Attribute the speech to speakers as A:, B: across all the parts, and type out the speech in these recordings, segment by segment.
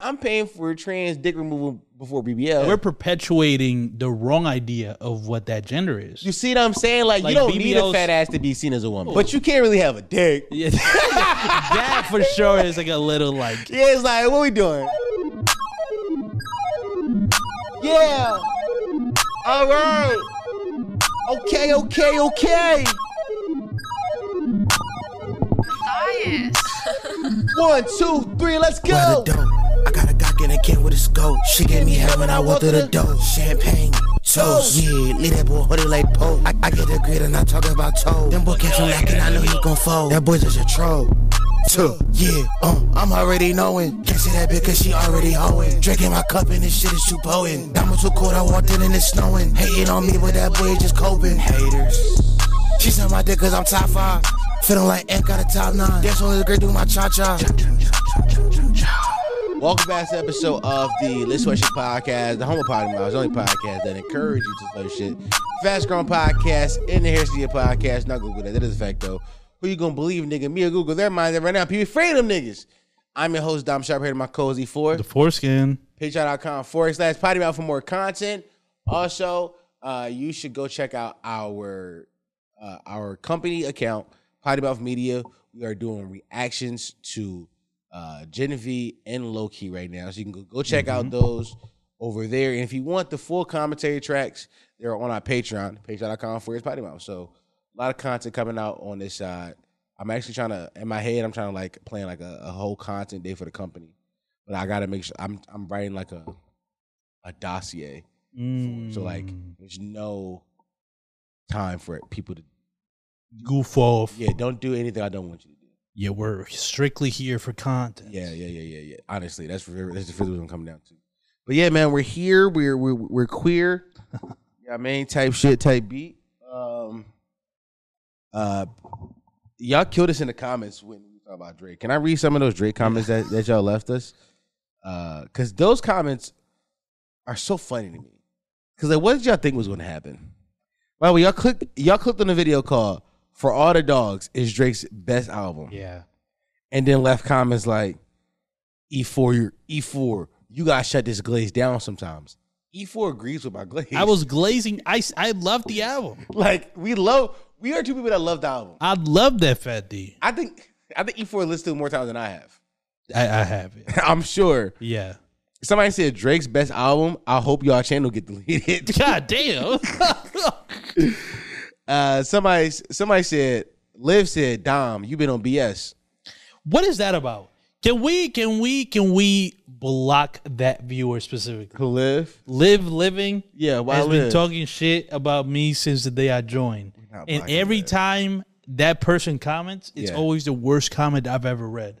A: I'm paying for trans dick removal before BBL.
B: We're perpetuating the wrong idea of what that gender is.
A: you see what I'm saying? Like,
B: Like,
A: you don't need a
B: BBLs
A: fat ass to be seen as a woman, but you can't really have a dick.
B: Yeah. that for sure is like a little like
A: Yeah, it's like, what we doing? Yeah. All right. Okay, okay, okay.
C: Bias.
A: One, two, three, let's
D: by
A: go.
D: the dope. I got a Glock and a can with a scope. She gave me heaven, I walked through the door. Champagne, toast. Yeah, leave that boy hoodie like Pope. I, I get the grid and I talk about toe. Them boy catch you lacking, I know he gon' fold. That boy just a troll. Tuh, Yeah, um, I'm already knowing. Can't see that bitch cause she already hoeing. Drinking my cup and this shit is too potent. Diamonds too cold, I walked in and it's snowing. Hating on me, but that boy is just coping. Haters. She said my dick cause I'm top five. Feeling like Ant got a top nine. That's what the girl do my cha-cha.
A: Welcome back to the episode of the Let's Sweat Shit podcast, the home of Potty Miles, the only podcast that encourages you to sweat shit. Fast Grown Podcast, in the Hair Studio Podcast. Not Google that. That is a fact, though. Who you gonna believe, nigga? Me or Google? They're minded right now. People afraid of them niggas. I'm your host, Dom Sharp, here to my cozy four.
B: the foreskin.
A: patreon.com forward slash potty mouth for more content. Also, uh, you should go check out our uh, our company account, Potty Mouth Media. We are doing reactions to uh, Genevieve and Loki right now. So you can go, go check out those over there. And if you want the full commentary tracks, they're on our Patreon, patreon.com forward slash potty mouth. So a lot of content coming out on this side. I'm actually trying to, in my head, I'm trying to like plan like a, a whole content day for the company but I gotta make sure I'm I'm writing like a a dossier.
B: Mm.
A: So like there's no time for it. people to
B: goof off.
A: yeah don't do anything I don't want you to do.
B: Yeah, we're strictly here for content.
A: Yeah yeah yeah yeah yeah. Honestly, that's re- that's really what I'm coming down to. But yeah, man, we're here. We're we're we're queer. yeah, I mean type shit type beat. Um, uh, y'all killed us in the comments when we talk about Drake. Can I read some of those Drake comments that, that y'all left us? Uh, cause those comments are so funny to me. Cause like, what did y'all think was gonna happen? By the way, y'all clicked y'all clicked on the video called "For All the Dogs" is Drake's best album,
B: Yeah.
A: and then left comments like, "E4, you're E4, you gotta shut this glaze down sometimes." E4 agrees with my glaze.
B: I was glazing. I, I loved the album.
A: like, we love. We are two people that love the album.
B: I love that Fat D.
A: I think I think E E4 listened to it more times than I have.
B: I, I have it.
A: I'm sure.
B: Yeah.
A: Somebody said Drake's best album. I hope y'all channel get deleted.
B: God damn.
A: Uh, somebody somebody said Liv said Dom, you been on BS.
B: what is that about? Can we can we can we block that viewer specifically?
A: Who Liv?
B: Live living.
A: Yeah, why
B: has been
A: live?
B: talking shit about me since the day I joined.
A: not
B: And
A: blocking
B: every time that person comments, it's
A: Yeah.
B: always the worst comment I've ever read.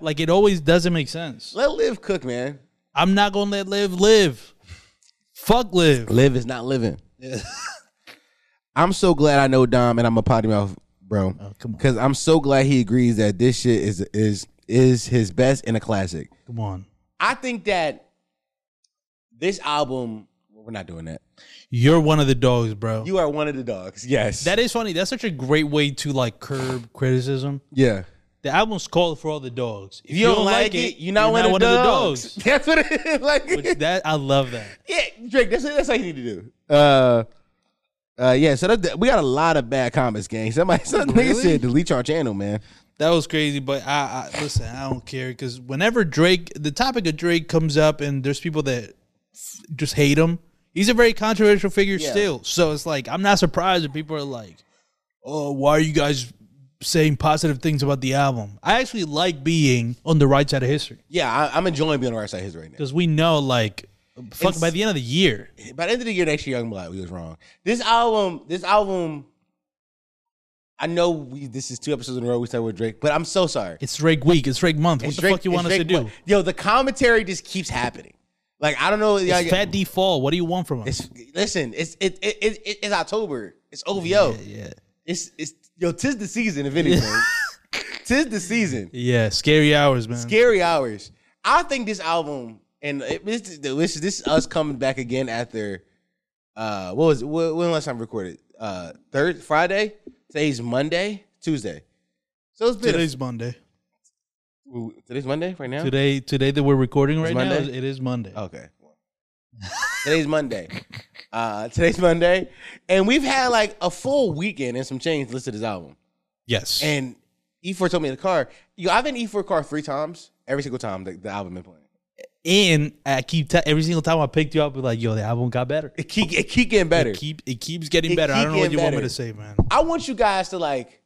B: like it always doesn't make sense.
A: Let Liv cook, man.
B: I'm not gonna let live live. Fuck live.
A: Liv is not living. I'm so glad I know Dom and I'm a potty mouth, bro.
B: come on.
A: Cause I'm so glad he agrees that this shit is is is his best and a classic.
B: Come on.
A: I think that this album we're not doing that.
B: You're one of the dogs, bro.
A: You are one of the dogs. Yes.
B: that is funny. That's such a great way to like curb criticism.
A: yeah.
B: The album's called for all the dogs. If
A: If you, don't, like, it, you're not, one, of the dogs. That's what it is. Like,
B: Which that I love that.
A: yeah, Drake, that's, that's how you need to do. Uh, uh, yeah, so that, we got a lot of bad comments, gang. Somebody, some nigga
B: Really?
A: said delete our channel, man.
B: That was crazy, but I, I listen. I don't care because whenever Drake, the topic of Drake comes up, and there's people that just hate him. He's a very controversial figure still, so it's like I'm not surprised if people are like, "Oh, why are you guys saying positive things about the album?" I actually like being on the right side of history
A: Yeah, I, I'm enjoying being on the right side of his right now.
B: because we know, like, fuck,
A: It's-
B: by the end of the year,
A: By the end of the year next year, I'm gonna be like, we was wrong. This album, this album, I know we this is two episodes in a row we started with Drake, but I'm so sorry.
B: it's Drake week, it's Drake month. What
A: It's
B: the
A: Drake-
B: fuck you
A: it's
B: want us to
A: Drake-
B: do?
A: but- Yo, the commentary just keeps happening. Like I don't know.
B: It's
A: like,
B: Fat D fall. What do you want from us?
A: It's listen. It's it, it, it, it it's October. It's OVO.
B: yeah,
A: It's it's yo. Tis the season. If anything, tis the season.
B: yeah. Scary hours, man.
A: Scary hours. I think this album and it, this is- this is- this is us coming back again after uh what was it? When when last time we recorded? Uh, third Friday. Today's Monday, Tuesday. So it's been a-
B: Today's Monday.
A: Ooh, Today's Monday right now.
B: Today, today that we're recording right now,
A: Monday?
B: it is Monday. Oh.
A: Okay. today's Monday. Uh, today's Monday, and we've had like a full weekend and some change listed as album.
B: Yes.
A: And E4 told me in the car, yo, I've been in E4 car three times. Every single time the, the album been playing.
B: And I keep te- every single time I picked you up, be like, yo, the album got better.
A: It keep it keep getting better.
B: It keep it keeps getting
A: It
B: better. I
A: keep
B: don't know what
A: getting
B: you want me
A: better.
B: to say, man.
A: I want you guys to like.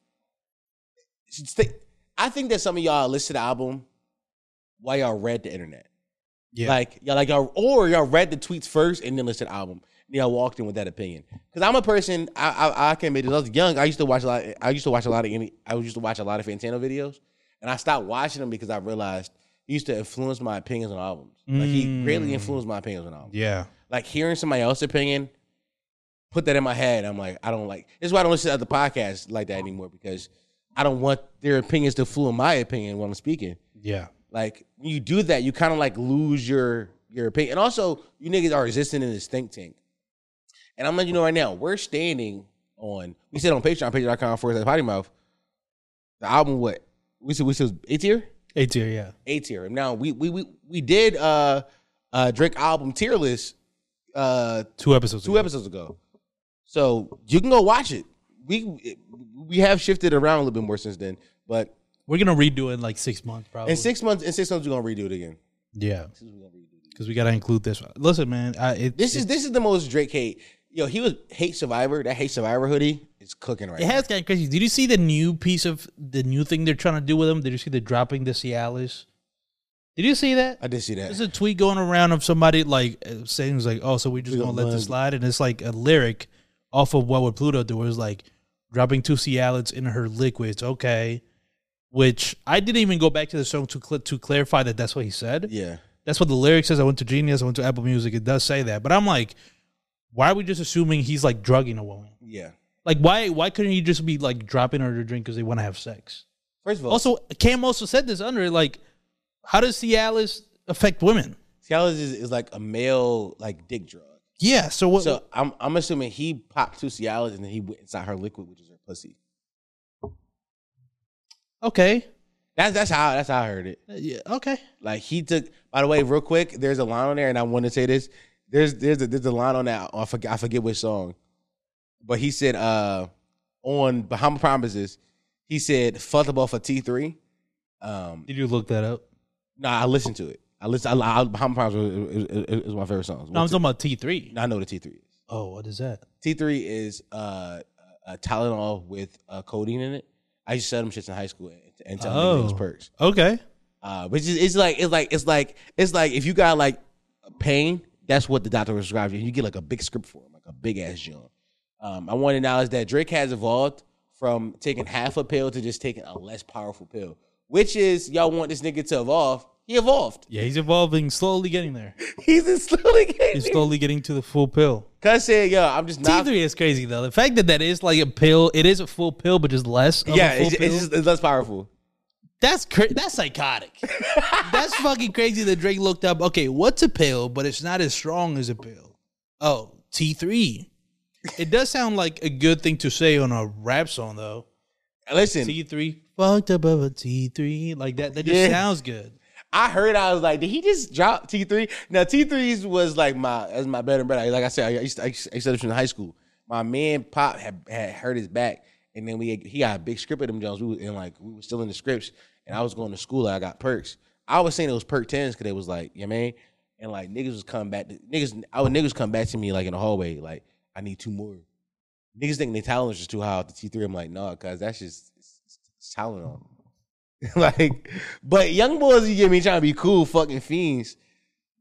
A: should stay- I think that some of y'all listed the album while y'all read the internet.
B: Yeah.
A: Like y'all like y'all or y'all read the tweets first and then listed the album. And y'all walked in with that opinion. Cause I'm a person, I I, I can admit this. I was young. I used to watch a lot I used to watch a lot of any I used to watch a lot of Fantano videos. And I stopped watching them because I realized he used to influence my opinions on albums. Like he greatly influenced my opinions on albums
B: Yeah.
A: like hearing somebody else's opinion, put that in my head. I'm like, I don't like. This is why I don't listen to other podcasts like that anymore because I don't want their opinions to influence my opinion when I'm speaking.
B: Yeah.
A: Like when you do that, you kind of like lose your your opinion. And also, you niggas are existing in this think tank. And I'm letting you know right now, we're standing on. We said on Patreon, Patreon.com forward slash Potty Mouth. The album, what we said, we said was A tier.
B: A tier. Yeah.
A: A tier. Now we we we we did uh uh Drake album tier list uh
B: Two episodes.
A: two
B: ago.
A: episodes ago. So you can go watch it. We we have shifted around a little bit more since then, but
B: We're gonna redo it in like six months, probably.
A: in six months, in six months, we're gonna redo it again.
B: Yeah. Because we gotta include this. one. Listen, man. I, it,
A: This is this is the most Drake hate. Yo, he was hate survivor. That hate survivor hoodie is cooking right
B: It has gotten crazy. Did you see the new piece of the new thing they're trying to do with them? Did you see the dropping the Cialis? Did you see that?
A: now. I did see that.
B: There's a tweet going around of somebody like uh, saying it's like, "Oh, so we just gonna let this slide," and it's like a lyric off of what would Pluto do? It was like dropping two Cialids in her liquids. Okay, which I didn't even go back to the song to cl- to clarify that that's what he said.
A: Yeah,
B: That's what the lyric says. I went to Genius. I went to Apple Music. It does say that, but I'm like, why are we just assuming he's like drugging a woman?
A: yeah.
B: Like, why why couldn't he just be like dropping her to drink because they want to have sex?
A: First of all,
B: Also, Cam also said this under it, like, how does Cialis affect women?
A: Cialis is, is like a male like dick drug.
B: Yeah, so what?
A: So I'm I'm assuming he popped two Cialis and then he went inside her liquid, which is her pussy.
B: okay,
A: That's that's how that's how I heard it.
B: Uh, yeah, okay.
A: Like he took. By the way, real quick, there's a line on there, and I want to say this. There's there's a, there's a line on that. oh, I forget I forget which song, but he said uh on Bahama Promises, he said fuck the ball for T three. Um,
B: Did you look that up?
A: no, I listened to it. I listened. I, I, Bahama Promises is, is, is- is one of my favorite songs.
B: No, I'm talking about T three.
A: I know the T three is.
B: Oh, what is that?
A: T three is uh a Tylenol with uh, codeine in it. I used to sell them shits in high school and, and tell them it was
B: Oh.
A: perks.
B: Okay,
A: Uh, which is it's like it's like it's like it's like if you got like pain, that's what the doctor prescribes you. You get like a big script for him, like a big ass joint. Um, I want to acknowledge that Drake has evolved from taking half a pill to just taking a less powerful pill, which is y'all want this nigga to evolve. He evolved.
B: yeah, he's evolving, slowly getting there.
A: He's just slowly getting.
B: He's
A: He's
B: slowly getting to the full pill.
A: Cuz said, "Yo, I'm just
B: T
A: not."
B: three is crazy though. The fact that that is like a pill, it is a full pill, but just less. Of
A: Yeah,
B: a full
A: it's,
B: pill.
A: it's just it's less powerful.
B: That's cra- that's psychotic. that's fucking crazy that Drake looked up. Okay, what's a pill, but it's not as strong as a pill. Oh, T three. It does sound like a good thing to say on a rap song though.
A: Listen,
B: T three fucked up of a T three like that. That just
A: Yeah.
B: sounds good.
A: I heard I was like, did he just drop T three? Now T threes was like my as my better brother. Like I said, I used to, I used to I used to do this in high school. My man Pop had, had hurt his back, and then we he got a big script of them Jones. We was, and like we were still in the scripts, and I was going to school. and I got perks. I was saying it was perk tens because it was like, you know what I mean? And like niggas was coming back, to, niggas I would niggas come back to me like in the hallway, like I need two more. Niggas think their tolerance is too high off the T three. I'm like, no, cause that's just it's, it's, it's Tylenol. like, but young boys, you get me trying to be cool, fucking fiends.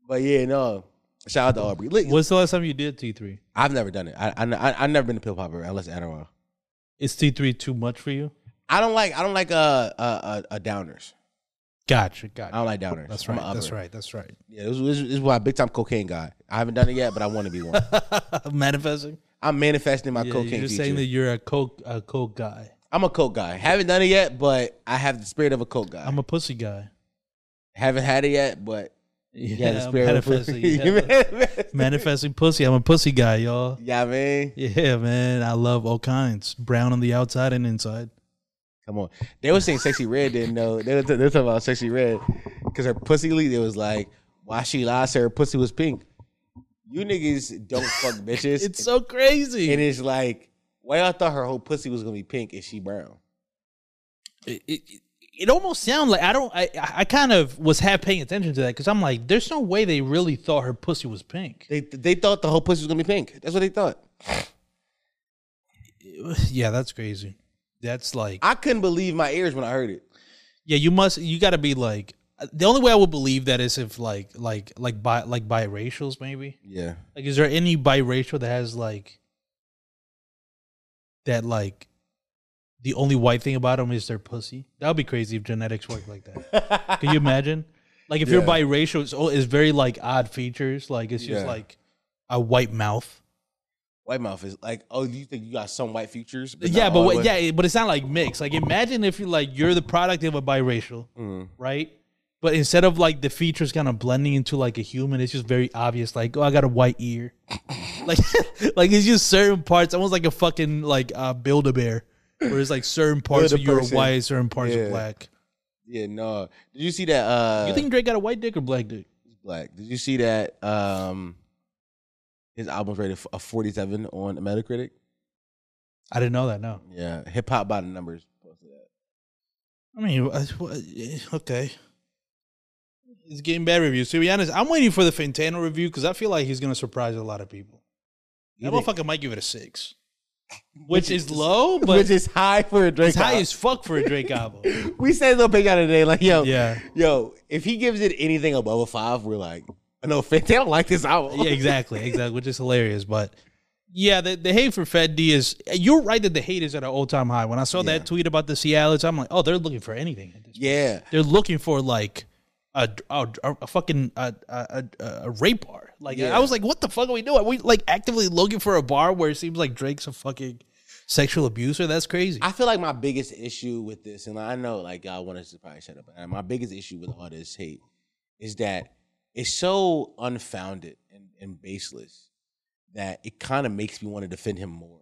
A: But yeah, no. Shout out to Aubrey. Look,
B: What's the last time you did T three?
A: I've never done it. I I I I've never been a pill popper unless Adderall.
B: Is T three too much for you?
A: I don't like I don't like uh uh uh, uh downers.
B: Gotcha,
A: I
B: gotcha.
A: don't like downers.
B: That's
A: I'm
B: right.
A: a upper.
B: That's right. That's right.
A: Yeah, this, this, this is why big time cocaine guy. I haven't done it yet, but I want to be one.
B: Manifesting.
A: I'm manifesting my
B: Yeah,
A: cocaine
B: you're just
A: future.
B: saying that you're a coke a coke guy.
A: I'm a coke guy. Haven't done it yet, but I have the spirit of a coke guy.
B: I'm a pussy guy.
A: haven't had it yet, but yeah, the
B: I'm
A: spirit of a
B: manifesting. yeah. manifesting pussy. I'm a pussy guy, y'all.
A: Yeah, man.
B: Yeah, man. I love all kinds. Brown on the outside and inside.
A: Come on. They were saying Sexy Red didn't know. They were, they were talking about Sexy Red because her pussy leak. It was like, why she lost her pussy was pink. You niggas don't fuck bitches.
B: It's so crazy.
A: and it's like, why y'all thought her whole pussy was gonna be pink and she brown?
B: it, it, it almost sounds like I don't. I I kind of was half paying attention to that because I'm like, there's no way they really thought her pussy was pink.
A: They they thought the whole pussy was gonna be pink. That's what they thought.
B: Yeah, that's crazy. That's like,
A: I couldn't believe my ears when I heard it.
B: yeah, you must. You got to be like. The only way I would believe that is if like like like bi like biracials maybe.
A: Yeah.
B: Like, is there any biracial that has like that like the only white thing about them is their pussy? That would be crazy if genetics worked like that. Can you imagine? Like, if you're
A: Yeah.
B: biracial, it's, all- it's very like odd features. Like, it's just
A: Yeah.
B: like a white mouth.
A: White mouth is like, oh, you think you got some white features?
B: yeah,
A: not
B: but
A: all
B: what,
A: white-
B: yeah, but it's not like mixed. Like, imagine if you like you're the product of a biracial,
A: Mm.
B: right? But instead of like the features kind of blending into like a human, it's just very obvious. Like, oh, I got a white ear. like, like it's just certain parts, almost like a fucking like uh, build a bear, where it's like certain parts of you are
A: Build-A-Person.
B: white, certain parts
A: Yeah.
B: are black.
A: yeah, no. Did you see that? Uh,
B: you think Drake got a white dick or black dick?
A: black? Did you see that? Um, his album's rated f- a forty-seven on Metacritic.
B: I didn't know that. No,
A: Yeah, hip hop by the numbers. posted that.
B: I mean, uh, wha- eh, okay. It's getting bad reviews. To be honest, I'm waiting for the Fantano review because I feel like he's gonna surprise a lot of people.
A: You
B: that
A: think-
B: motherfucker might give it a six, which is low, but
A: Which is high for a Drake.
B: it's high
A: album.
B: as fuck for a Drake album.
A: we said Lil Baby out today, like, yo,
B: Yeah.
A: yo, if he gives it anything above a five, we're like, no, they don't like this album.
B: yeah, exactly, exactly, which is hilarious. But yeah, the, the hate for Fed D is. You're right that the hate is at an all time high. When I saw that tweet about the Seattle's, I'm like, oh, they're looking for anything. at this
A: yeah,
B: they're looking for like a a, a fucking a, a a a rape bar. Like
A: Yeah.
B: I was like, what the fuck are we doing? Are we like actively looking for a bar where it seems like Drake's a fucking sexual abuser? That's crazy.
A: I feel like my biggest issue with this, and I know like y'all want us to probably shut up, and my biggest issue with all this hate is that it's so unfounded and, and baseless that it kind of makes me want to defend him more.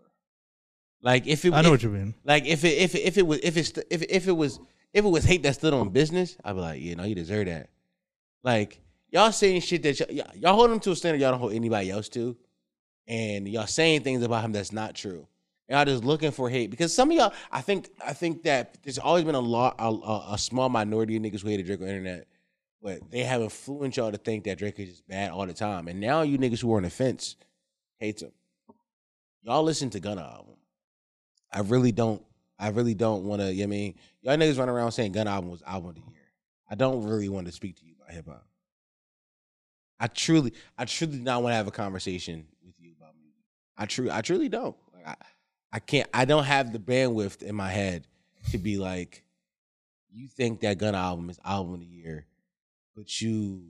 A: Like if it,
B: I know
A: if-
B: what you mean.
A: Like if it if it, if it was if it's if if it was if it was hate that stood on business, I'd be like, yeah, no, you deserve that. Like y'all saying shit that y'all, y'all- y'all hold him to a standard y'all don't hold anybody else to, and y'all saying things about him that's not true. And y'all just looking for hate because some of y'all, I think, I think that there's always been a lot a, a, a small minority of niggas who hated Drake on the internet, but they have influenced y'all to think that Drake is just bad all the time. And now you niggas who are on the fence hates him. Y'all listen to Gunna album. I really don't. I really don't want to. You know what I mean, y'all niggas run around saying Gun album was album of the year. I don't really want to speak to you about hip hop. I truly, I truly do not want to have a conversation with you about music. I true, I truly don't. Like, I, I can't. I don't have the bandwidth in my head to be like, you think that Gun album is album of the year, but you,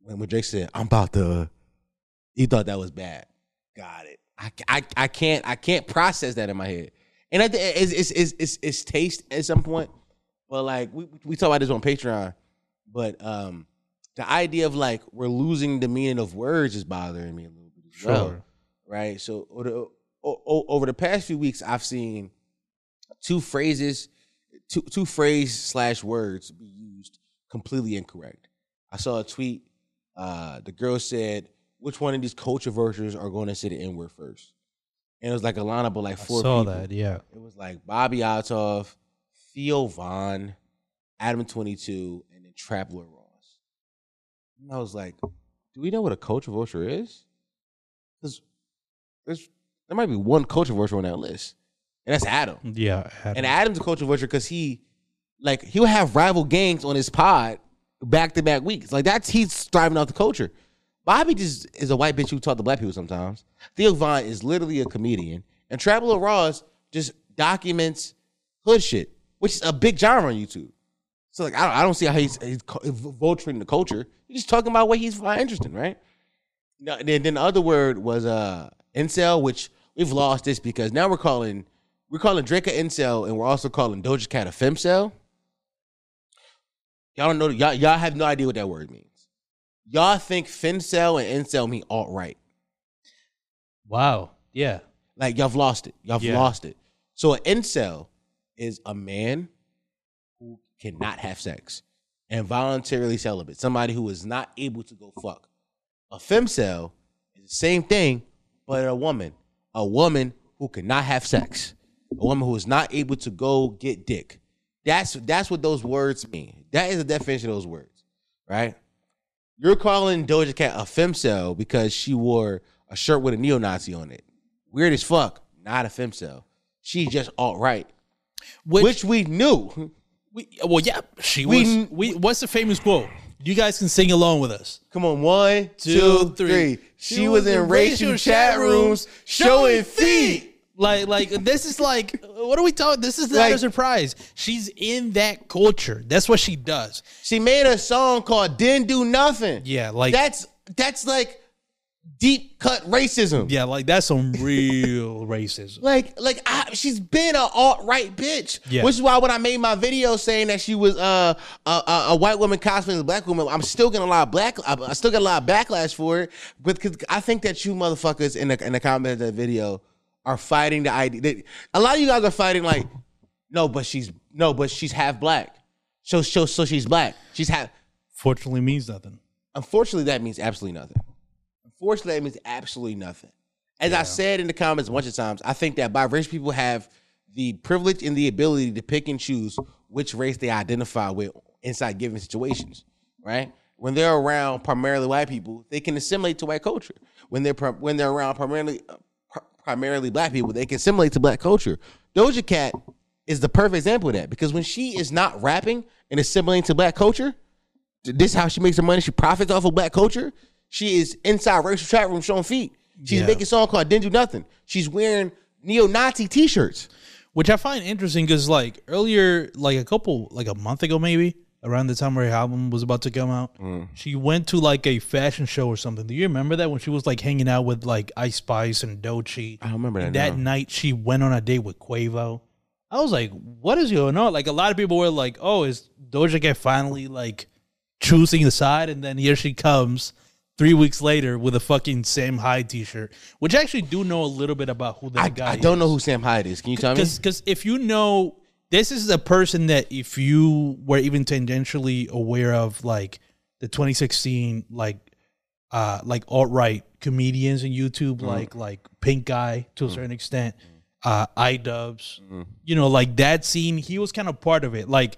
A: when when Drake said, "I'm about to," you thought that was bad. Got it. I, I, I can't I can't process that in my head. And I think it's it's, it's it's it's taste at some point. But like we we talk about this on Patreon, but um the idea of like we're losing the meaning of words is bothering me a little bit. As
B: Sure.
A: Well, right. So over the, o- o- over the past few weeks, I've seen two phrases, two two phrase slash words be used completely incorrect. I saw a tweet. Uh, the girl said, "Which one of these culture vultures are going to say the N word first? And it was like a lineup of like
B: I
A: four.
B: saw
A: people.
B: that. Yeah.
A: It was like Bobby Altov, Theo Vaughn, Adam Twenty Two, and then Traveler Ross. And I was like, "Do we know what a culture vulture is? Because there's there might be one culture vulture on that list, and that's Adam."
B: Yeah. I had
A: And
B: it.
A: Adam's a culture vulture because he, like, he'll have rival gangs on his pod back to back weeks. Like that's he's thriving off the culture. Bobby just is a white bitch who taught the black people sometimes. Theo Vaughn is literally a comedian, and Traveler Ross just documents hood shit, which is a big genre on YouTube. So like, I don't, I don't see how he's, he's cu- vulturing the culture. He's just talking about what he's finding interesting, right? No, then, then the other word was uh incel, which we've lost this because now we're calling we're calling Drake an incel and we're also calling Doja Cat a femcel. Y'all don't know y'all y'all have no idea what that word means. Y'all think femcel and incel mean alt right.
B: wow. Yeah.
A: Like y'all've lost it. Y'all've
B: Yeah.
A: lost it. So an incel is a man who cannot have sex and voluntarily celibate. Somebody who is not able to go fuck. A femcel is the same thing, but a woman. A woman who cannot have sex. A woman who is not able to go get dick. That's that's what those words mean. That is the definition of those words, right? You're calling Doja Cat a femcel because she wore a shirt with a neo-Nazi on it. Weird as fuck. Not a femcel. She's just alt right,
B: Which,
A: which we knew.
B: we, well, yeah, she
A: We-
B: was. We, what's the famous quote? You guys can sing along with us.
A: Come on, one, two,
B: Two,
A: three.
B: three.
A: She, was, in racial chat rooms showing feet.
B: Like, like this is like, what are we talking? This is not
A: Like-
B: a surprise. She's in that culture. That's what she does.
A: She made a song called "Didn't Do Nothing."
B: Yeah, like-
A: that's that's like deep cut racism.
B: Yeah, like that's some real racism.
A: Like, like I, she's been an alt right bitch,
B: Yeah.
A: which is why when I made my video saying that she was uh, a, a a white woman cosplaying as a black woman, I'm still getting a lot of black, I I still get a lot of backlash for it. But because I think that you motherfuckers in the in the comments of that video are fighting the idea. That, a lot of you guys are fighting like, no, but she's no, but she's half black. So so so she's black. She's half.
B: Fortunately, means nothing.
A: Unfortunately, that means absolutely nothing. Unfortunately, that means absolutely nothing. As I said in the comments a bunch of times, I think that biracial people have the privilege and the ability to pick and choose which race they identify with inside given situations, right? When they're around primarily white people, they can assimilate to white culture. When they're pri- when they're around primarily pri- primarily black people, they can assimilate to black culture. Doja Cat is the perfect example of that because when she is not rapping and assimilating to black culture, th- this is how she makes her money. She profits off of black culture. She is inside racial trap room showing feet. She's
B: Yeah.
A: making a song called Didn't Do Nothing. She's wearing neo-Nazi t-shirts.
B: which I find interesting because like earlier, like a couple, like a month ago, maybe around the time her album was about to come out,
A: Mm.
B: she went to like a fashion show or something. Do you remember that when she was like hanging out with like Ice Spice and Dochi?
A: I remember that
B: And that
A: now.
B: night she went on a date with Quavo. I was like, what is going on? Like a lot of people were like, oh, is Doja Cat finally like choosing the side? And then here she comes. Three weeks later, with a fucking Sam Hyde T-shirt, which I actually do know a little bit about who that
A: I,
B: guy.
A: I don't
B: is
A: know who Sam Hyde is. Can you tell me?
B: because if you know this is a person that if you were even tangentially aware of like the 2016 like uh like alt right comedians in YouTube like like Pink Guy to a certain extent, uh iDubbbz, you know like that scene he was kind of part of it like.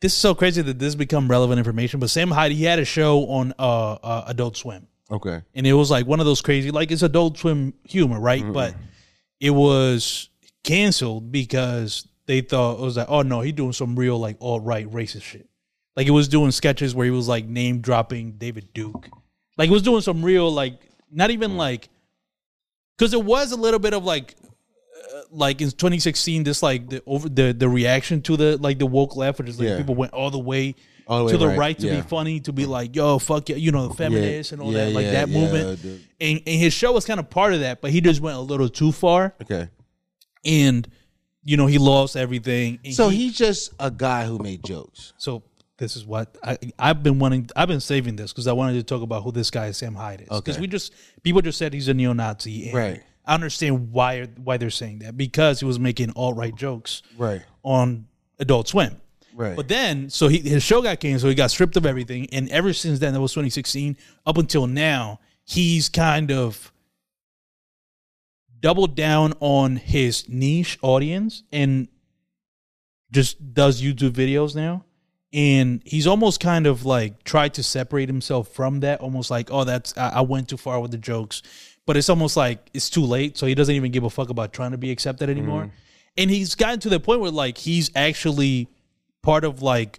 B: This is so crazy that this become relevant information. But Sam Hyde, he had a show on uh, uh, Adult Swim,
A: Okay.
B: and it was like one of those crazy like it's adult swim humor right but it was canceled because they thought it was like oh no he doing some real like alt-right racist shit like it was doing sketches where he was like name dropping david duke like it was doing some real like not even
A: Mm.
B: like because it was a little bit of like uh, like in 2016 this like the over the the reaction to the like the woke left which is like
A: Yeah.
B: people went all the way
A: All the way
B: to the
A: right,
B: right, to
A: yeah.
B: be funny to be like yo fuck you, you know the feminists and all
A: yeah,
B: that like
A: yeah,
B: that
A: yeah,
B: movement
A: dude.
B: and, and his show was kind of part of that but he just went a little too far
A: Okay.
B: and you know he lost everything and
A: So he's just a guy who made jokes.
B: so this is what I, I've been wanting. I've been saving this because I wanted to talk about who this guy Sam Hyde is. Because
A: Okay.
B: we just people just said he's a neo-Nazi. and
A: Right.
B: I understand why why they're saying that because he was making alt right jokes.
A: Right.
B: On Adult Swim.
A: Right.
B: But then, so he, his show got canceled. He got stripped of everything, and ever since then, that was 2016 up until now, he's kind of doubled down on his niche audience and just does YouTube videos now. And he's almost kind of like tried to separate himself from that, almost like, oh, that's I, I went too far with the jokes. But it's almost like it's too late, so he doesn't even give a fuck about trying to be accepted anymore. And he's gotten to the point where like he's actually part of like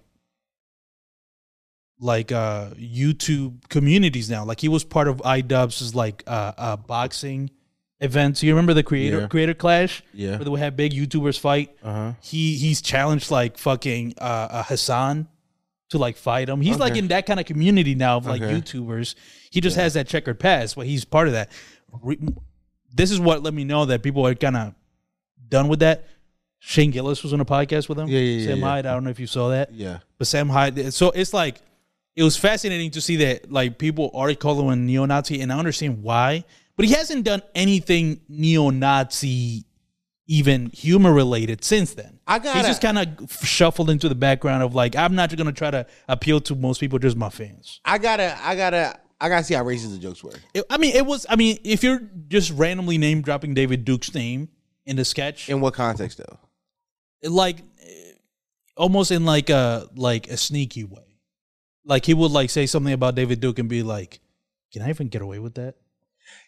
B: like uh YouTube communities now. Like he was part of iDubbbz's like uh, uh boxing events. You remember the creator
A: Yeah.
B: creator clash?
A: Yeah.
B: Where they would have big YouTubers fight.
A: Uh-huh.
B: He he's challenged like fucking uh, uh Hassan to like fight him. He's like
A: Okay.
B: in that kind of community now of like
A: Okay.
B: YouTubers. He just has that checkered past, but he's part of that. Re- this is what let me know that people are kind of done with that. Shane Gillis was on a podcast with him.
A: Yeah, yeah, yeah,
B: Sam
A: yeah.
B: Hyde. I don't know if you saw that.
A: Yeah.
B: But Sam Hyde. So it's like it was fascinating to see that like people are calling him neo-Nazi, and I understand why. But he hasn't done anything neo-Nazi even humor related since then.
A: I gotta-
B: He's just kind of shuffled into the background of like I'm not going to try to appeal to most people, just my fans.
A: I gotta, I gotta, I gotta see how racist the jokes were.
B: It- I mean, it was. I mean, if you're just randomly name dropping David Duke's name in the sketch,
A: In what context though?
B: like eh, almost in like a like a sneaky way. Like he would like say something about David Duke and be like, "Can I even get away with that?"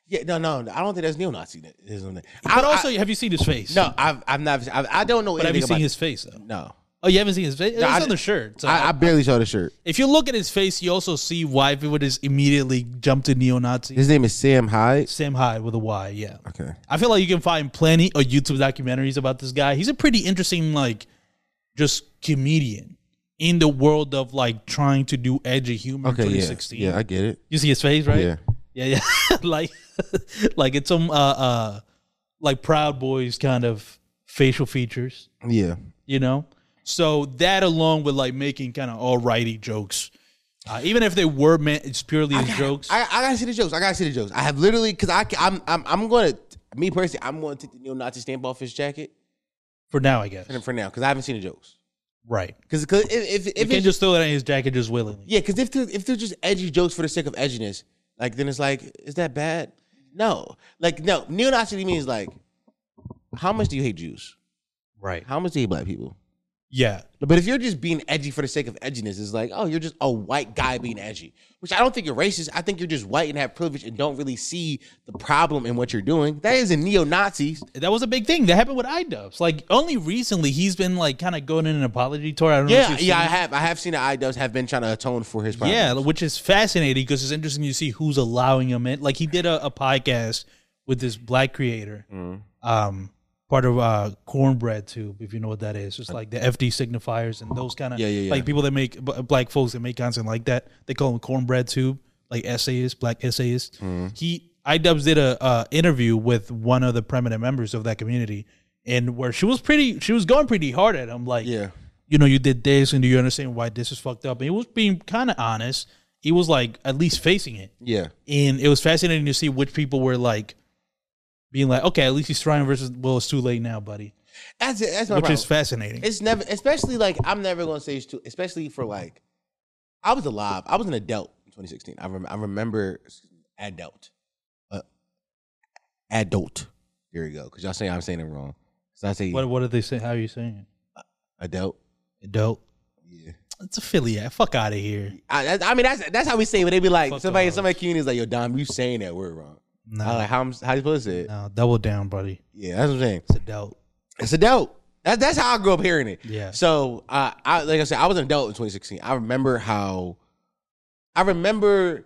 A: Yeah, no, no, I don't think that's neo-Nazism.
B: But also, have you seen his face?
A: no, I've, I've not, I've, I don't know.
B: But have you
A: anything
B: seen
A: about-
B: his face? Though?
A: No,
B: Oh, you haven't seen his face. It's
A: I-
B: on the shirt. So
A: I, I barely saw the shirt.
B: if you look at his face, you also see why people would just immediately jump to neo-Nazi.
A: His name is Sam Hyde.
B: Sam Hyde with a Y. Yeah.
A: Okay.
B: I feel like you can find plenty of YouTube documentaries about this guy. He's a pretty interesting, like, just comedian in the world of like trying to do edgy humor. in
A: Okay. Yeah.
B: 2016.
A: Yeah, I get it.
B: You see his face, right?
A: Yeah.
B: yeah, yeah. like, like it's some uh, uh, like Proud Boys kind of facial features,
A: Yeah.
B: you know. So that along with like making kind of alrighty jokes, uh, even if they were meant it's purely as jokes.
A: I, I gotta see the jokes. I gotta see the jokes. I have literally because I ca- I'm I'm I'm gonna me personally I'm gonna take the neo-Nazi stamp off his jacket
B: for now, I guess.
A: for- for now because I haven't seen the jokes.
B: Right.
A: Because because if if,
B: You
A: if
B: can't
A: it's,
B: just throw it in his jacket just willingly.
A: yeah because if they're, if they're just edgy jokes for the sake of edginess like then it's like is that bad? No, like no neo-Nazi to me is like how much do you hate Jews?
B: Right.
A: How much do you hate black people?
B: Yeah.
A: But if you're just being edgy for the sake of edginess, it's like, oh, you're just a white guy being edgy, which I don't think you're racist. I think you're just white and have privilege and don't really see the problem in what you're doing. That isn't neo Nazis.
B: That was a big thing that happened with iDubbbz. Like only recently he's been like kind of going in an apology tour. I don't know. if
A: Yeah,
B: you've
A: yeah, I
B: seen
A: have. I have seen that iDubbbz have been trying to atone for his
B: it.
A: problem.
B: yeah, which is fascinating because it's interesting to see who's allowing him in. Like he did a, a podcast with this black creator,
A: Mm-hmm.
B: um, part of uh, Cornbread too, if you know what that is. Just like the FD signifiers and those kind of
A: Yeah, yeah, yeah.
B: like people that make b- black folks that make content like that. They call them Cornbread too, like essayists, black essayists.
A: Mm-hmm.
B: He iDubbbz did a uh, interview with one of the prominent members of that community, and where she was pretty, she was going pretty hard at him, like
A: Yeah.
B: you know, you did this, and do you understand why this is fucked up? And he was being kind of honest. He was like at least facing it,
A: yeah,
B: and it was fascinating to see which people were like being like, okay, at least he's trying. Versus, well, it's too late now, buddy,
A: that's it. That's my
B: which
A: problem.
B: is fascinating.
A: it's never, especially like I'm never gonna say it's too, especially for like, I was alive. I was an adult in 2016. I, rem- I remember adult, uh, adult. There you go. Because y'all say I'm saying it wrong. So I say
B: What what did they say? How are you saying?
A: adult.
B: it? Dope.
A: Yeah.
B: It's a Philly. act. Fuck out of here.
A: I, that's- I mean, that's that's how we say it. When they be like,
B: Fuck
A: somebody,
B: off.
A: somebody community is like, yo, Dom, you saying that word wrong.
B: No,
A: I'm like, how, I'm- how you supposed to say it?
B: no, double down, buddy.
A: Yeah, that's what I'm saying.
B: It's a dope.
A: It's a dope. That, that's how I grew up hearing it.
B: Yeah.
A: So, uh, I like I said, I was an adult in 2016. I remember how, I remember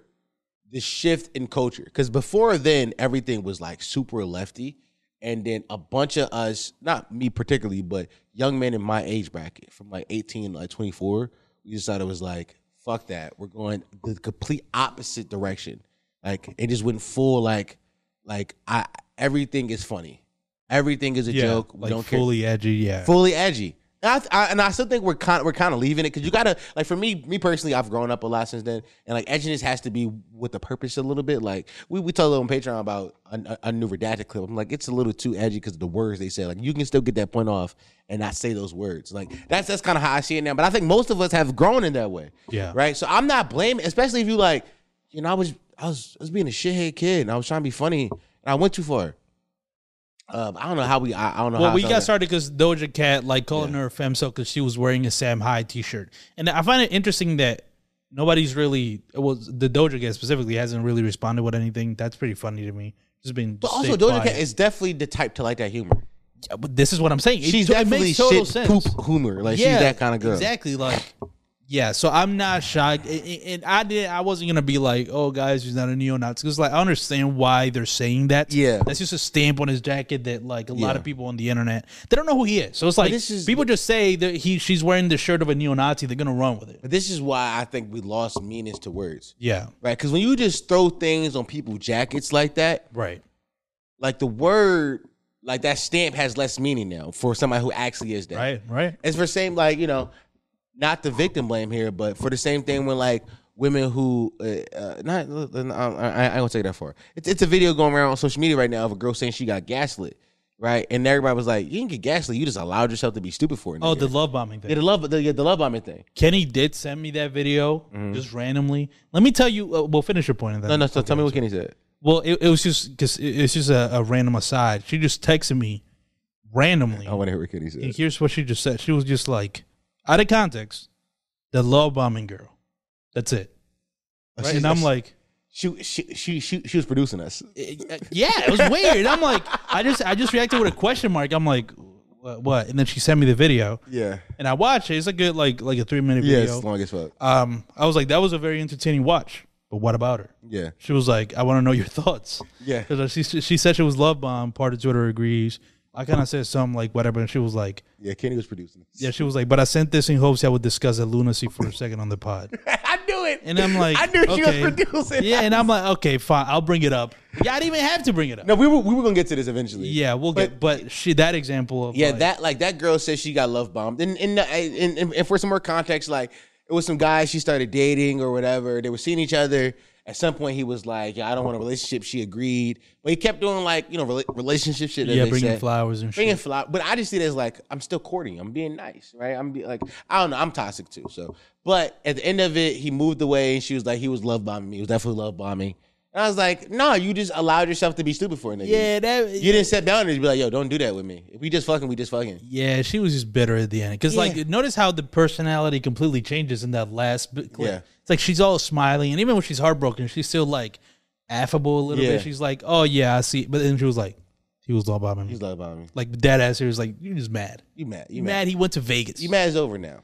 A: the shift in culture because before then everything was like super lefty, and then a bunch of us, not me particularly, but young men in my age bracket from like 18 to like 24, we just thought it was like fuck that. We're going the complete opposite direction. Like it just went full like like I everything is funny. Everything is a joke. We
B: like
A: don't care
B: fully edgy. Yeah,
A: fully edgy. And I, I, and I still think we're kind we're kind of leaving it because you gotta like for me me personally I've grown up a lot since then and like edginess has to be with a purpose a little bit like we we talked on Patreon about a, a, a new redacted clip I'm like it's a little too edgy because the words they say like you can still get that point off and not say those words like that's that's kind of how I see it now but I think most of us have grown in that way
B: Yeah.
A: right so I'm not blaming especially if you like you know I was I was I was being a shithead kid and I was trying to be funny and I went too far um I don't know how we I, I don't know how
B: Well,
A: I
B: we
A: felt
B: got
A: about-
B: started because Doja Cat like calling her a femcel because she was wearing a Sam High T-shirt, and I find it interesting that nobody's really well the Doja Cat specifically hasn't really responded with anything. That's pretty funny to me. Just been
A: But also,
B: stay
A: Doja Cat
B: quiet.
A: is definitely the type to like that humor.
B: Yeah, but this is what I'm saying. It-
A: She's
B: it
A: definitely
B: makes total
A: shit
B: sense.
A: poop humor. Like she's that kind of girl.
B: Exactly. Like, yeah. So I'm not shocked, and, and- and I did. I wasn't gonna be like, "Oh, guys, he's not a neo-Nazi." Because like, I understand why they're saying that.
A: Yeah.
B: that's just a stamp on his jacket that like a lot
A: Yeah.
B: of people on the internet they don't know who he is. So it's like
A: this is-
B: people just say that he she's wearing the shirt of a neo-Nazi. They're gonna run with it.
A: But this is why I think we lost meanings to words,
B: Yeah.
A: right? Because when you just throw things on people's jackets like that,
B: Right.
A: like the word, like that stamp has less meaning now for somebody who actually is that.
B: Right. Right.
A: It's for same like you know, not the victim blame here, but for the same thing when like women who uh, uh not I, I, I ain't gonna take that far. It's it's a video going around on social media right now of a girl saying she got gaslit. right? And everybody was like, "You didn't get gaslit. You just allowed yourself to be stupid for it."
B: Oh, the love bombing thing.
A: yeah, the love the, yeah, the love bombing thing.
B: Kenny did send me that video just randomly. Let me tell you. Uh, we'll finish your point. And then
A: Mm-hmm. No, no. So tell me what Kenny said.
B: Well, it, it was just because it, it's just a, a random aside. She just texted me randomly.
A: I want to hear what Kenny said.
B: And here's what she just said. She was just like, out of context, the love bombing girl. That's it.
A: Oh,
B: Right?
A: she's-
B: And I'm like,
A: she, she she she she was producing us.
B: yeah, it was weird. I'm like, I just I just reacted with a question mark. I'm like, what? what? And then she sent me the video,
A: Yeah.
B: and I watched it. It's a good like like a three minute
A: Yeah,
B: video.
A: it's long as fuck.
B: um, I was like, that was a very entertaining watch. But what about her?
A: Yeah.
B: She was like, I want to know your thoughts.
A: Yeah.
B: Because she, she said she was love bomb. Part of Twitter agrees. I kind of said something like whatever, and she was like,
A: Yeah, Kenny was producing. us.
B: yeah, she was like, but I sent this in hopes I would discuss a lunacy for a second on the pod.
A: I knew it.
B: And I'm like,
A: I knew
B: okay.
A: she was producing.
B: Yeah, and I'm like, okay, fine, I'll bring it up. Yeah, I didn't even have to bring it up.
A: No, we were we were gonna get to this eventually.
B: Yeah, we'll get, but she that example of
A: Yeah,
B: like,
A: that like that girl said she got love bombed, and and, and and and for some more context, like it was some guy she started dating or whatever. They were seeing each other. At some point, he was like, "Yeah, I don't want a relationship." She agreed, but he kept doing like you know rela- relationship shit. as
B: yeah,
A: they
B: bringing
A: said.
B: flowers and
A: bringing
B: shit.
A: flowers. But I just see it as like I'm still courting. I'm being nice, right? I'm be, like I don't know. I'm toxic too. So, but at the end of it, he moved away, and she was like, he was love bombing me. He was definitely love bombing. And I was like, no, you just allowed yourself to be stupid for a nigga.
B: Yeah, that
A: You didn't set boundaries. Be like, yo, don't do that with me. If we just fucking, we just fucking.
B: Yeah, she was just bitter at the end because
A: Yeah.
B: like notice how the personality completely changes in that last bit clip.
A: Yeah.
B: It's like she's all smiling, and even when she's heartbroken, she's still like affable a little
A: Yeah.
B: bit. She's like, "Oh yeah, I see," but then she was like, "He was all about me."
A: He's love bombing.
B: like dead ass. He was like, "You just mad?
A: You mad? You
B: You
A: mad?
B: mad? He went to Vegas.
A: You mad is over now.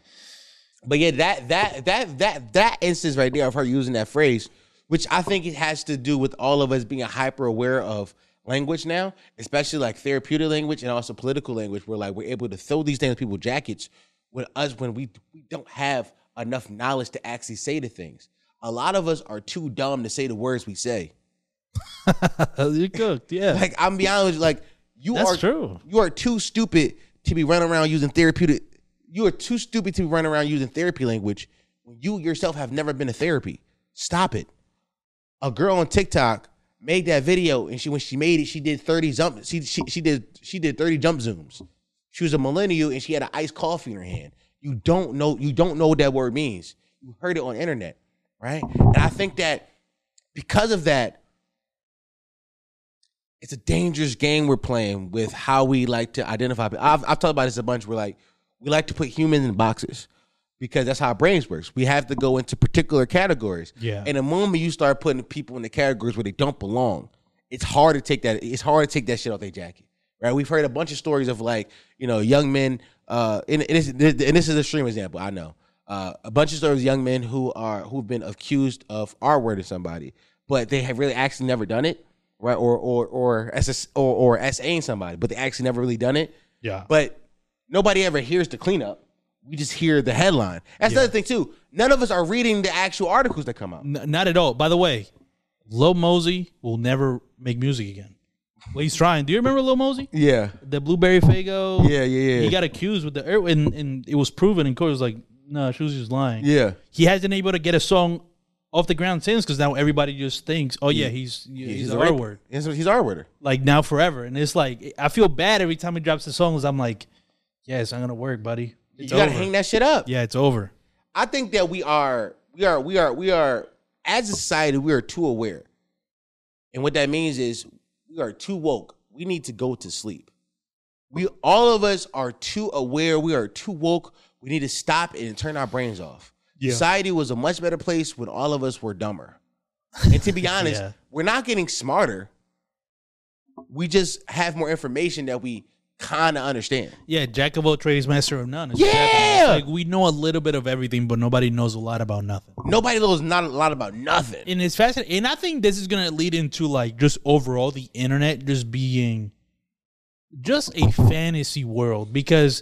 A: But yeah, that that that that that instance right there of her using that phrase, which I think it has to do with all of us being hyper aware of language now, especially like therapeutic language and also political language, where like we're able to throw these things in people's jackets when us when we we don't have enough knowledge to actually say the things. A lot of us are too dumb to say the words we say.
B: you cooked? Yeah,
A: Like I'm be honest, with you, like you
B: That's
A: are
B: true.
A: You are too stupid to be running around using therapeutic. You are too stupid to be running around using therapy language when you yourself have never been to therapy. Stop it. A girl on TikTok made that video, and she when she made it, she did thirty jump. She she, she did she did thirty jump zooms. She was a millennial, and she had an iced coffee in her hand. You don't know you don't know what that word means. You heard it on internet, right? And I think that because of that, it's a dangerous game we're playing with how we like to identify. people. I've, I've talked about this a bunch. We're like, we like to put humans in boxes because that's how our brains works. We have to go into particular categories.
B: Yeah.
A: And the moment you start putting people in the categories where they don't belong, it's hard to take that. It's hard to take that shit off their jacket, right? We've heard a bunch of stories of like, you know, young men. Uh, and, and, this, and this is an extreme example. I know uh, a bunch of stories of young men who are who've been accused of R wording somebody, but they have really actually never done it right? Or or or SS or or SAing somebody, but they actually never really done it.
B: yeah.
A: But nobody ever hears the cleanup. We just hear the headline. That's the other thing too. None of us are reading the actual articles that come out.
B: N- not at all. By the way, Lil Mosey will never make music again. Well, he's trying. Do you remember Lil Mosey?
A: Yeah.
B: The blueberry fago.
A: Yeah, yeah, yeah.
B: He got accused with the er- and, and it was proven in court. It was like, no, she was just lying.
A: Yeah.
B: He hasn't been able to get a song off the ground since because now everybody just thinks, oh yeah, he's he's,
A: He's,
B: a
A: a R
B: word
A: word. He's, he's R worder.
B: like now forever. And it's like I feel bad every time he drops the songs. I'm like, yeah, it's not gonna work, buddy.
A: You
B: It's
A: gotta
B: over.
A: hang that shit up.
B: yeah, it's over.
A: I think that we are we are we are we are as a society we are too aware. And what that means is we are too woke. We need to go to sleep. We all of us are too aware, we are too woke. We need to stop and turn our brains off.
B: Yeah.
A: Society was a much better place when all of us were dumber. And to be honest,
B: Yeah.
A: we're not getting smarter. We just have more information that we kind of understand.
B: Yeah, jack of all trades, master of none. It's
A: Yeah!
B: Japanese. like we know a little bit of everything, but nobody knows a lot about nothing.
A: Nobody knows not a lot about nothing.
B: And it's fascinating, and I think this is gonna lead into like just overall the internet just being just a fantasy world because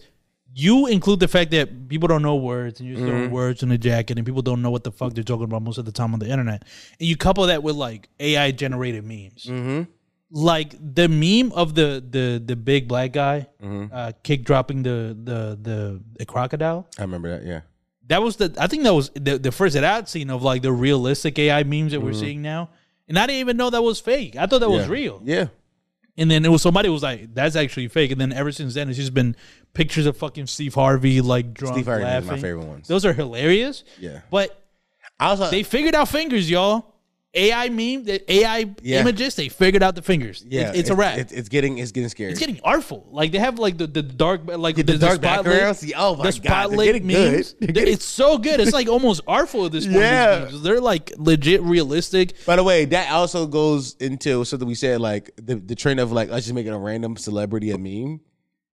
B: you include the fact that people don't know words and you just throw words in a jacket and people don't know what the fuck they're talking about most of the time on the internet, and you couple that with like AI generated memes. like the meme of the the the big black guy uh kick dropping the the the, the crocodile
A: I remember that, yeah.
B: that was the i think that was the, the first that i'd seen of like the
A: Mm-hmm.
B: realistic ai memes that we're seeing now and i didn't even know that was fake i thought that was real
A: Yeah.
B: And then it was somebody was like, "That's actually fake." And then ever since then, it's just been pictures of fucking Steve Harvey like drunk
A: Steve Harvey is
B: laughing.
A: my favorite ones.
B: Those are hilarious.
A: Yeah.
B: But
A: I also
B: they figured out fingers, y'all. AI meme, the AI
A: Yeah.
B: images, they figured out the fingers.
A: yeah,
B: It- it's a wrap.
A: It's, it's getting it's getting scary.
B: It's getting artful. Like they have like the, the dark like
A: the dark
B: spotlight-
A: backgrounds? Yeah, oh my God, they're getting good. They're
B: They're- it's so good. It's like almost artful at this point. these
A: Yeah.
B: memes. they're like legit realistic.
A: By the way, that also goes into something we said, like the, the trend of like us just making a random celebrity a meme.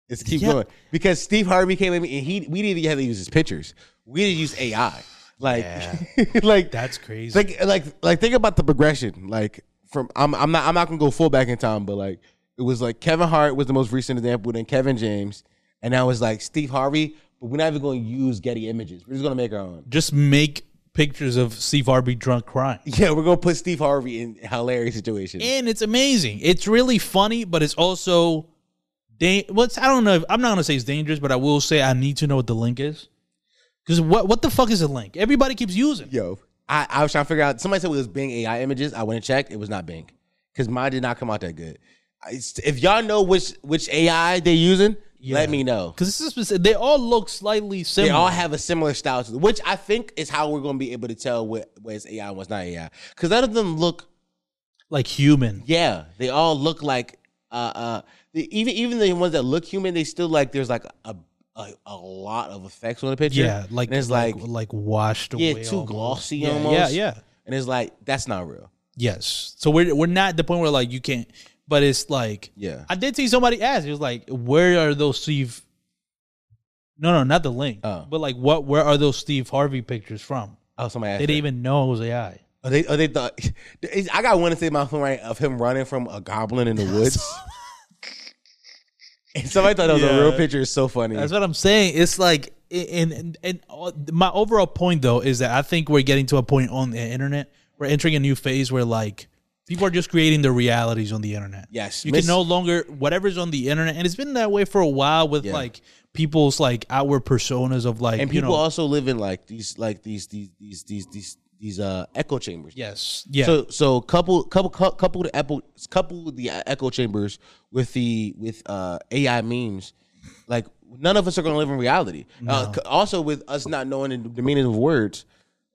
A: It's keep
B: Yeah.
A: going because Steve Harvey came in and he we didn't even have to use his pictures. We didn't use AI. Like, like
B: That's crazy.
A: Think like like think about the progression. Like from I'm I'm not I'm not gonna go full back in time, but like it was like Kevin Hart was the most recent example, then Kevin James, and now it's like Steve Harvey. But we're not even going to use Getty images. We're just going to make our own.
B: Just make pictures of Steve Harvey drunk crying.
A: Yeah, we're going to put Steve Harvey in hilarious situations.
B: and it's amazing. It's really funny, but it's also da- what's I don't know. If, I'm not gonna say it's dangerous, but I will say I need to know what the link is. Because what what the fuck is a link? Everybody keeps using. it.
A: Yo, I, I was trying to figure out. Somebody said it was Bing AI images. I went and checked. It was not Bing because mine did not come out that good. I, if y'all know which which AI they're using, let me know.
B: Because this is specific. They all look slightly
A: They
B: similar.
A: all have a similar style to them, which I think is how we're going to be able to tell what what is AI and what's not AI. Because none of them look.
B: like human.
A: Yeah, they all look like. Uh, uh, the, even even the ones that look human, they still like. There's like a a, a lot of effects on the picture.
B: Yeah, like
A: and it's like,
B: like like, washed
A: yeah,
B: away.
A: too
B: almost.
A: glossy
B: Yeah,
A: almost.
B: Yeah, yeah.
A: And it's like that's not real.
B: Yes. So we're we're not at the point where like you can't, but it's like
A: Yeah.
B: I did see somebody ask. It was like, where are those Steve? No, no, not the link.
A: Oh.
B: But like, what? Where are those Steve Harvey pictures from?
A: Oh, somebody asked
B: They
A: that.
B: didn't even know it was AI.
A: Oh, they, oh, they thought. it's- I got one to say my phone right of him running from a goblin in the woods. and somebody thought that was a real
B: Yeah.
A: picture. It's so funny.
B: That's what I'm saying. It's like, and and, and all- my overall point though is that I think we're getting to a point on the internet. We're entering a new phase where like people are just creating their realities on the internet.
A: Yes,
B: you
A: miss-
B: can no longer whatever's on the internet, and it's been that way for a while with
A: Yeah.
B: like people's like outward personas of like
A: and
B: you
A: people
B: know.
A: also live in like these, like these, these, these, these, these, these uh, echo chambers.
B: yes, yeah.
A: So, so couple, couple, cou- couple the echo, couple the echo chambers with the with uh, AI memes. Like none of us are going to live in reality. Uh, c- also, with us not knowing the, the meaning of words,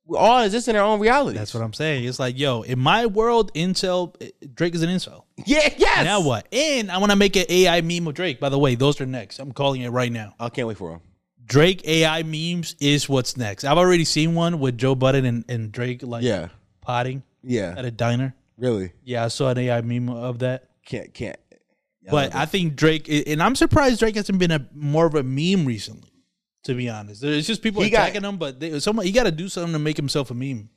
A: we all exist in our own reality.
B: that's what I'm saying. It's like, yo, in my world, incel Drake is an incel.
A: Yeah. Yes.
B: Now what? And I want to make an AI meme of Drake. By the way, those are next. I'm calling it right now.
A: I can't wait for him.
B: Drake AI memes is what's next. I've already seen one with Joe Budden and, and Drake like
A: Yeah.
B: potting
A: Yeah.
B: at a diner.
A: Really?
B: Yeah, I saw an AI meme of that.
A: Can't can't.
B: but I think Drake, and I'm surprised Drake hasn't been a more of a meme recently. To be honest, it's just people
A: He got-
B: attacking him, but they, someone he got to do something to make himself a meme.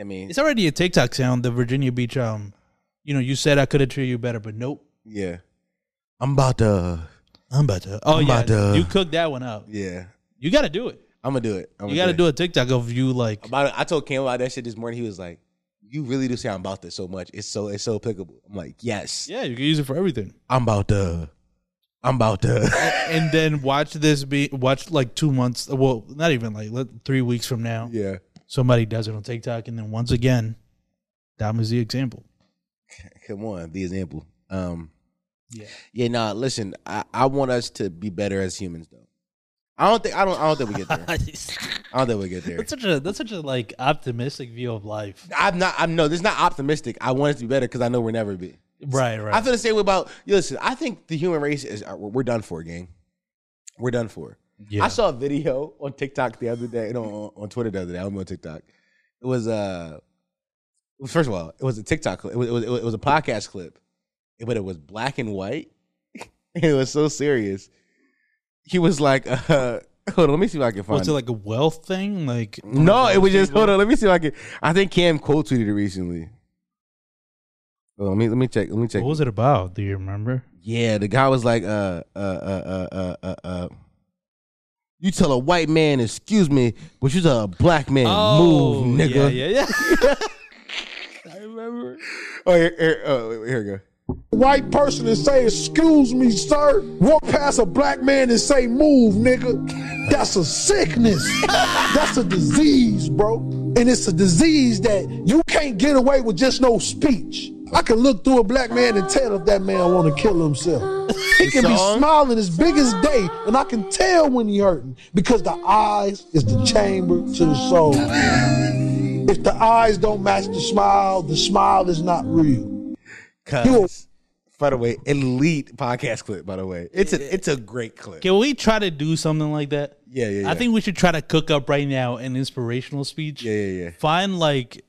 A: I mean,
B: It's already a TikTok sound. The Virginia Beach, um, you know, you said I could have treated you better, but nope.
A: yeah. I'm about to.
B: I'm about to. Oh
A: I'm
B: yeah,
A: about to-
B: you cooked that one up.
A: Yeah,
B: You got to do it.
A: I'm gonna do it. I'm
B: You got to do a TikTok of you like
A: About it. I told Cam about that shit this morning. He was like, "You really do say I'm about this so much. It's so it's so applicable." I'm like, "Yes,
B: Yeah, you can use it for everything.
A: I'm about to. I'm about to."
B: And then watch this be watch like two months. Well, not even like let- three weeks from now.
A: yeah.
B: Somebody does it on TikTok, and then once again, that was the example.
A: Come on, the example. Um.
B: Yeah.
A: Yeah. Nah. Listen, I I want us to be better as humans, though. I don't think I don't I don't think we get there.
B: that's
A: I don't think we get there.
B: such a that's such a like optimistic view of life.
A: I'm not. I'm no. This is not optimistic. I want it to be better because I know we'll never be.
B: Right, right.
A: I feel the same way about. You listen, I think the human race is uh, we're done for, gang. We're done for.
B: yeah.
A: I saw a video on TikTok the other day, no, on, on Twitter the other day. I don't know TikTok. It was uh, well, first of all, it was a TikTok. clip. It was it was, it was a podcast clip, but it was black and white. it was so serious. He was like, uh, "Hold on, let me see if I can find."
B: was it like a wealth thing? Like
A: No, it was just hold on. Let me see if I can. I think Cam quote tweeted it recently. Hold on, let me let me check. Let me check.
B: What was it about? Do you remember?
A: Yeah, the guy was like, uh, uh, uh, uh, uh, uh, uh. You tell a white man, excuse me, but you tell a black man, move, nigga.
B: Oh, Yeah, yeah, yeah.
A: Oh, here, here, oh, wait, wait, here we go.
E: white person and say, excuse me, sir, walk past a black man and say, move, nigga. That's a sickness. That's a disease, bro. And it's a disease that you can't get away with just no speech. I can look through a black man and tell if that man want to kill himself. He can be
A: song?
E: smiling as big as day, and I can tell when he hurting because the eyes is the chamber to the soul. If the eyes don't match the smile, the smile is not real. You a-
A: Cuz, by the way, elite podcast clip. By the way, it's a it's a great clip.
B: Can we try to do something like that?
A: Yeah, yeah, yeah.
B: I think we should try to cook up right now an inspirational speech.
A: Yeah, yeah, yeah.
B: Find like,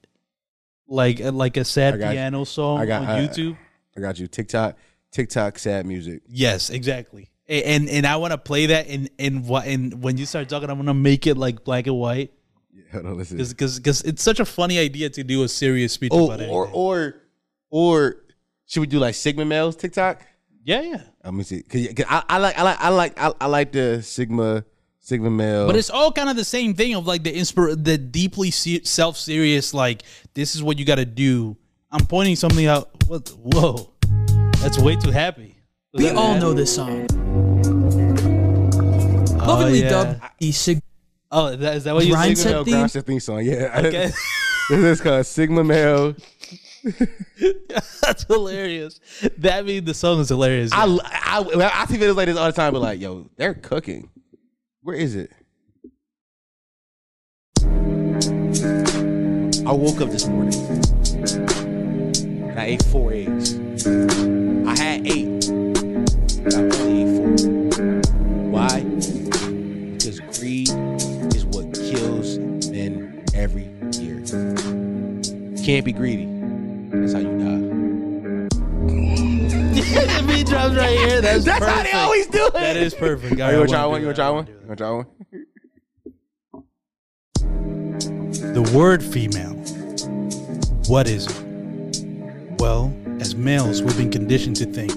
B: like, uh, like a sad
A: I got you.
B: piano song
A: I got- uh,
B: on
A: I-
B: YouTube.
A: I got you. TikTok, TikTok, sad music.
B: Yes, exactly. A- And and I want to play that and and what and when you start talking, I'm gonna make it like black and white
A: Hold on, listen.
B: because because it's such a funny idea to do a serious speech
A: Oh,
B: about it.
A: or or or should we do like Sigma males TikTok?
B: yeah, yeah.
A: Let me see. Cause, 'cause I, I like I like I like I, I like the Sigma Sigma male.
B: But it's all kind of the same thing of like the inspir the deeply se- self serious like this is what you got to do. I'm pointing something out. What? the- Whoa, that's way too happy.
F: We all know this song. Lovingly
B: Oh, yeah.
F: dubbed the E Sig.
B: Oh, that, is that what you
F: Grind
B: said?
F: set
A: Male
F: theme?
A: Grimes theme song. Yeah,
B: Okay.
A: this is called Sigma male.
B: that's hilarious. That means the song is hilarious.
A: I I well, I see videos like this all the time, but like yo, they're cooking. Where is it? I woke up this morning. and I ate four eggs. I had eight. But I only ate four. Why? Because greed is what kills men every year. You can't be greedy. That's how you die.
B: the beat drops right here. That's,
A: That's how
B: perfect.
A: they always do it.
B: That is perfect.
A: Oh,
B: Alright,
A: you
B: I
A: want to try
B: wanna
A: one?
B: do
A: You want to try one? You
B: that.
A: want to try one?
B: The word female. What is it? Well, as males, we've been conditioned to think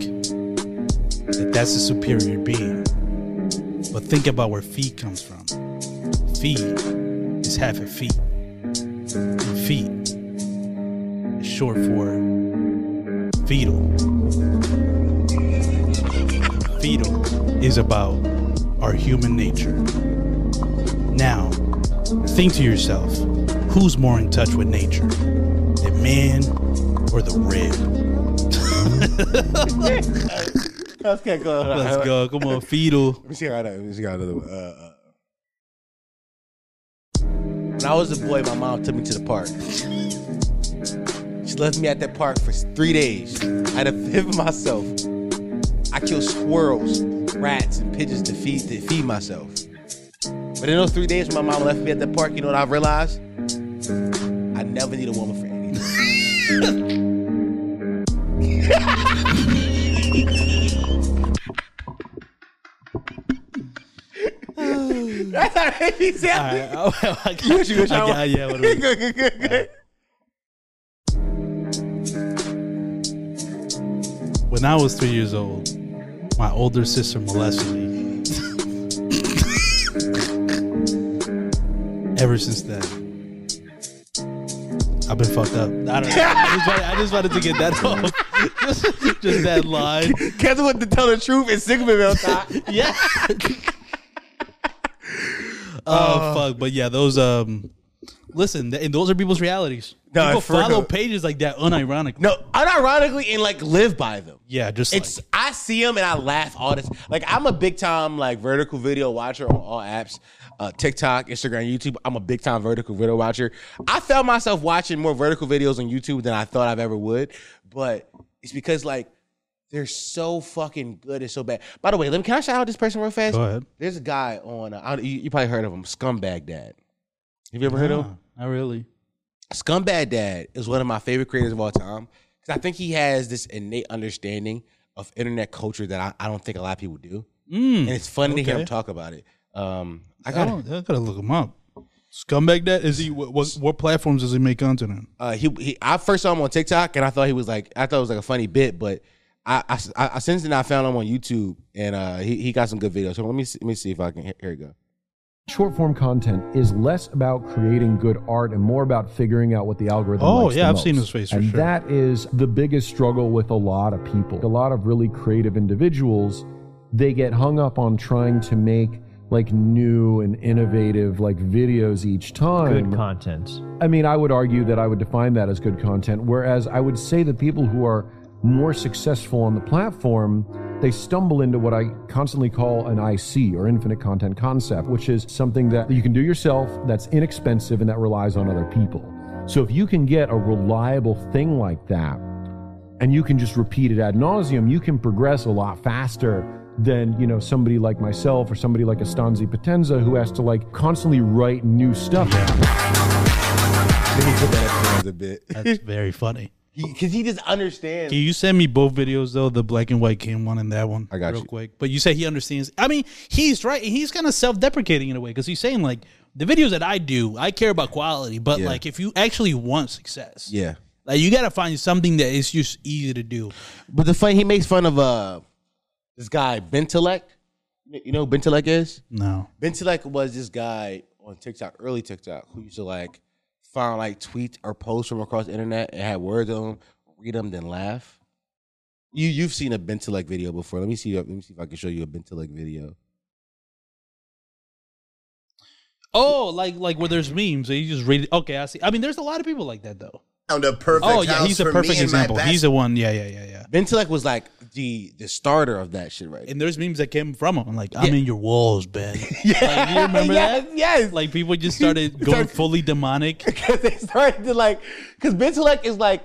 B: that that's a superior being. But think about where feet comes from. Feet is half a feet. And feet is short for fetal. Fetal is about our human nature. Now, think to yourself who's more in touch with nature, the man or the rib?
A: Let's get going.
B: Let's go. Come on, fetal.
A: Let me see how that. Let me see how another one. Uh, uh. When I was a boy, my mom took me to the park. She left me at that park for three days. I had to fend for myself. I killed squirrels, rats, and pigeons to feed to feed myself. But in those three days when my mom left me at the park, you know what I realized? I never need a woman for anything. That's how it made me
B: All
A: sound.
B: right. I, I,
A: You wish you wish I
B: I, I,
A: was-
B: yeah, whatever.
A: good, good, good, good.
B: When I was three years old, my older sister molested me. Ever since then, I've been fucked up. I don't know. I just wanted, I just wanted to get that off. just, just that line.
A: Kevin went to tell the truth and Sigma Male thought.
B: Yeah.
A: Uh,
B: oh fuck! But yeah, those um, listen, th- and those are people's realities.
A: No,
B: People
A: for real.
B: follow pages like that unironically.
A: No, unironically and like live by them.
B: Yeah, just
A: It's
B: like,
A: I see them and I laugh all this. Like I'm a big time like vertical video watcher on all apps, uh, TikTok, Instagram, YouTube. I'm a big time vertical video watcher. I found myself watching more vertical videos on YouTube than I thought I've ever would, but it's because like they're so fucking good and so bad. By the way, let me can I shout out this person real fast?
B: Go ahead.
A: There's a guy on uh, I don't- you, you probably heard of him, Scumbag Dad. Have you ever heard of him?
B: Nah, not really.
A: Scumbag Dad is one of my favorite creators of all time because I think he has this innate understanding of internet culture that I, I don't think a lot of people do, and it's funny to hear
B: Mm, okay.
A: him talk about it. Um, I
B: I
A: got
B: don't. I gotta look him up. Scumbag that is he? What, what, what platforms does he make content on?
A: uh, he, he I first saw him on TikTok and I thought he was like I thought it was like a funny bit, but I I, I, I since then I found him on YouTube and uh, he he got some good videos. So let me see, let me see if I can here, here we go.
G: Short form content is less about creating good art and more about figuring out what the algorithm
B: Oh,
G: likes the
B: yeah, I've
G: most.
B: seen his face for
G: and
B: sure.
G: that is the biggest struggle with a lot of people. A lot of really creative individuals, they get hung up on trying to make like new and innovative like videos each time.
H: Good content.
G: I mean, I would argue that I would define that as good content. Whereas I would say that people who are more successful on the platform, they stumble into what I constantly call an IC or infinite content concept, which is something that you can do yourself, that's inexpensive, and that relies on other people. So if you can get a reliable thing like that, and you can just repeat it ad nauseum, you can progress a lot faster than you know somebody like myself or somebody like Estanzi Potenza who has to like constantly write new stuff.
A: Let me put that up a bit.
B: That's very funny.
A: Because he, just understands.
B: Can you send me both videos though, the black and white King one and that one?
A: I got
B: real
A: you.
B: quick. But you say he understands. I mean, he's right. He's kind of self-deprecating in a way because he's saying like the videos that I do, I care about quality, but
A: Yeah.
B: like if you actually want success,
A: yeah.
B: like you got to find something that is just easy to do.
A: But the fun, he makes fun of uh this guy, Bentelek. You know who Bentelek is?
B: No,
A: Bentelek was this guy on TikTok, early TikTok, who used to like find like tweets or posts from across the internet and had words on them, read them, then laugh. You you've seen a Bentelek video before. Let me see. Let me see if I can show you a Bentelek video.
B: oh, like like where there's memes, and you just read. It. Okay, I see. I mean, there's a lot of people like that though.
I: Found a perfect
B: oh yeah,
I: house
B: he's a
I: for
B: perfect
I: me and my
B: example.
I: best
B: He's the one. Yeah, yeah, yeah, yeah.
A: Bentelek was like the the starter of that shit, right?
B: And there's memes that came from him. Like I'm in your walls, Ben. Like, you remember
A: yes,
B: that?
A: Yes.
B: Like people just started going fully demonic.
A: because they started to like because Bentelek is like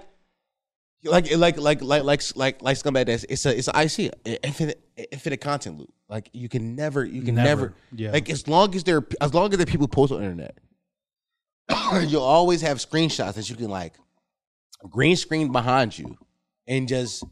A: like like like like like like like scumbag that's it's a it's an IC an infinite infinite content loop like you can never you can never,
B: Never, yeah.
A: like as long as there are- as long as there are people post on the internet you'll always have screenshots that you can like green screen behind you and just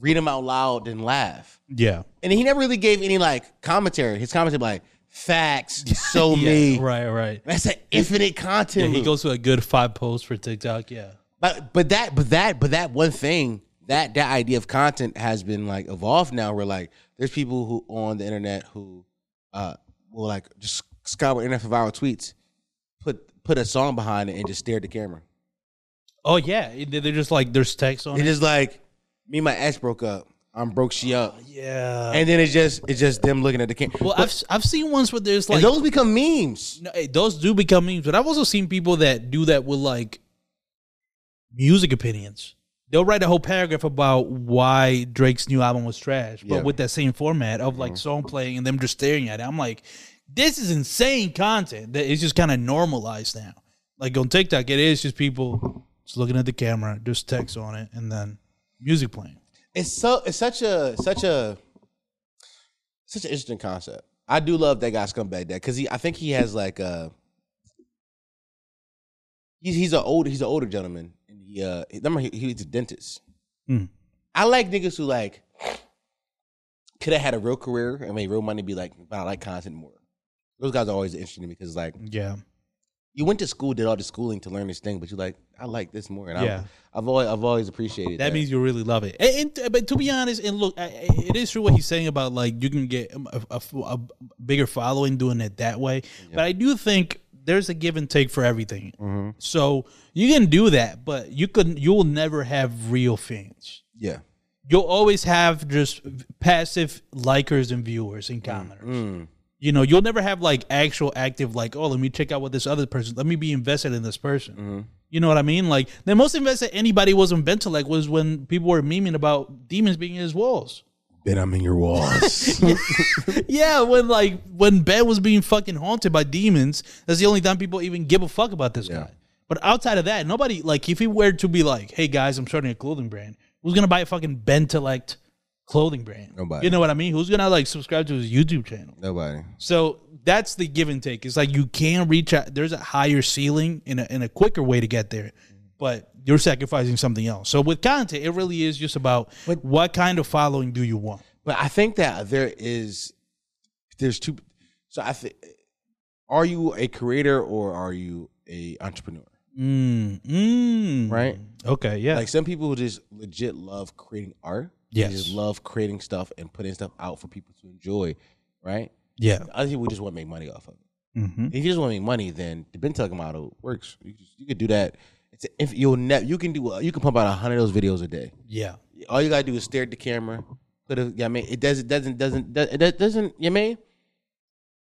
A: read them out loud and laugh
B: Yeah.
A: and he never really gave any like commentary his commentary like facts so
B: Yeah,
A: me
B: Right, right.
A: that's an infinite content
B: Yeah, he
A: loop.
B: goes to a good five posts for TikTok. Yeah.
A: But but that but that but that one thing that that idea of content has been like evolved now. Where like there's people who on the internet who uh will like just scour internet for viral tweets, put put a song behind it and just stare at the camera.
B: Oh yeah, They- they're just like there's text on
A: It
B: it.
A: is like me and my ex broke up. I'm broke. She up.
B: Oh, yeah.
A: And then it's just it's just them looking at the camera.
B: well, I've s- I've seen ones where there's
A: and
B: like
A: those become memes.
B: no, hey, those do become memes, but I've also seen people that do that with like music opinions. They'll write a whole paragraph about why Drake's new album was trash, but
A: Yeah.
B: with that same format of like song playing and them just staring at it. I'm like, this is insane content that is just kind of normalized now. Like on TikTok, it is just people just looking at the camera, just text on it, and then music playing.
A: It's so it's such a such a such an interesting concept. I do love that guy scumbag that because he I think he has like a he's he's an older he's an older gentleman and he uh remember he, he was a dentist.
B: Hmm.
A: I like niggas who like could have had a real career and made real money. Be like, but I like content more. Those guys are always interesting to me because like
B: Yeah.
A: you went to school, did all the schooling to learn this thing, but you like I like this more, and
B: Yeah.
A: I've, I've always I've always appreciated that.
B: That means you really love it. And, and- but to be honest, and look, I, I- it is true what he's saying about like you can get a, a- a bigger following doing it that way. But I do think there's a give and take for everything. So you can do that, but you could you will never have real fans.
A: yeah,
B: You'll always have just passive likers and viewers and commenters. You know, you'll never have like actual active, like, oh, let me check out what this other person, let me be invested in this person. You know what I mean? Like, the most invested anybody was in Bentelec was when people were memeing about demons being in his walls.
A: then I'm in your walls.
B: yeah, when like, when Ben was being fucking haunted by demons, that's the only time people even give a fuck about this guy. But outside of that, nobody, like, if he were to be like, hey guys, I'm starting a clothing brand, who's gonna buy a fucking Bentelec clothing brand?
A: Nobody.
B: You know what I mean? Who's gonna like subscribe to his YouTube channel?
A: Nobody.
B: So that's the give and take. It's like you can reach out. There's a higher ceiling and a, and a quicker way to get there, but you're sacrificing something else. So with content, it really is just about what kind of following do you want.
A: But I think that there is, there's two. So I think, are you a creator or are you a entrepreneur?
B: Mm, mm.
A: Right.
B: Okay. Yeah.
A: Like some people who just legit love creating art.
B: Yes.
A: They just love creating stuff and putting stuff out for people to enjoy. Right.
B: yeah.
A: Other people just want to make money off of it.
B: hmm
A: If you just want to make money, then the Bentug model works. You, just, you could do that. It's if you'll ne- you can do you can pump out a hundred of those videos a day.
B: Yeah.
A: all you gotta do is stare at the camera. Put a, yeah, I mean, it doesn't doesn't doesn't it doesn't. You know what I mean,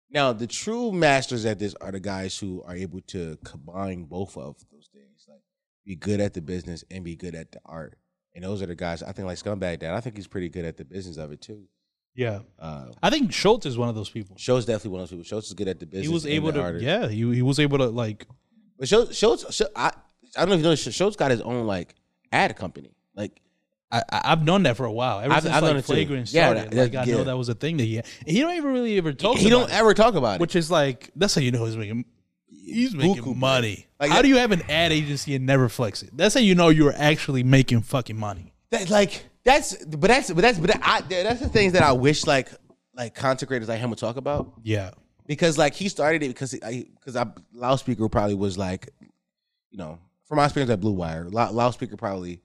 A: Now, the true masters at this are the guys who are able to combine both of those things, like be good at the business and be good at the art. And those are the guys I think like Scumbag Dad. I think he's pretty good at the business of it too.
B: Yeah,
A: Uh,
B: I think Schultz is one of those people.
A: Schultz definitely one of those people. Schultz is good at the business.
B: He was
A: and
B: able
A: the
B: to,
A: art.
B: yeah, he, he was able to like,
A: But Schultz, Schultz, Schultz I, I don't know if you know, Schultz got his own like ad company. Like
B: I, I- I've known that for a while. Ever
A: I've-
B: since
A: I've known it
B: like
A: too.
B: Flagrant
A: Yeah,
B: started,
A: that-
B: like I know
A: yeah.
B: that was a thing that he. Had. He don't even really ever talk.
A: he
B: about
A: don't
B: it.
A: ever talk about it.
B: which is like that's how you know he's making he's making
A: Buku,
B: money.
A: Like,
B: how
A: that-
B: do you have an ad agency and never flex it? That's how you know you're actually making fucking money.
A: that like that's but that's but that's but that, I, that's the things that I wish like like content creators like him would talk about
B: Yeah,
A: because like he started it because I because I loudspeaker probably was like you know from my experience at Blue Wire Lou- loudspeaker probably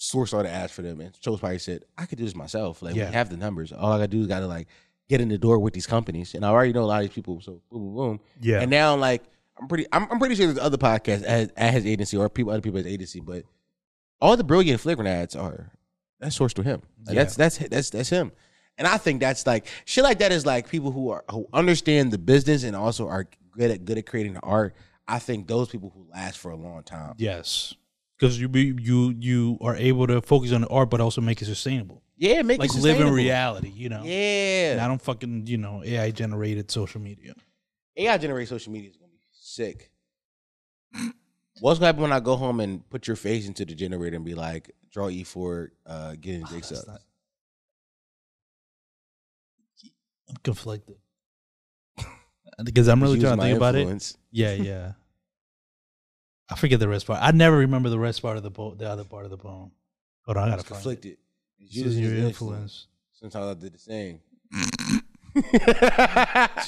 A: sourced all the ads for them and chose probably said I could do this myself like
B: Yeah.
A: we have the numbers all I gotta do is gotta like get in the door with these companies and I already know a lot of these people so boom boom boom
B: Yeah.
A: and now like I'm pretty I'm, I'm pretty sure there's other podcasts at, at his agency or people other people at his agency but all the brilliant flagrant ads are that's sourced through him. Like, That's that's that's that's him. And I think that's like shit like that is like people who are who understand the business and also are good at good at creating the art. I think those people who last for a long time.
B: yes, because you be you you are able to focus on the art, but also make it sustainable,
A: Yeah, make
B: like
A: it
B: live in
A: sustainable.
B: reality. You know, And I
A: Yeah,
B: don't fucking you know AI generated social media.
A: AI generated social media is gonna be sick. What's gonna happen when I go home and put your face into the generator and be like, draw E four, uh, getting dicks up?
B: I'm conflicted because I'm really
A: Use
B: trying to
A: my
B: think about it.
A: influence.
B: Yeah, yeah. I forget the rest part. I never remember the rest part of the po- the other part of the poem. Hold on, I gotta
A: It's
B: find it.
A: conflicted. It's
B: This is
A: using
B: your
A: his
B: influence
A: Sometimes I did the same.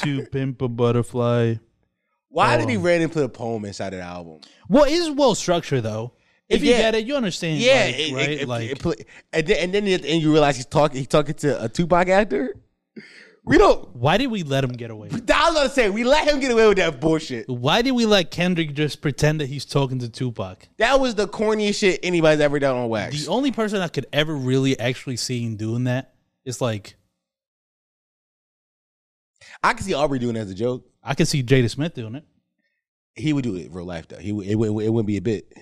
B: to pimp a butterfly.
A: Why
B: Oh,
A: did he
B: um,
A: randomly put a poem inside of the album?
B: Well, it's well structured though. If you
A: Yeah.
B: get it, you understand.
A: Yeah,
B: like,
A: it- it-
B: right.
A: it- it
B: like
A: pla- and then, and then at the end you realize he's talking he's talking to a Tupac actor. We don't.
B: why did we let him get away? with it?
A: I was gonna say we let him get away with that bullshit.
B: Why did we let Kendrick just pretend that he's talking to Tupac?
A: That was the corniest shit anybody's ever done on wax.
B: The only person I could ever really actually see him doing that is like
A: I can see Aubrey doing it as a joke.
B: I could see Jada Smith doing it.
A: He would do it in real life though. He would, it, would, it wouldn't be a bit.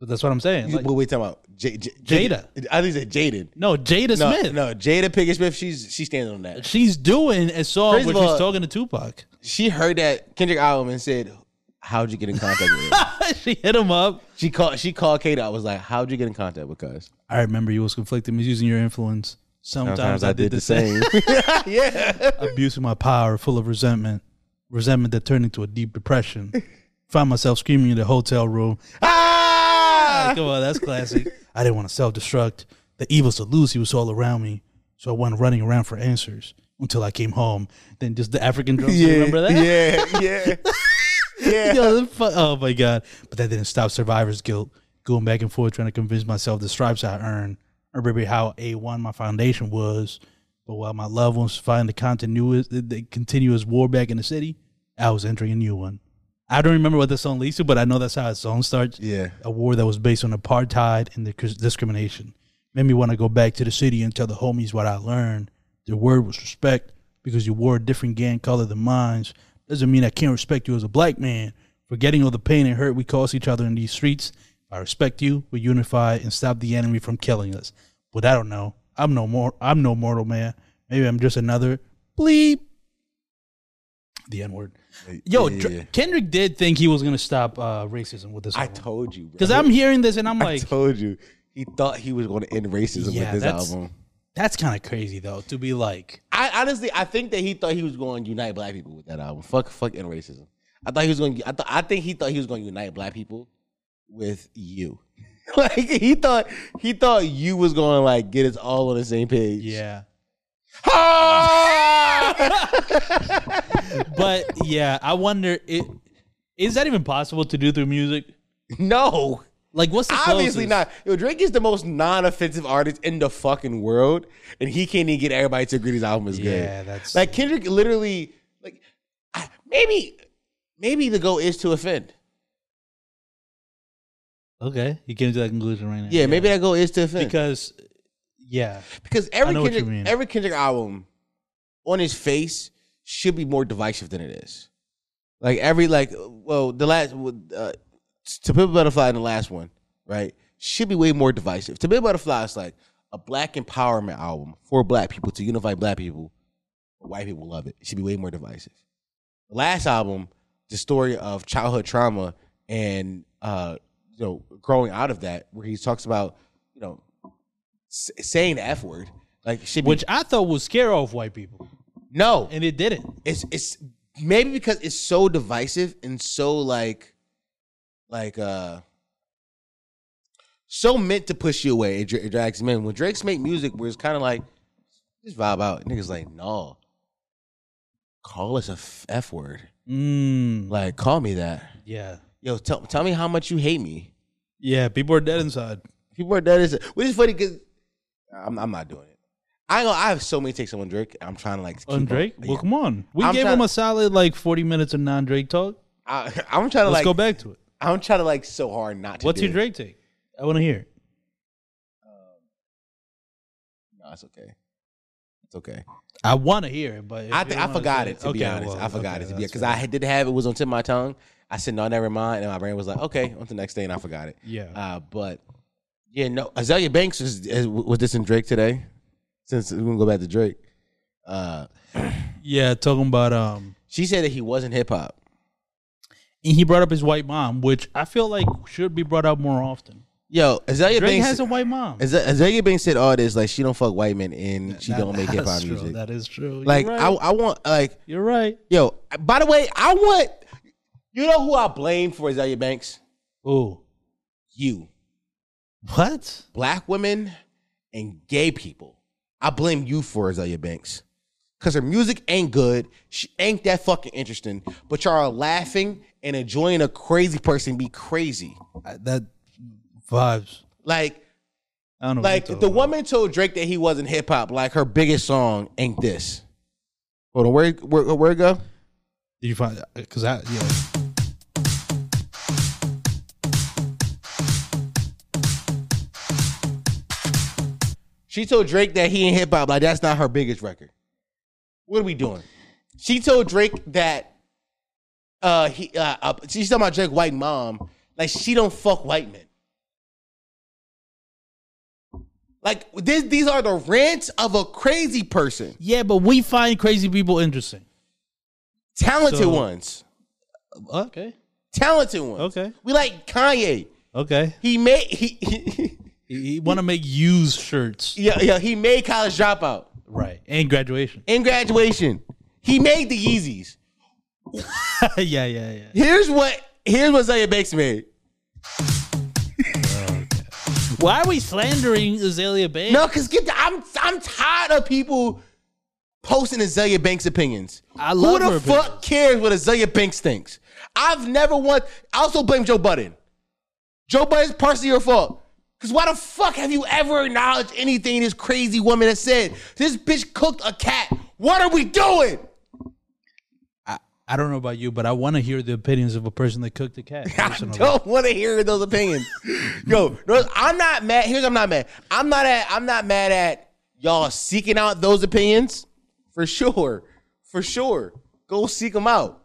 B: But that's what I'm saying.
A: You-
B: Like,
A: wait, wait, talking about J, J,
B: Jada.
A: I think it's Jaden.
B: no, Jada
A: No,
B: Smith.
A: no, Jada Pinkett Smith. She's she's standing on that.
B: She's doing a song
A: First
B: where
A: of
B: she's
A: all-
B: talking to Tupac.
A: She heard that Kendrick album and said, "How'd you get in contact with him?"
B: she hit him up.
A: She called. She called Kate. I was like, "How'd you get in contact with us?"
B: I remember you was conflicted. Was using your influence. Sometimes, I, did, the same.
A: yeah.
B: Abusing my power, full of resentment. Resentment that turned into a deep depression. Found myself screaming in the hotel room.
A: Ah!
B: Come on, that's classic. I didn't want to self-destruct. The evils of Lucy was all around me, so I went running around for answers until I came home. Then just the African drums. you remember that?
A: Yeah. Yeah. yeah.
B: Yo, the fu- oh my god! But that didn't stop survivor's guilt. Going back and forth trying to convince myself the stripes I earned. I remember how a one my foundation was, but while my loved ones find the continuous the- the continuous war back in the city, I was entering a new one. I don't remember what the song leads to, but I know that's how the song starts.
A: Yeah.
B: a war that was based on apartheid and the cris- discrimination made me want to go back to the city and tell the homies what I learned. Their word was respect because you wore a different gang color than mine. Doesn't mean I can't respect you as a black man. Forgetting all the pain and hurt we caused each other in these streets, I respect you. We unify and stop the enemy from killing us. But I don't know. I'm no more. I'm no mortal man. Maybe I'm just another bleep. The N word. Yo,
A: yeah,
B: Dr-
A: yeah.
B: Kendrick did think he was gonna stop uh, racism with this.
A: I
B: album.
A: told you, bro.
B: Because I'm hearing this and I'm
A: I
B: like,
A: told you. He thought he was going to end racism
B: Yeah,
A: with this
B: that's-
A: album.
B: that's kind of crazy though to be like,
A: I honestly, I think that he thought he was going to unite black people with that album. Fuck, fuck end racism. I thought he was going. to I thought. I think he thought he was going to unite black people with you. like he thought. He thought you was going to like get us all on the same page.
B: yeah.
A: Ah!
B: But yeah, I wonder, it is that even possible to do through music?
A: no.
B: Like, what's the
A: Obviously
B: closest?
A: not. Yo, Drake is the most non-offensive artist in the fucking world, and he can't even get everybody to agree his album is good.
B: Yeah, that's-
A: like Kendrick literally like I- maybe maybe the goal is to offend.
B: Okay, you came to that conclusion right now.
A: Yeah, maybe that goal is to offend because,
B: because yeah,
A: every
B: know what you mean.
A: Kendrick every Kendrick album on his face should be more divisive than it is. Like every like well the last uh, to Pimp a Butterfly in the last one right should be way more divisive. To Pimp a Butterfly is like a black empowerment album for black people to unify black people. White people love it. It should be way more divisive. The last album, the story of childhood trauma and uh, you know growing out of that, where he talks about you know s- saying the f word, like should be,
B: which I thought would scare off white people,
A: no,
B: and it didn't.
A: it's it's maybe because it's so divisive and so like like uh so meant to push you away it, dra- it drags men when drakes make music where it's kind of like just vibe out niggas like no call us a f-, f word
B: Mm,
A: like call me that
B: yeah,
A: yo tell, tell me how much you hate me
B: yeah. People are dead inside.
A: people are dead as which is funny because I'm, I'm not doing it i know i have so many takes on drake i'm trying to like keep
B: On Drake,
A: yeah.
B: well, come on. We
A: I'm
B: gave
A: trying-
B: him a solid like forty minutes of non-Drake talk.
A: I, i'm trying to
B: Let's
A: like
B: go back to it.
A: i'm trying to like so hard not to
B: What's
A: do
B: your
A: it.
B: Drake take? I want to hear. it.
A: No, it's okay. It's okay.
B: I want to hear it, but if
A: I
B: you
A: th-
B: don't
A: I
B: wanna
A: forgot
B: say
A: it to be
B: okay,
A: honest.
B: well,
A: I forgot
B: okay,
A: it to be
B: that's
A: because
B: fair.
A: I did have it was on tip of my tongue. I said no, never mind, and my brain was like, okay, on to the next day, and I forgot it.
B: Yeah.
A: Uh, but yeah, no, Azalea Banks was is- was this in Drake today? Since we're gonna go back to Drake, uh,
B: yeah, talking about um,
A: she said that he wasn't hip hop.
B: and he brought up his white mom, which I feel like should be brought up more often.
A: Yo, Azalea
B: Drake
A: Banks
B: has a white mom.
A: Aza- Azalea Banks said all this like she don't fuck white men and she
B: That-
A: don't make
B: that's
A: hip hop
B: true,
A: music.
B: That is true. You're
A: like
B: right.
A: I I want like
B: you're right.
A: yo. By the way, I want you know who I blame for Azalea Banks.
B: Oh,
A: you,
B: what?
A: black women and gay people. I blame you for Azalea Banks. Cause her music ain't good. She ain't that fucking interesting. But y'all are laughing and enjoying a crazy person be crazy.
B: I- that vibes.
A: Like,
B: I don't know. what
A: like
B: you're
A: the
B: talking about.
A: woman told Drake that he wasn't hip hop. Like her biggest song ain't this. Hold on, where where where it go?
B: Did you find? Because I yeah.
A: She told Drake that he ain't hip hop. Like that's not her biggest record. What are we doing? She told Drake that uh he uh, uh she's talking about Drake white mom. Like she don't fuck white men. Like this, these are the rants of a crazy person,
B: Yeah, but we find crazy people interesting.
A: talented
B: So-
A: ones,
B: Okay.
A: talented ones.
B: Okay.
A: we like Kanye.
B: Okay.
A: He made he, he
B: You want to make used shirts,
A: yeah yeah he made college dropout.
B: right? And graduation.
A: In graduation, he made the Yeezys.
B: yeah, yeah, yeah.
A: Here's what here's what Zaya Banks made.
B: Why are we slandering Azalea Banks?
A: No, cause get the, I'm I'm tired of people posting Azalea Banks opinions.
B: I love
A: Who the
B: her
A: fuck
B: opinions.
A: cares what Azalea Banks thinks? I've never want. I also blame Joe Budden. Joe Budden's partially your fault. Cause why the fuck have you ever acknowledged anything this crazy woman has said? This bitch cooked a cat. What are we doing?
B: I don't know about you, but I want to hear the opinions of a person that cooked the cat.
A: I don't want to hear those opinions. Yo, no, I'm not mad. Here's what I'm not mad. I'm not at. I'm not mad at y'all seeking out those opinions for sure. For sure, go seek them out.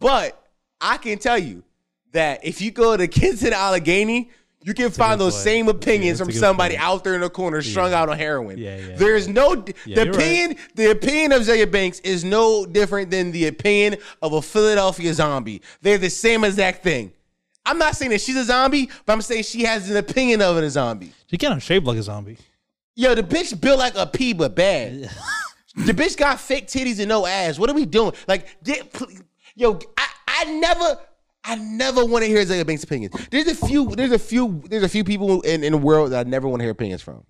A: But I can tell you that if you go to Kinston Allegheny, you can find
B: good
A: those
B: point.
A: same
B: That's a good-
A: opinions
B: that's
A: from
B: a good
A: somebody
B: point.
A: out there in the corner, strung out on heroin.
B: Yeah, yeah,
A: There's no
B: Yeah,
A: the
B: you're
A: opinion. The opinion of Zaya Banks is no different than the opinion of a Philadelphia zombie. They're the same exact thing. I'm not saying that she's a zombie, but I'm saying she has an opinion of a zombie.
B: She kind of shaped like a zombie.
A: Yo, the bitch built like a pea, but bad. the bitch got fake titties and no ass. What are we doing? Like, get, pl- yo, I, I never, I never want to hear Zaya Banks' opinions. There's a few, there's a few, there's a few people in, in the world that I never want to hear opinions from.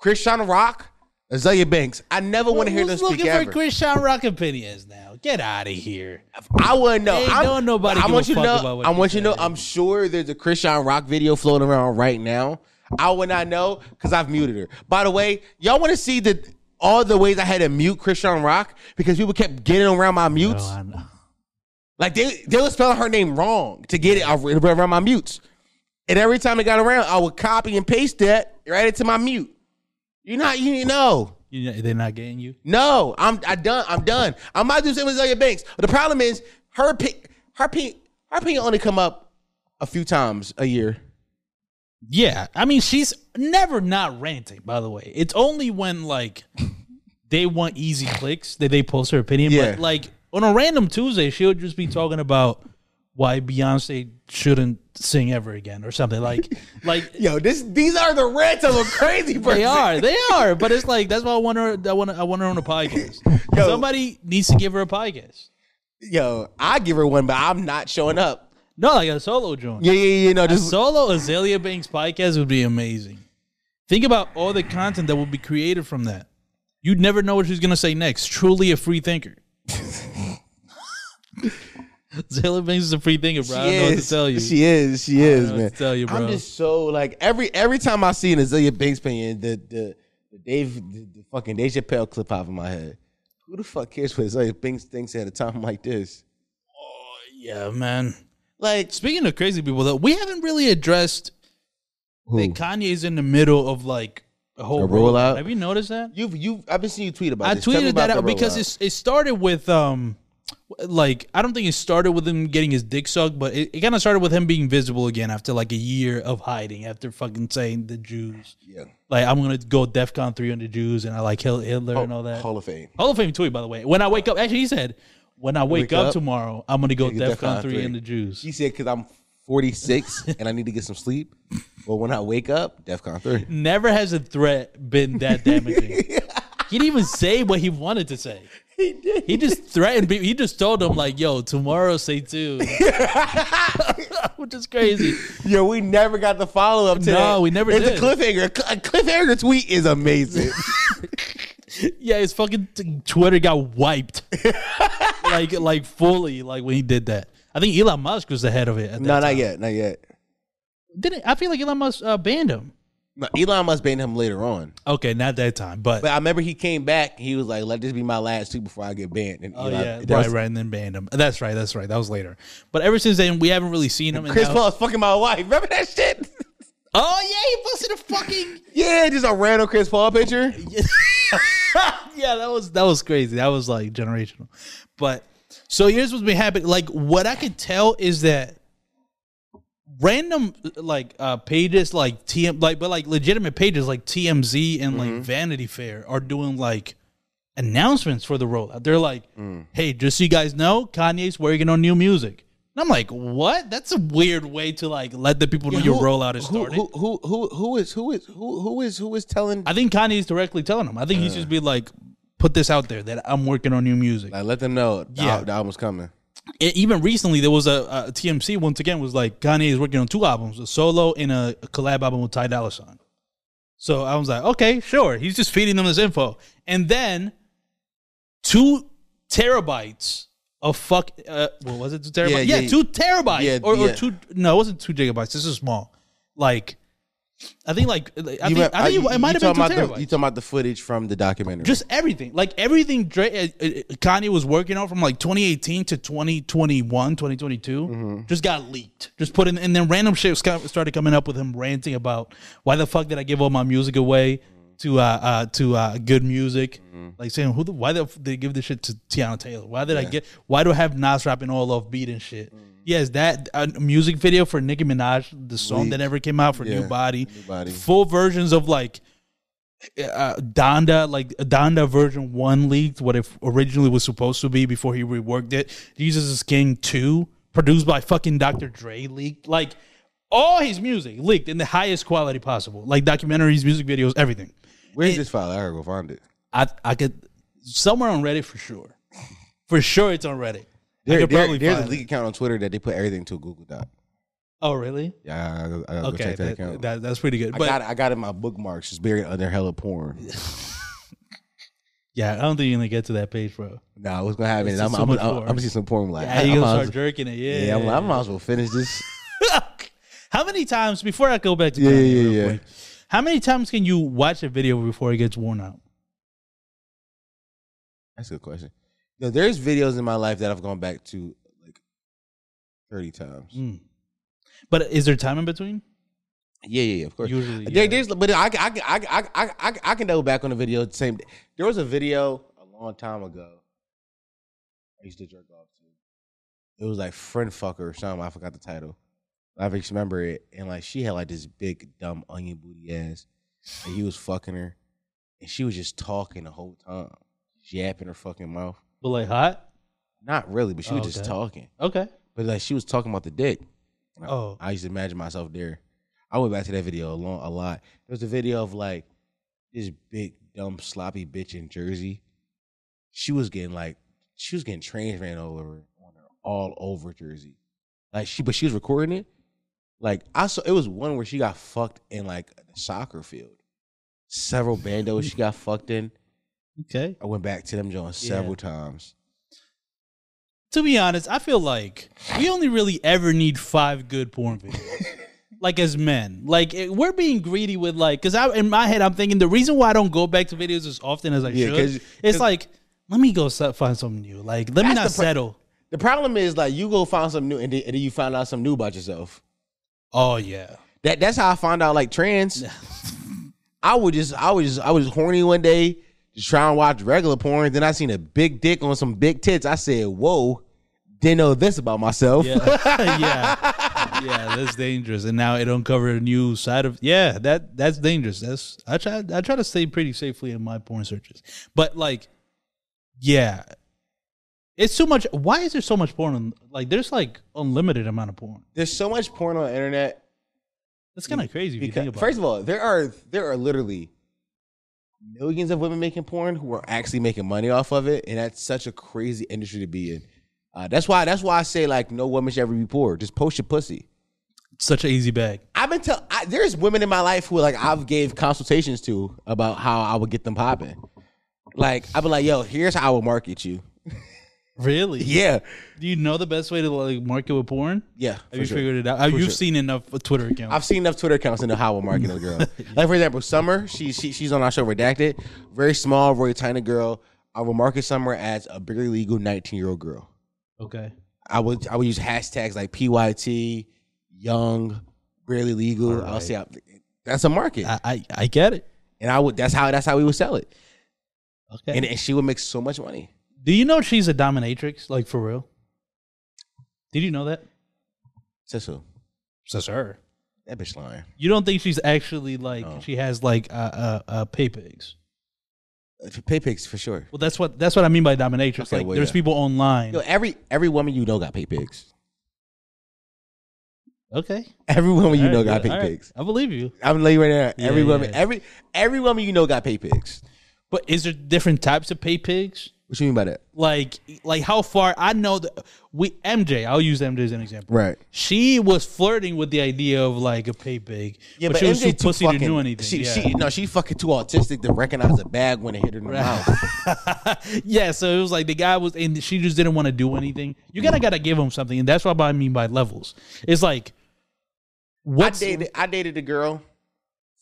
A: Christian Rock, Azalea Banks. I never want to hear them
B: Who's
A: speak
B: looking
A: ever.
B: for Chris Sean Rock opinions now? Get out of here.
A: I wouldn't know.
B: Ain't
A: I'm-
B: no nobody
A: I
B: give
A: want
B: a
A: you to
B: fuck
A: know.
B: about what
A: I
B: you
A: want you to know.
B: say.
A: I'm sure there's a Christian Rock video floating around right now. I would not know because I've muted her. By the way, y'all want to see the all the ways I had to mute Christian Rock because people kept getting around my mutes.
B: No, I know.
A: like they they were spelling her name wrong to get it around my mutes. And every time it got around, I would copy and paste that right into my mute. You not you know
B: You know, they're not getting you.
A: No, I'm I done. I'm done. I might do something with Azalea Banks, but the problem is her pick, her pick, her opinion only come up a few times a year.
B: Yeah, I mean she's never not ranting. By the way, it's only when like they want easy clicks that they post her opinion.
A: Yeah.
B: But like on a random Tuesday, she'll just be talking about why Beyonce shouldn't sing ever again or something like like
A: Yo, this these are the rants of a crazy person.
B: They are, they are, but it's like that's why I want her. I want, I want her on a podcast.
A: Yo.
B: Somebody needs to give her a podcast.
A: Yo, I give her one, but I'm not showing up.
B: No, like a solo joint.
A: Yeah, yeah, yeah. No,
B: A
A: just
B: solo Azalea Banks podcast would be amazing. Think about all the content that will be created from that. You'd never know what she's gonna say next. Truly a free thinker. Azalea Banks is a free thinker, bro. I don't know what to tell you.
A: She is. She is,
B: know what
A: man.
B: to tell you,
A: I'm
B: bro.
A: just so like every every time I see an Azalea Banks opinion, the the the Dave the, the fucking Dave Chappelle clip out of my head. Who the fuck cares what Azalea Banks thinks at a time like this?
B: yeah, man.
A: Like
B: Speaking of crazy people, though, we haven't really addressed that Kanye's in the middle of like a whole
A: A rollout?
B: Have you noticed that?
A: you've you I've been seeing you tweet about.
B: I
A: this. Tell me
B: tweeted
A: about
B: that
A: the
B: out because
A: rollout.
B: it's, it started with um, like I don't think it started with him getting his dick sucked, but it, it kind of started with him being visible again after like a year of hiding, after fucking saying the Jews,
A: yeah.
B: like I'm gonna go DefCon three on the Jews, and I like Hil- Hitler
A: Oh,
B: and all that.
A: Hall of Fame.
B: Hall of Fame tweet by the way. When I wake up, actually he said, when I wake,
A: Wake
B: up,
A: up,
B: tomorrow, I'm gonna go
A: you get
B: DefCon,
A: DEFCON
B: three
A: Oh, three.
B: and the Jews.
A: She said because I'm 46 and I need to get some sleep. But when I wake up, DefCon three.
B: Never has a threat been that damaging. He didn't even say what he wanted to say.
A: He did.
B: He just threatened people. He just told them like, "Yo, tomorrow say two," which is crazy.
A: Yo, we never got the follow up to
B: No,
A: that.
B: we never
A: It's
B: did.
A: a cliffhanger. A cl- A cliffhanger tweet is amazing.
B: Yeah, his fucking t- Twitter got wiped, like like fully, like when he did that. I think Elon Musk was the head of it. At that
A: no,
B: time.
A: not yet. Not yet.
B: Didn't I feel like Elon Musk uh, banned him?
A: No, Elon must ban him later on.
B: Okay, not that time, but,
A: But I remember he came back. and He was like, "Let this be my last tweet before I get banned." And
B: oh
A: Elon-
B: yeah,
A: that
B: right,
A: was-
B: right, and then banned him. That's right, that's right. That was later. But ever since then, we haven't really seen him. and
A: Chris
B: now-
A: Paul is fucking my wife. Remember that shit?
B: Oh yeah, he posted a fucking.
A: yeah, just a random Chris Paul picture.
B: yeah, that was that was crazy. That was like generational. But so here's what's been happening. Like what I could tell is that random like uh pages like TM like but like legitimate pages like TMZ and
A: Mm-hmm.
B: like Vanity Fair are doing like announcements for the rollout. They're like,
A: Mm.
B: hey, just so you guys know, Kanye's working on new music. And I'm like, what? That's a weird way to like let the people know your
A: Who-
B: rollout is
A: who-
B: started.
A: Who, who, who, who is who is who, who is who is telling?
B: I think Kanye's directly telling him. I think he should just be like, put this out there that I'm working on new music.
A: Like, let them know. The,
B: Yeah.
A: yeah, the album's coming.
B: E- even recently, there was a, a TMC once again was like Kanye is working on two albums, a solo and a, a collab album with Ty Dolla Sign. So I was like, okay, sure. He's just feeding them this info, and then two terabytes of fuck. Uh, what was it? Two terabytes?
A: Yeah,
B: Yeah,
A: yeah.
B: two terabytes
A: Yeah,
B: or, or
A: yeah.
B: two. No, it wasn't two gigabytes. This is small. Like, I think like I think,
A: You
B: I think
A: mean-
B: it,
A: you-
B: might
A: you
B: have been two
A: talking
B: terabytes.
A: about the, You talking about the footage from the documentary?
B: just everything like everything Dre, uh, uh, kanye was working on from like 2018 to 2021 2022 just got leaked just put in and then random shit was kind of- started coming up with him ranting about why the fuck did i give all my music away to uh, uh to uh good music like saying who the why the f- did they give this shit to tiana taylor why did i get why do i have nas rapping all off beat and shit Yes, that uh, music video for Nicki Minaj, the song that never came out for
A: Yeah,
B: New Body,
A: New Body.
B: full versions of like uh, Donda, like Donda version one leaked, what it originally was supposed to be before he reworked it. Jesus is King two, produced by fucking Dr. Dre, leaked. Like all his music leaked in the highest quality possible, like documentaries, music videos, everything.
A: Where's this file? I gotta go find it.
B: I I could somewhere on Reddit for sure, for sure it's on Reddit. I
A: There,
B: could
A: there-
B: probably
A: there's a
B: find
A: leak
B: it.
A: account on Twitter that they put everything to a Google Doc.
B: Oh really?
A: Yeah, I, I, gotta- I gotta go
B: Okay,
A: check that,
B: that,
A: account.
B: that- that's pretty good.
A: I
B: But
A: got it. I got it in my bookmarks. Just buried under hella porn.
B: yeah, I don't think you're gonna get to that page, bro.
A: nah, what's gonna happen?
B: It's
A: Is
B: just
A: I'm,
B: so
A: I'm,
B: much
A: I'm, I'm,
B: porn.
A: gonna see some porn. Like,
B: Yeah,
A: I,
B: you're
A: I'm
B: gonna
A: might
B: start
A: as-
B: jerking it. Yeah,
A: yeah, I'm, I might as well finish this.
B: How many times before I go back to
A: Yeah,
B: Kanye
A: yeah,
B: real
A: yeah.
B: quick? How many times can you watch a video before it gets worn out?
A: That's a good question. No, there's videos in my life that I've gone back to like 30 times. Mm,
B: But is there time in between?
A: Yeah, yeah, yeah, of course.
B: Usually,
A: there,
B: yeah.
A: there's, but I, I, I, I, I, I, I can double back on the video. the Same, there was a video a long time ago. I used to jerk off to. It was like friend fucker or something. I forgot the title. I just remember it, and like she had like this big dumb onion booty ass, and he was fucking her, and she was just talking the whole time, yapping her fucking mouth.
B: But like hot?
A: Not really, but she was
B: Oh,
A: just
B: okay.
A: talking.
B: Okay.
A: But like she was talking about the dick. And I-
B: Oh.
A: I used to imagine myself there. I went back to that video a long a lot. There was a video of like this big dumb sloppy bitch in Jersey. She was getting like she was getting trains ran all over on her all over Jersey. Like she but she was recording it. Like I saw it was one where she got fucked in like a soccer field. Several bandos she got fucked in.
B: Okay.
A: I went back to them Jones
B: Yeah.
A: several times.
B: To be honest, I feel like we only really ever need five good porn videos. like as men, like it, we're being greedy with like, because I in my head I'm thinking the reason why I don't go back to videos as often as I
A: Yeah,
B: should.
A: 'cause-
B: it's
A: 'cause-
B: like let me go se- find something new. Like let
A: That's
B: me not
A: the pro-
B: settle.
A: The problem is like you go find something new and then, and then you find out something new about yourself.
B: Oh yeah.
A: That that's how I found out like trans. I would just I was just I was horny one day, just trying to watch regular porn. Then I seen a big dick on some big tits. I said, "Whoa!" Didn't know this about myself.
B: yeah, yeah, yeah. That's dangerous. And now it uncovered a new side of yeah. That that's dangerous. That's I try I try to stay pretty safely in my porn searches, but like, yeah, it's too much. Why is there so much porn? On, like, there's like unlimited amount of porn.
A: There's so much porn on the internet.
B: That's kind of crazy if you
A: because-
B: think about.
A: first
B: it.
A: of all, there are there are literally millions of women making porn who are actually making money off of it, and that's such a crazy industry to be in. Uh, that's why that's why I say like no woman should ever be poor. Just post your pussy.
B: such an easy bag.
A: I've been tell I, there's women in my life who like I've gave consultations to about how I would get them popping. Like I'd be like, yo, here's how I would market you.
B: Really?
A: Yeah,
B: Do you know the best way to like market with porn?
A: yeah. for
B: Have you
A: sure.
B: figured it out? Oh, you've
A: sure.
B: seen enough Twitter accounts.
A: I've seen enough Twitter accounts to know how I would market a girl. Like for example, Summer, she, she she's on our show Redacted. Very small, very tiny girl. I would market Summer as a barely legal 19 year old girl.
B: okay.
A: I would I would use hashtags like PYT, young, barely legal. I'll say I- that's a market,
B: I, I I get it.
A: and I would that's how that's how we would sell it,
B: Okay.
A: and, and she would make so much money.
B: Do you know she's a dominatrix? Like for real? Did you know that?
A: Says who?
B: Says her.
A: That bitch lying.
B: You don't think she's actually like
A: No.
B: she has like uh, uh, uh pay pigs?
A: Pay pigs for sure.
B: Well, that's what that's what I mean by dominatrix.
A: Okay,
B: like
A: well,
B: there's
A: yeah.
B: people online.
A: Yo, every every woman you know got pay pigs.
B: okay,
A: Every woman you know got
B: good.
A: pay
B: All right.
A: pigs.
B: I believe you.
A: I'm laying right now.
B: Yeah,
A: Every woman,
B: yeah.
A: every every woman you know got pay pigs.
B: But is there different types of pay pigs?
A: What you mean by that?
B: Like like how far? I know that we MJ. I'll use MJ as an example.
A: Right.
B: She was flirting with the idea of like a pay pig,
A: Yeah,
B: but,
A: but,
B: she was
A: MJ
B: too pussy
A: fucking,
B: to do anything.
A: She,
B: yeah.
A: she no, she fucking too autistic to recognize a bag when it hit her in the mouth.
B: yeah, so it was like the guy was, and she just didn't want to do anything. You gotta gotta give him something, and that's what I mean by levels. It's like
A: I
B: what's
A: dated I dated a girl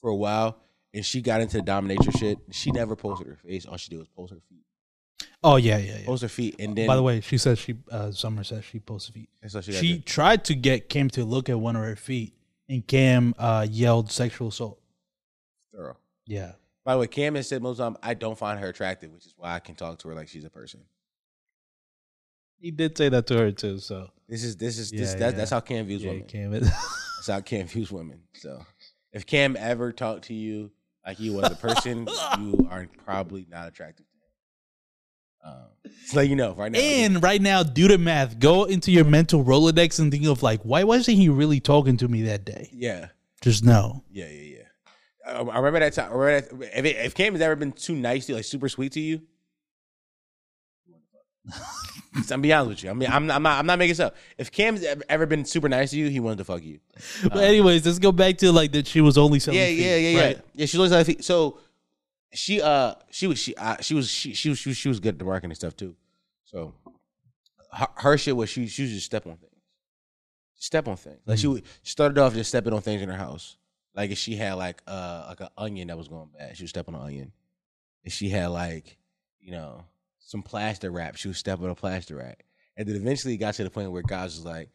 A: for a while, and she got into the dominatrix shit. She never posted her face. All she did was post her feet.
B: oh yeah yeah. yeah.
A: Post her feet, and then
B: By the way, she says she uh, Summer says she posted feet.
A: and so she, got
B: She
A: the-
B: tried to get Cam to look at one of her feet, and Cam uh, yelled sexual assault.
A: thorough.
B: Yeah,
A: By the way, Cam has said most of the time I don't find her attractive, which is why I can talk to her like she's a person.
B: he did say that to her too. So
A: This is this is
B: Yeah,
A: this that,
B: yeah.
A: that's how Cam views
B: yeah,
A: women.
B: Cam.
A: That's how Cam views women. So if Cam ever talked to you like you was a person, you are probably not attractive to him. Um, just let you know right now.
B: And right now, do the math. Go into your mental Rolodex and think of like, why wasn't he really talking to me that day?
A: yeah,
B: Just know.
A: yeah, yeah, yeah. Um, I, I remember that time. I remember that, if, it- if Cam has ever been too nice to you, like super sweet to you, I'm be honest with you. I mean, I'm not, I'm not, I'm not making this up. If Cam's ever, ever been super nice to you, he wanted to fuck you.
B: But anyways, let's go back to like that she was only selling.
A: yeah,
B: feet,
A: yeah, yeah, yeah,
B: right?
A: yeah. She looks like fe- so. She uh, she was she uh, she was she she was she was, she was good at the marketing stuff too. So her, her shit was she she was just step on things, step on things.
B: Hmm.
A: Like she would she started off just stepping on things in her house. Like if she had like uh like an onion that was going bad, she was stepping on an onion. If she had like you know some plaster wrap, she was stepping on plaster wrap. And then eventually it got to the point where guys was like,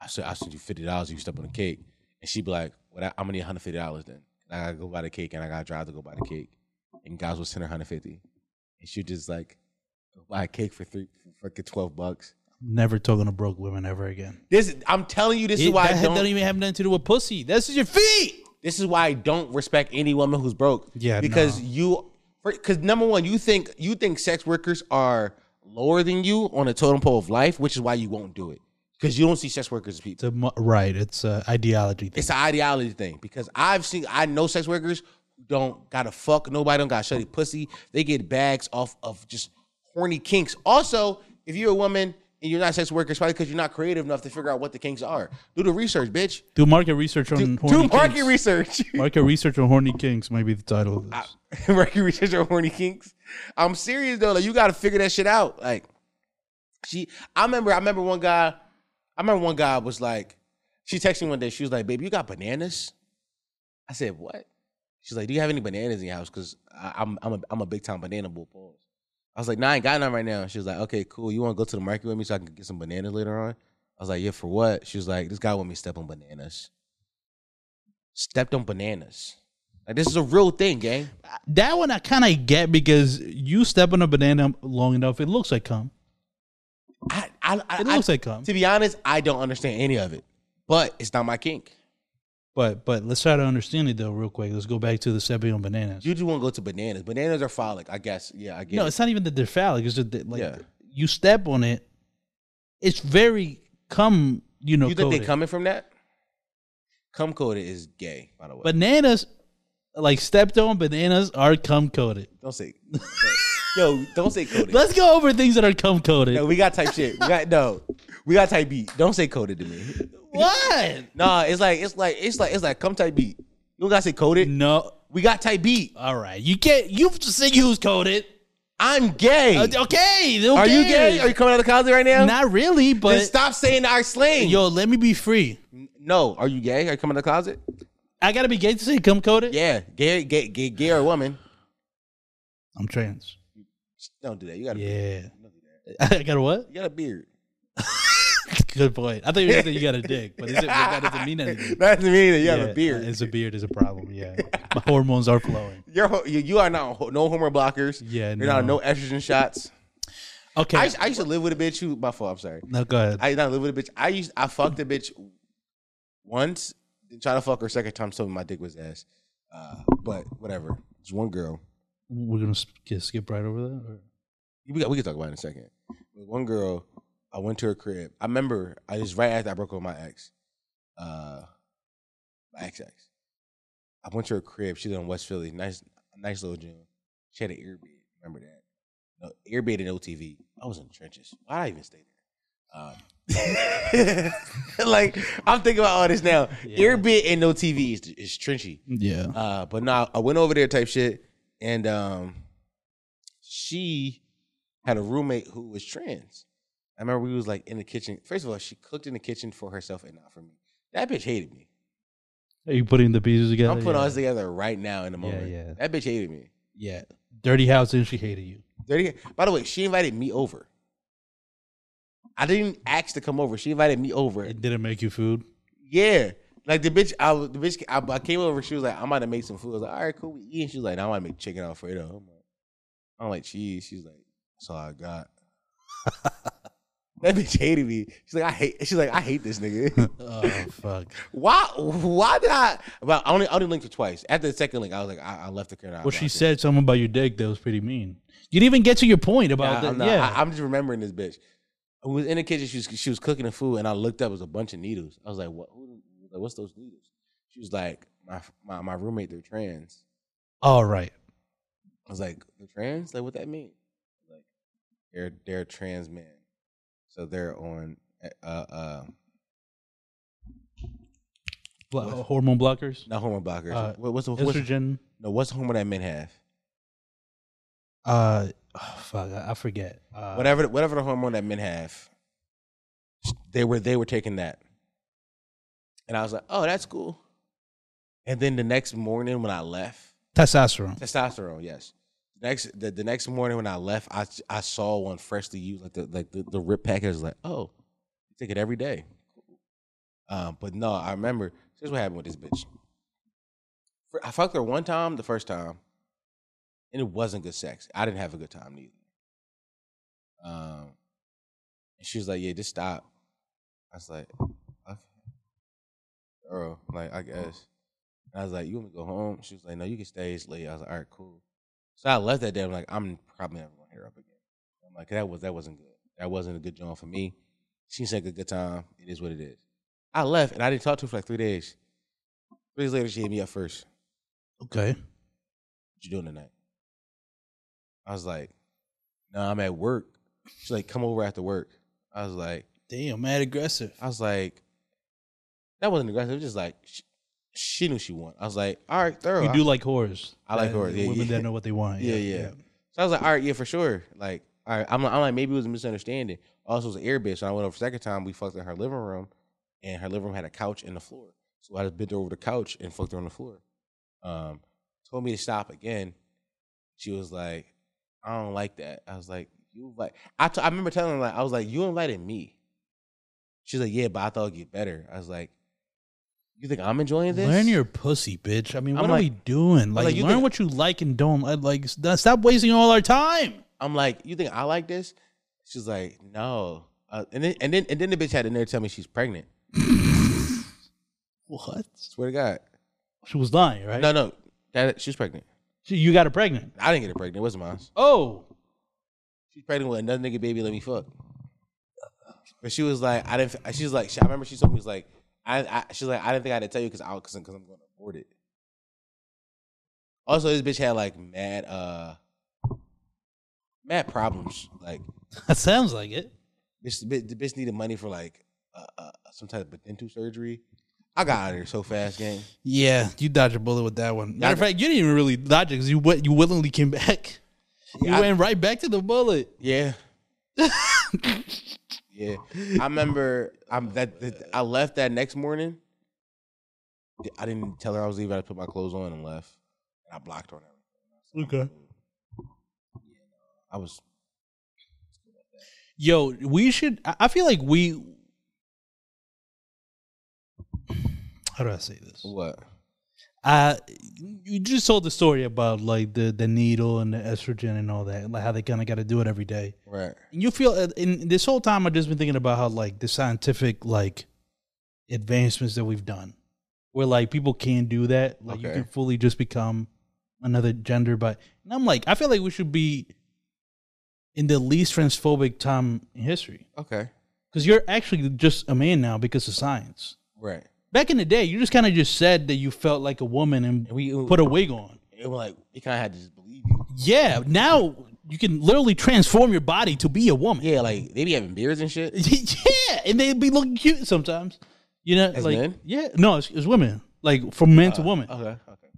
A: I said I sent you fifty dollars if you step on a cake, and she'd be like, What I, I'm gonna need 150 dollars then. And I gotta go buy the cake, and I gotta drive to go buy the cake. And guys will send her 150, and she just like go buy a cake for three, for fucking 12 bucks.
B: Never talking to broke women ever again.
A: This I'm telling you, this is
B: It-
A: why
B: that
A: I
B: had-
A: don't.
B: don't even have nothing to do with pussy. That's just your feet.
A: this is why I don't respect any woman who's broke.
B: Yeah,
A: because
B: no.
A: you, because number one, you think you think sex workers are lower than you on a totem pole of life, which is why you won't do it because you don't see sex workers as people.
B: It's a mo- right. It's a ideology thing.
A: It's an ideology thing because I've seen I know sex workers who don't gotta fuck nobody, don't gotta shutty pussy. They get bags off of just horny kinks. Also, if you're a woman and you're not a sex worker, it's probably because you're not creative enough to figure out what the kinks are. Do the research, bitch.
B: Do market research on
A: Do,
B: horny
A: do market
B: kinks.
A: research.
B: Market research on horny kinks might be the title of this.
A: market research or horny kinks. I'm serious though. Like you gotta figure that shit out. Like she I remember I remember one guy, I remember one guy was like, she texted me one day, she was like, babe, you got bananas? I said, what? She's like, do you have any bananas in your house? Cause I, I'm I'm a I'm a big time banana bull pause. I was like, nah, I ain't got none right now. She was like, okay, cool. You wanna go to the market with me so I can get some bananas later on? I was like, yeah, for what? She was like, this guy want me to step on bananas. Stepped on bananas. Like this is a real thing, gang.
B: That one I kind of get because you step on a banana long enough, it looks like cum.
A: I, I, I,
B: It
A: I-
B: looks like cum.
A: To be honest, I don't understand any of it, but it's not my kink.
B: But but let's try to understand it though, real quick. Let's go back to the stepping on bananas.
A: You just want to go to bananas. Bananas are phallic, I guess. Yeah, I get
B: No,
A: it.
B: it's not even that they're phallic. It's just that like
A: Yeah.
B: you step on it, it's very cum. You know,
A: you think they
B: coated.
A: coming from that? Cum coded is gay, by the way.
B: bananas, like stepped on bananas are cum coated.
A: don't say, yo, don't say coded.
B: Let's go over things that are cum coated.
A: No, we got type shit. We got no, we got type B. Don't say coded to me.
B: what?
A: Nah, it's like it's like it's like it's like come type B. You don't gotta say coded.
B: No.
A: We got type B.
B: All right. You can't. You just said you was coded.
A: I'm gay.
B: Uh, okay. who
A: Are you
B: cares?
A: gay? Are you coming out of college right now?
B: Not really,
A: Then
B: but
A: stop saying our slang.
B: yo, let me be free.
A: No, are you gay? Are you coming to the closet?
B: I gotta be gay to say cum coated.
A: Yeah, gay, gay, gay, gay or woman.
B: I'm trans.
A: Don't do that. You got a beard.
B: Yeah. I got a what?
A: You got a beard.
B: Good point. I thought you were saying you got a dick, but is it, that doesn't mean anything.
A: That doesn't mean that you
B: Yeah, uh,
A: have a beard.
B: It's a beard is a problem. Yeah, my hormones are flowing.
A: You're, ho- you, you are not on ho- no hormone blockers.
B: Yeah,
A: you're not on
B: no.
A: no estrogen shots.
B: Okay,
A: I, used, I used to live with a bitch who. My fault. I'm sorry.
B: no, go ahead.
A: I used not live with a bitch. I used I fucked a bitch once, then tried to fuck her a second time. Told me my dick was ass. Uh, but whatever. It's one girl.
B: We're gonna sk- skip right over that. or-
A: we got, we can talk about it in a second. But one girl, I went to her crib. I remember I just right after I broke up with my ex, uh, my ex ex. I went to her crib. She lived in West Philly, nice nice little gym. She had an earbed. Remember that? No earbed and OTV. I was in the trenches. Why did I even stay there? Um, like I'm thinking about all this now. Earbed and no TV is, is trenchy.
B: Yeah.
A: Uh, but now I went over there type shit, and um, she had a roommate who was trans. I remember we was like in the kitchen. First of all, she cooked in the kitchen for herself and not for me. That bitch hated me.
B: Are you putting the pieces together?
A: I'm putting
B: yeah.
A: all this together right now in the moment.
B: yeah.
A: That bitch hated me.
B: Yeah. Dirty house and she hated you.
A: Dirty. By the way, she invited me over. I didn't ask to come over. She invited me over.
B: It didn't make you food.
A: Yeah. Like the bitch, I was- the bitch, I, I came over. She was like, "I'm about to make some food." I was like, "All right, cool, we eat." And she was like, "No, I want to make chicken alfredo." I'm like, "I don't like cheese." She's like, "That's all I got." that bitch hated me. She's like, "I hate." She's like, "I hate this nigga."
B: Oh fuck.
A: why? Why did I? Well, I only I only linked her twice. After the second link, I was like, "I, I left the crib."
B: Well, she said something about your dick that was pretty mean. You didn't even get to your point about
A: I,
B: that.
A: am not,
B: yeah.
A: I, am just remembering this bitch. I was in the kitchen. She was she was cooking the food, and I looked up. It was a bunch of needles. I was like, "What? Who, like, what's those needles?" She was like, "My my my roommate, they're trans."
B: all right.
A: I was like, "They're trans? Like, what that mean?" Like, they're they're trans men, so they're on uh uh
B: Blo- hormone blockers.
A: not hormone blockers.
B: Uh,
A: what, what's the what's,
B: Estrogen.
A: no? What's the hormone that men have?
B: Uh oh, fuck, I, I forget. Uh,
A: Whatever whatever the hormone that men have, they were they were taking that, and I was like, "Oh, that's cool." And then the next morning when I left,
B: Testosterone.
A: Testosterone, yes. Next the, the next morning when I left, I I saw one freshly used, like the like the, the rip package. I was like, oh, you take it every day. Um, but no, I remember. Here's what happened with this bitch. I fucked her one time, the first time, and it wasn't good sex. I didn't have a good time either. Um, and she was like, "Yeah, just stop." I was like, "Okay, girl, like I guess." And I was like, "You want me to go home?" She was like, "No, you can stay. It's late." I was like, "All right, cool." So I left that day. I'm like, "I'm probably never gonna hit her up again." I'm like, "That was that wasn't good. That wasn't a good job for me." She said, "Good, good time. It is what it is." I left and I didn't talk to her for like three days. Three days later, she hit me up first.
B: Okay.
A: What you doing tonight? I was like, No, nah, I'm at work. She's like, Come over after work. I was like,
B: Damn, mad aggressive.
A: I was like, That wasn't aggressive. It was just like she, she knew she wanted. I was like, All right, thorough.
B: You do like whores.
A: I like
B: That-
A: whores, yeah,
B: Women
A: yeah.
B: that know what they want.
A: yeah, yeah, So I was like, All right, yeah, for sure. Like, all right, I'm, I'm like, maybe it was a misunderstanding. Also, it was an air bitch. So I went over the second time. We fucked in her living room, and her living room had a couch and the floor. So I just bent over the couch and fucked her on the floor. Um, told me to stop again. She was like, I don't like that. I was like, you like I t- I remember telling her like I was like, you invited me. She's like, yeah, but I thought it'd get better. I was like, you think I'm enjoying this?
B: Learn your pussy, bitch. I mean,
A: I'm
B: what are
A: like-
B: we doing? Like,
A: like, you
B: learn
A: think-
B: what you like and don't like. Like, st- stop wasting all our time.
A: I'm like, you think I like this? She's like, no. Uh, and then and then and then the bitch had in there tell me she's pregnant.
B: What?
A: Swear to God,
B: She was lying, right?
A: no, no, that she's pregnant.
B: She- you got her pregnant.
A: I didn't get her pregnant. It wasn't mine.
B: Oh,
A: She's pregnant with another nigga baby. Let me fuck. But she was like, I didn't. She's like, she, I remember she told me she was like, I, I she's like, I didn't think I had to tell you because I'll because I'm going to abort it. Also, this bitch had like mad uh mad problems. Like
B: that sounds like it.
A: this bitch, the bitch needed money for like uh, uh, some type of dental surgery. I got out of there so fast, gang.
B: Yeah, you dodged a bullet with that one. Matter of
A: Yeah, I-
B: fact, you didn't even really dodge it because you wi- you willingly came back. You
A: Yeah, I-
B: went right back to the bullet.
A: Yeah. yeah. I remember I'm that, that- I left that next morning. I didn't tell her I was leaving. I put my clothes on and left. And I blocked her. on everything.
B: Okay.
A: I was
B: Yo, we should. I I feel like we. How do I say this?
A: what?
B: Uh, you just told the story about like the the needle and the estrogen and all that, like how they kind of got to do it every day.
A: Right.
B: And you feel uh, in this whole time, I've just been thinking about how like the scientific like advancements that we've done, where like people can do that, like you
A: Okay.
B: can fully just become another gender. But and I'm like, I feel like we should be in the least transphobic time in history
A: Okay.
B: because you're actually just a man now because of science.
A: Right.
B: Back in the day, you just kind of just said that you felt like a woman and
A: And we
B: put a wig on.
A: It was like you kind of had to just believe you.
B: Yeah, now you can literally transform your body to be a woman.
A: Yeah, like they be having beards and shit.
B: yeah, and they'd be looking cute sometimes. You know,
A: As
B: like
A: men? Uh,
B: yeah, no, it's, it's women. Like from men to woman.
A: Okay. Okay.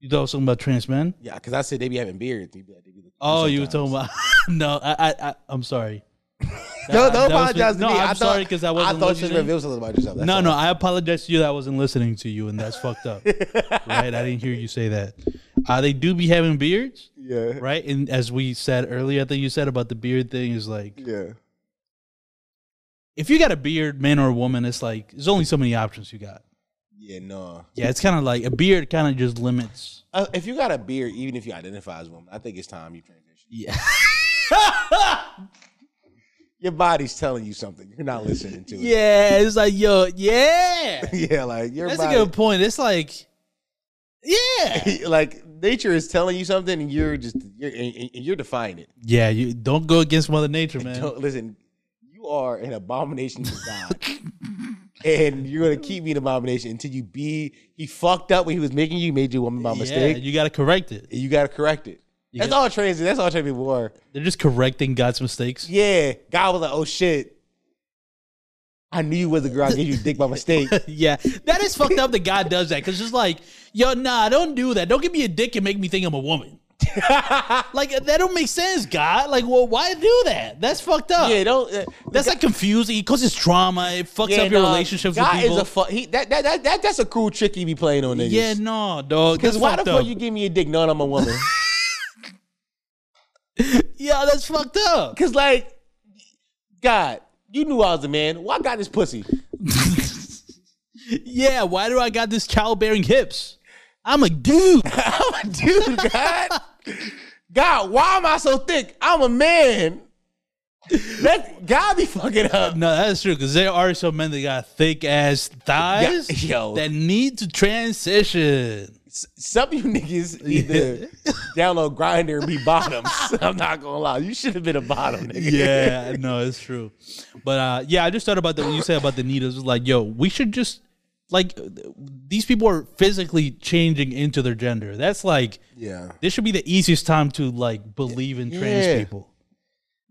B: You thought something about trans men?
A: Yeah, because I said they be having beards. They be like, they be looking
B: Oh, you were
A: sometimes.
B: talking about? no, I, I, I, I'm sorry.
A: No,
B: That- that
A: don't
B: was-
A: apologize to
B: no,
A: me.
B: I'm
A: I thought,
B: sorry because I wasn't
A: I thought you
B: listening.
A: revealed something about yourself. That's
B: no,
A: all.
B: no, I apologize to you that I wasn't listening to you, and that's fucked up. right? I didn't hear you say that. Uh, they do be having beards,
A: Yeah.
B: right? And as we said earlier, I think you said about the beard thing is like,
A: Yeah.
B: if you got a beard, man or woman, it's like there's only so many options you got.
A: Yeah. No.
B: Yeah, it's kind of like a beard kind of just limits.
A: Uh, if you got a beard, even if you identify as a woman, I think it's time you transition.
B: Yeah.
A: Your body's telling you something. You're not listening to it.
B: yeah, it's like yo, yeah.
A: Yeah, like your
B: That's a
A: body,
B: good point. It's like yeah.
A: like nature is telling you something, and you're just you're and, and- and you're defying it.
B: Yeah, you don't go against mother nature, man.
A: Don't listen. You are an abomination to God, and you're gonna keep being an abomination until you be. He fucked up when he was making you, made you a woman by
B: yeah,
A: mistake.
B: you got to correct it.
A: and you gotta correct it. that's all trans. That's all trans people are.
B: They're just correcting God's mistakes.
A: Yeah, God was like, "Oh shit, I knew you was a girl. I gave you dick by mistake."
B: yeah, that is fucked up that God does that because it's like, yo, nah, don't do that. Don't give me a dick and make me think I'm a woman. like that don't make sense, God. Like, well, why do that? That's fucked up.
A: yeah, don't. uh,
B: That's like confusing. It causes trauma. It fucks up your
A: nah,
B: relationships
A: God
B: with people.
A: is a fuck. He that, that that that that's a cruel trick he be playing on niggas.
B: yeah, no, dog.
A: because
B: That's
A: why the
B: fucked
A: fuck
B: up.
A: you give me a dick? knowing I'm a woman.
B: yeah, that's fucked up.
A: Because like, God, you knew I was a man. Why I got this pussy?
B: yeah, why do I got this childbearing hips? I'm a dude.
A: I'm a dude, God. God, why am I so thick? I'm a man. That God be fucking up.
B: No, that's true because there are some men that got thick ass thighs
A: Yeah, yo.
B: that need to transition.
A: S- Some of you niggas either download grinder and be bottoms. I'm not gonna lie. You should have been a bottom, nigga.
B: Yeah, no, it's true. But uh, yeah, I just thought about that when you said about the needles. It's Like, yo, we should just like these people are physically changing into their gender. That's like
A: Yeah.
B: this should be the easiest time to like believe in trans
A: Yeah.
B: people.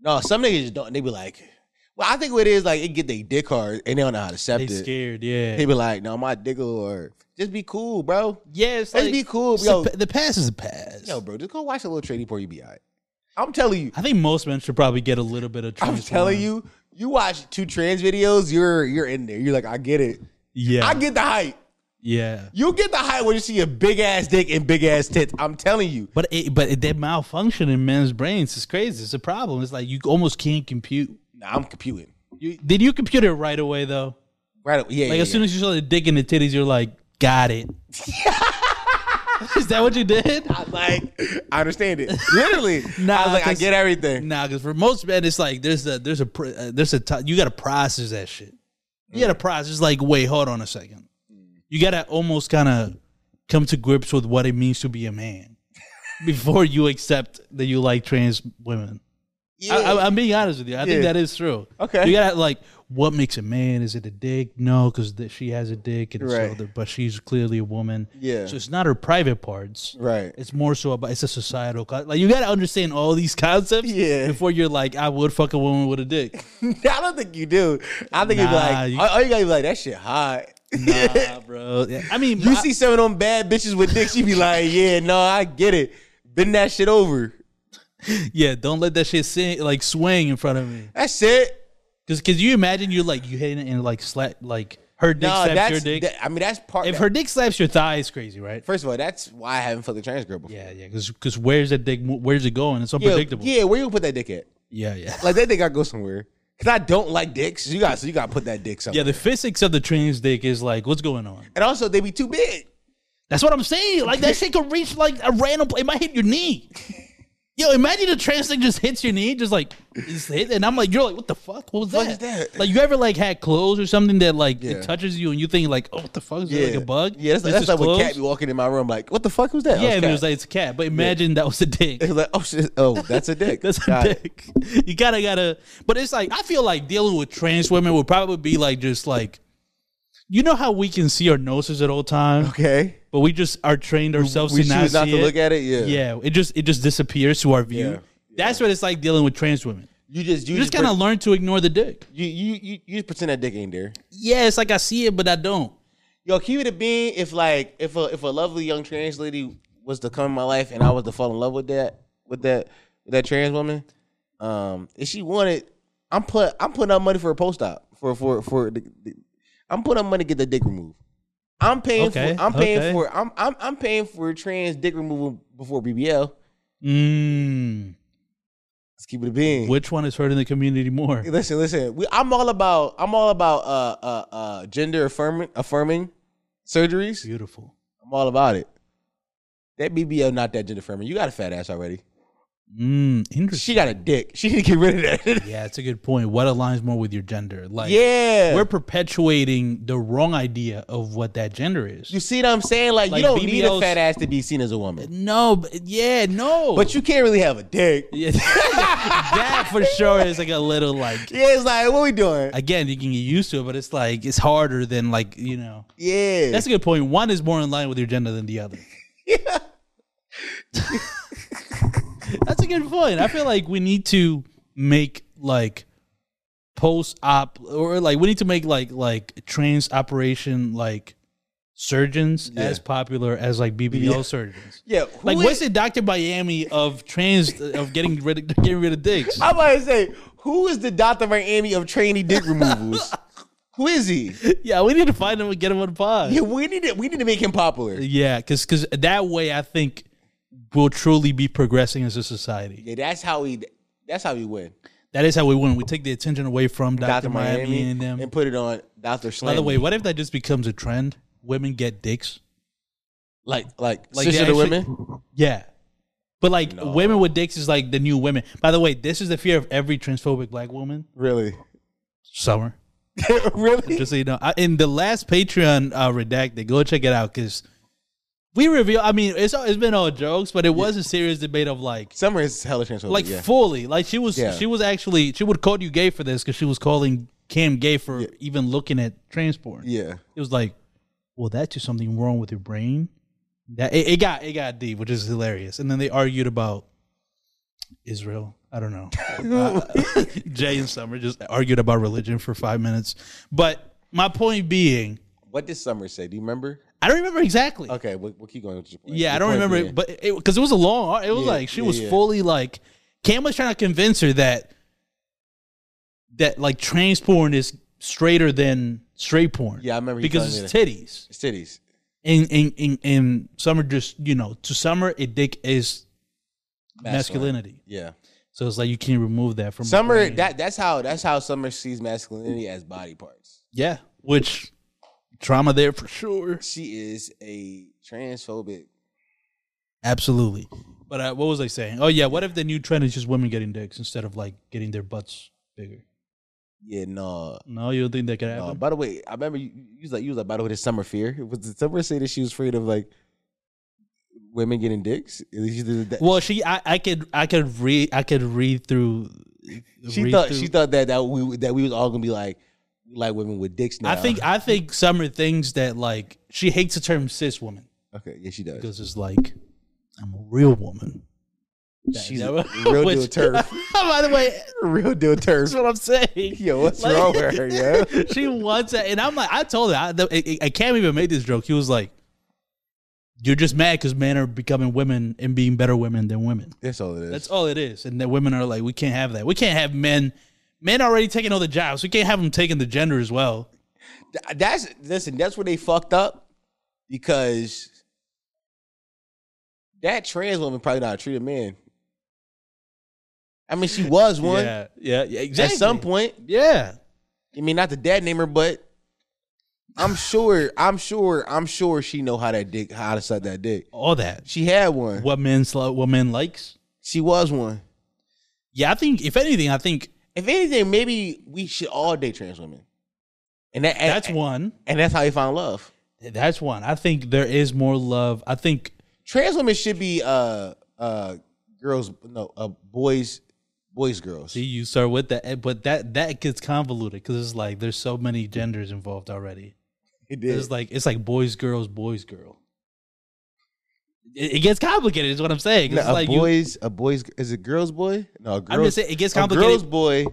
A: No, some niggas just don't. They be like, well, I think what it is like, it get their dick hard and they don't know how to accept
B: They
A: it.
B: scared, yeah.
A: They be like, no, my dick or just be cool, bro.
B: yeah, it's
A: Let's
B: like,
A: be cool,
B: it's
A: yo.
B: The, pa- the past is the past.
A: Yo, bro, just go watch a little tradie before you be all right. I'm telling you,
B: I think most men should probably get a little bit of.
A: I'm
B: trans
A: telling
B: porn.
A: you, you watch two trans videos, you're you're in there. You're like, I get it.
B: yeah,
A: I get the hype.
B: yeah.
A: You get the hype when you see a big ass dick and big ass tits. I'm telling you.
B: But it, but it, they malfunction in men's brains. It's crazy. It's a problem. It's like you almost can't compute.
A: Nah, I'm computing. You
B: Did you compute it right away though?
A: right? Yeah.
B: Like as soon as you saw the dick and the titties, you're like, got it. Is that what you did?
A: like, I understand it. Literally.
B: Nah,
A: I was like, I
B: 'cause-
A: get everything.
B: Nah, because for most men, it's like there's a there's a pr- uh, there's a t- you got to process that shit. You got to process. Like, wait, hold on a second. You got to almost kind of come to grips with what it means to be a man before you accept that you like trans women. I, I, I'm being honest with you. I think
A: Yeah.
B: that is true.
A: Okay.
B: you gotta like, what makes a man? Is it a dick? No, because she has a dick, and so
A: Right.
B: the, but she's clearly a woman.
A: Yeah.
B: so it's not her private parts.
A: Right.
B: It's more so about it's a societal con- like you gotta understand all these concepts
A: Yeah.
B: before you're like I would fuck a woman with a dick.
A: I don't think you do. I think you'd be
B: Nah,
A: like,
B: you-
A: all all you gotta be like, that shit hot.
B: nah, bro. Yeah. I mean,
A: You
B: I-
A: see some of them bad bitches with dicks, you be like, yeah, no, I get it. Bend that shit over.
B: yeah, don't let that shit sing, like swing in front of me.
A: That's it.
B: Because cause you imagine you're like you hitting it and like slap like her dick
A: No,
B: slaps
A: that's
B: your dick.
A: that- I mean, that's part.
B: if her dick slaps your thigh, it's crazy, right?
A: first of all, that's why I haven't fucked a trans girl before.
B: Yeah, yeah. Because where's that dick? mo- Where's it going? It's
A: yeah,
B: unpredictable.
A: yeah, where you gonna put that dick at?
B: yeah, yeah.
A: Like that dick gotta go somewhere. Cause I don't like dicks. You got so you gotta put that dick somewhere.
B: Yeah, the physics of the trans dick is like, what's going on?
A: and also they be too big.
B: That's what I'm saying. Like that shit could reach like a random. pla- It might hit your knee. Yo, imagine a trans thing just hits your knee, just like just hit, and I'm like, you're like, what the fuck? What was
A: Fuck
B: that?
A: is that?
B: Like you ever like had clothes or something that like
A: Yeah.
B: it touches you and you think like, oh, what the fuck is
A: Yeah,
B: that? Like a bug?
A: Yeah, that's,
B: This
A: that's
B: is
A: like when
B: clothes?
A: cat be walking in my room. Like, what the fuck was that?
B: Yeah,
A: oh,
B: and it was
A: like,
B: like it's a cat. But imagine that was a dick.
A: it was like, oh shit, oh that's a dick.
B: That's a
A: Got it.
B: dick. You gotta gotta. But it's like I feel like dealing with trans women would probably be like just like, you know how we can see our noses at all times,
A: Okay,
B: but we just are trained ourselves
A: we
B: to not
A: choose not
B: see
A: to
B: it.
A: look at it. Yeah,
B: Yeah, it just it just disappears to our view.
A: Yeah.
B: That's what it's like dealing with trans women.
A: You just you,
B: You just
A: kind
B: kind of learn to ignore the dick.
A: you, you you you just pretend that dick ain't there.
B: Yeah, it's like I see it, but I don't.
A: Yo, can you be the bean if like if a if a lovely young trans lady was to come in my life and I was to fall in love with that with that with that trans woman, um, if she wanted, I'm put I'm putting up money for a post op for for for the, the- I'm putting up money to get the dick removed. I'm paying
B: Okay,
A: for I'm paying
B: okay.
A: for I'm I'm I'm paying for trans dick removal before BBL.
B: Mm,
A: Let's keep it a bean.
B: which one is hurting the community more?
A: Listen, listen. We, I'm all about I'm all about uh uh uh gender affirming affirming surgeries.
B: Beautiful.
A: I'm all about it. That BBL not that gender affirming. You got a fat ass already.
B: Mm, interesting.
A: She got a dick. She need to get rid of that.
B: Yeah, it's a good point. What aligns more with your gender? Like,
A: yeah.
B: we're perpetuating the wrong idea of what that gender is.
A: you see what I'm saying? Like,
B: Like,
A: you don't need a
B: BBLs
A: fat ass to be seen as a woman.
B: no, but- yeah, no.
A: But you can't really have a dick. Yeah,
B: yeah, that for sure is like a little like.
A: it's like, what we doing?
B: Again, you can get used to it, but it's like it's harder than like you know.
A: yeah.
B: That's a good point. One is more in line with your gender than the other. That's a good point. I feel like we need to make like post op or like we need to make like like trans operation like surgeons as popular as like BBL surgeons.
A: yeah. who
B: Like
A: is-
B: what's the Dr. Miami of trans of getting rid of getting rid of dicks?
A: I'm about to say, who is the Dr. Miami of trainee dick removals? who is he?
B: yeah, we need to find him and get him on the pod.
A: Yeah, we need to we need to make him popular.
B: Yeah, because because that way I think we'll truly be progressing as a society.
A: Yeah, that's how we that's how we win.
B: That is how we win. We take the attention away from Dr.
A: Dr.
B: Miami,
A: Miami
B: and them.
A: and put it on Dr. Slam.
B: By the way, what if that just becomes a trend? Women get dicks. Like
A: Like,
B: Like,
A: sister
B: they
A: to
B: actually-
A: women.
B: yeah. But like
A: No.
B: women with dicks is like the new women. By the way, this is the fear of every transphobic black woman.
A: Really,
B: Summer.
A: really.
B: Just so you know, I, in the last Patreon uh, redacted, go check it out because we reveal. I mean, it's it's been all jokes, but it was a serious debate of like,
A: Summer is hella transphobic.
B: like
A: yeah.
B: fully, like she was
A: Yeah.
B: she was actually she would call you gay for this because she was calling Cam gay for even looking at trans porn.
A: yeah.
B: It was like, well, that's just something wrong with your brain. That it, it got it got deep, which is hilarious. And then they argued about Israel. I don't know. Uh, Jay and Summer just argued about religion for five minutes. But my point being,
A: What did Summer say? Do you remember?
B: I don't remember exactly.
A: Okay, we'll, we'll keep going with your point.
B: Yeah, I
A: Your
B: don't
A: point
B: remember,
A: being-
B: it, but because it, 'cause it was a long, ar- it was
A: Yeah,
B: like she
A: yeah,
B: was
A: yeah.
B: fully like Cam was trying to convince her that that like trans porn is straighter than straight porn.
A: Yeah, I remember you
B: because
A: telling
B: it's
A: me
B: titties.
A: it's titties.
B: And and and, and summer just you know to summer a dick is
A: Masculine.
B: masculinity.
A: Yeah.
B: So it's like you can't remove that from her
A: Summer
B: brain.
A: that that's how that's how Summer sees masculinity as body parts.
B: yeah, which trauma there for sure.
A: She is a transphobic.
B: Absolutely. But uh, what was I saying? Oh yeah, what if the new trend is just women getting dicks instead of like getting their butts bigger?
A: Yeah, no.
B: No, you don't think that could happen?
A: no. By the way, I remember you, you was like you was like by the way, this summer fear. Was did Summer say that she was afraid of like women getting dicks? At least she did that.
B: well, she, I, I could, I could read, I could read through.
A: she
B: read
A: thought
B: through-
A: she thought that that we that we was all gonna be like like women with dicks now.
B: I think, I think Summer thinks that like she hates the term cis woman
A: okay, yeah, she does.
B: because it's like I'm a real woman.
A: She's
B: that-
A: a real
B: which-
A: deal turf.
B: By the way,
A: real deal turf.
B: that's what I'm saying.
A: Yo, what's
B: Like-
A: wrong with her, yo?
B: she wants it, and I'm like, I told her, I, the, I, I can't even make this joke. He was like, "You're just mad because men are becoming women and being better women than women."
A: That's all it is.
B: That's all it is. And the women are like, we can't have that. We can't have men. Men already taking all the jobs. We can't have them taking the gender as well.
A: Th- uh, that's listen. That's where they fucked up because that trans woman probably not treat a man. I mean, she was one
B: Yeah, yeah, yeah
A: at some point.
B: Yeah.
A: I mean, not the dad name her, but I'm sure, I'm sure, I'm sure she know how that dick, how to suck that dick.
B: All that.
A: She had one.
B: What men, sl- what men likes.
A: She was one.
B: Yeah, I think, if anything, I think
A: If anything, maybe we should all date trans women, and that, and,
B: that's one.
A: and that's how you find love.
B: That's one. I think there is more love. I think,
A: trans women should be uh uh girls no uh boys boys girls
B: see, you start with that, eh, but that, that gets convoluted because it's like, there's so many genders involved already.
A: it
B: It's like, it's like boys, girls, boys, girl. It, it gets complicated is what I'm saying.
A: No,
B: It's
A: a
B: like you-
A: boys a boys is a girls boy no a girls,
B: I'm just saying, it gets
A: a
B: complicated.
A: girls boy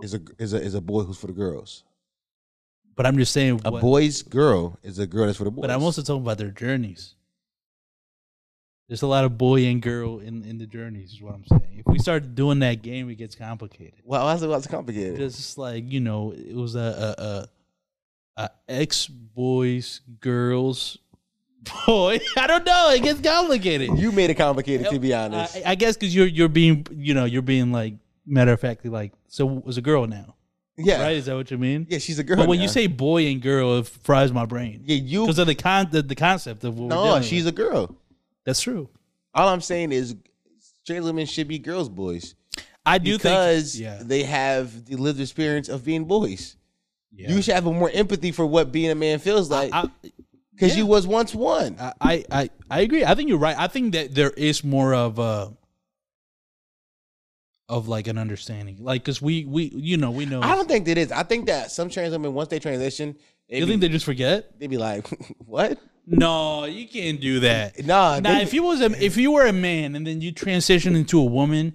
A: is a is a is a boy who's for the girls
B: But I'm just saying,
A: a
B: what-
A: boy's girl is a girl that's for the boys
B: but I'm also talking about their journeys. There's a lot of boy and girl in, in the journeys, is what I'm saying. If we start doing that game, it gets complicated.
A: well why is it why is it complicated
B: Just like you know, it was a a, a, a ex boys girls boy. I don't know. It gets complicated.
A: you made it complicated to be honest
B: I, I guess because you're you're being you know you're being like matter of factly like so was a girl now
A: yeah
B: right? Is that what you mean?
A: yeah she's a girl
B: But when
A: now.
B: you say boy and girl, it fries my brain.
A: yeah you
B: because of the con the, the concept of what we're
A: no
B: doing.
A: she's a girl
B: that's true.
A: all I'm saying is trans women should be girls boys
B: I do
A: because
B: think yeah,
A: they have the lived experience of being boys.
B: yeah.
A: You should have more empathy for what being a man feels like
B: I,
A: because
B: yeah.
A: you was once one.
B: I, I I I agree. I think you're right. I think that there is more of a of like an understanding, like because we we you know we know.
A: I don't think that is. I think that some trans women once they transition, they
B: you
A: be,
B: think they just forget?
A: they be like, "What?
B: No, you can't do that.
A: Nah,
B: Now,
A: they-
B: if you was a, if you were a man and then you transition into a woman,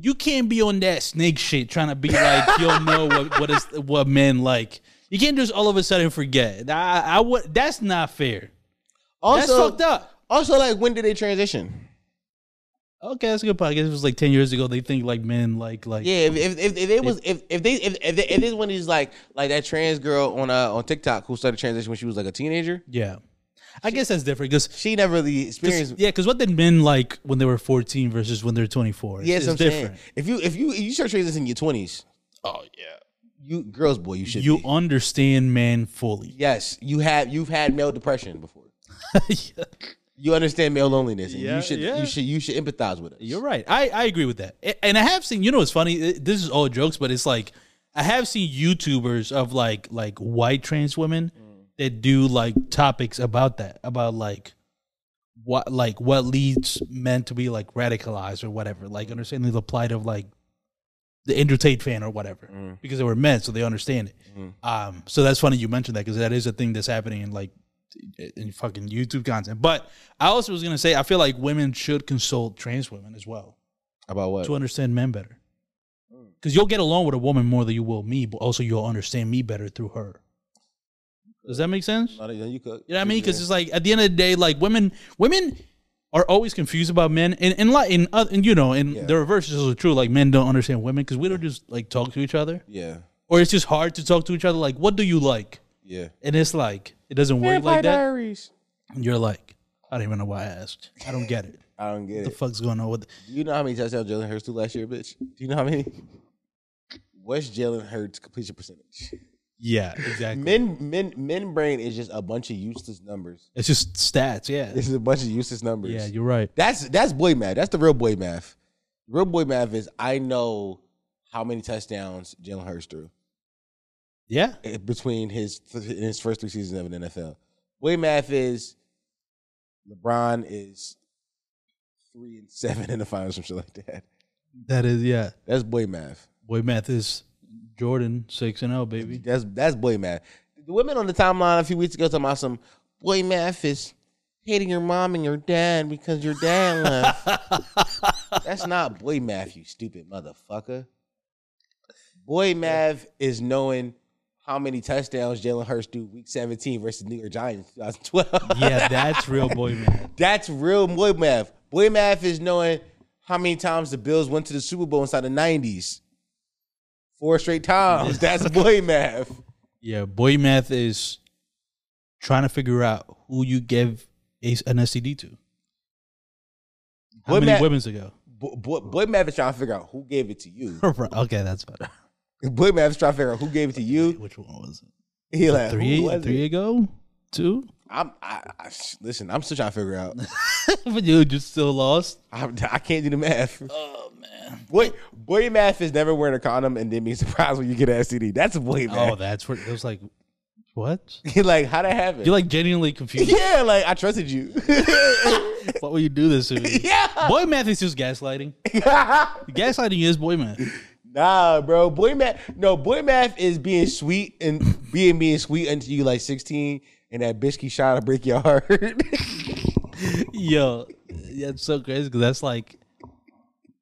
B: you can't be on that snake shit trying to be like you'll know what what is what men like. You can't just all of a sudden forget. I, I would. That's not fair. That's
A: Also,
B: fucked up.
A: also, like when did they transition?
B: Okay, that's a good point. I guess it was like ten years ago. They think like men like like
A: Yeah, if if, if, if it was if if they if if, they, if this one is like like that trans girl on uh on TikTok who started transition when she was like a teenager,
B: yeah. I guess that's different because
A: she never really experienced.
B: yeah, because what did men like when they were fourteen versus when they're twenty four?
A: Yes, I'm saying if you if you if you start transitioning in your twenties, oh yeah, you girls boy, you should
B: You
A: be.
B: understand men fully.
A: Yes, you have you've had male depression before. You understand male loneliness. And
B: Yeah,
A: you should
B: yeah.
A: you should you should empathize with us.
B: You're right. I, I agree with that. A- And I have seen, you know, it's funny. it- This is all jokes, but it's like I have seen YouTubers of like like white trans women that do like topics about that, about like what like what leads men to be like radicalized or whatever, like understanding the plight of like the Andrew Tate fan or whatever, because they were men, so they understand it. Um, so that's funny you mentioned that because that is a thing that's happening in like in fucking YouTube content. But I also was gonna say I feel like women should consult trans women as well
A: About what?
B: to understand men better. Because you'll get along with a woman more than you will me, but also you'll understand me better through her. Does that make sense?
A: No, no, you cook.
B: You know what I mean? Because it's like at the end of the day, like women, women are always confused about men, and and like in, oth- and you know, and the reverse is also true. Like men don't understand women because we don't just like talk to each other,
A: yeah,
B: or it's just hard to talk to each other. Like, what do you like?
A: yeah.
B: And it's like it doesn't work like that. And you're like, I don't even know why I asked. I don't get it.
A: I don't get
B: the
A: it.
B: fuck's going on with?
A: You know how many touchdowns Jalen Hurts threw last year, bitch? Do you know how many? What's Jalen Hurts completion percentage?
B: Yeah, exactly.
A: Men, men, men brain is just a bunch of useless numbers.
B: It's just stats. Yeah,
A: This is a bunch of useless numbers.
B: yeah, you're right.
A: That's that's boy math. That's the real boy math. Real boy math is I know how many touchdowns Jalen Hurts threw
B: Yeah,
A: eh, between his in his first three seasons of an NFL. Boy math is LeBron is three and seven in the finals, some shit like that.
B: that is yeah.
A: That's boy math.
B: Boy math is Jordan six and zero, baby.
A: That's that's boy math. The women on the timeline a few weeks ago talking about some boy math is hating your mom and your dad because your dad left. that's not boy math, you stupid motherfucker. Boy math is knowing how many touchdowns Jalen Hurts do week 17 versus New York Giants 2012.
B: Yeah, that's real boy math.
A: That's real boy math. Boy math is knowing how many times the Bills went to the Super Bowl inside the 90s. Four straight times. That's boy math.
B: Yeah, boy math is trying to figure out who you give a, an STD to. How
A: Boy
B: many
A: math-
B: women's ago?
A: Boy, boy, boy Mav is trying to figure out who gave it to you.
B: okay, that's better.
A: boy Mav is trying to figure out who gave it to you.
B: Which one was it?
A: He like
B: Three,
A: who was
B: three
A: it?
B: ago, two.
A: I'm, I, I, sh- listen, I'm still trying to figure out.
B: but you just still lost.
A: I, I can't do the math. Oh man, boy, boy math is never wearing a condom and then being surprised when you get an STD. That's boy
B: Oh,
A: math.
B: that's where it was like, what?
A: He like how that happen?
B: You're like genuinely confused.
A: yeah, like I trusted you.
B: Why would you do this to me?
A: yeah,
B: Boy math is just gaslighting. gaslighting is boy math.
A: nah, bro. Boy math, no, boy math is being sweet and being being sweet until you like 16 and that bitch keep trying to break your heart.
B: Yo, yeah, it's so crazy because that's like,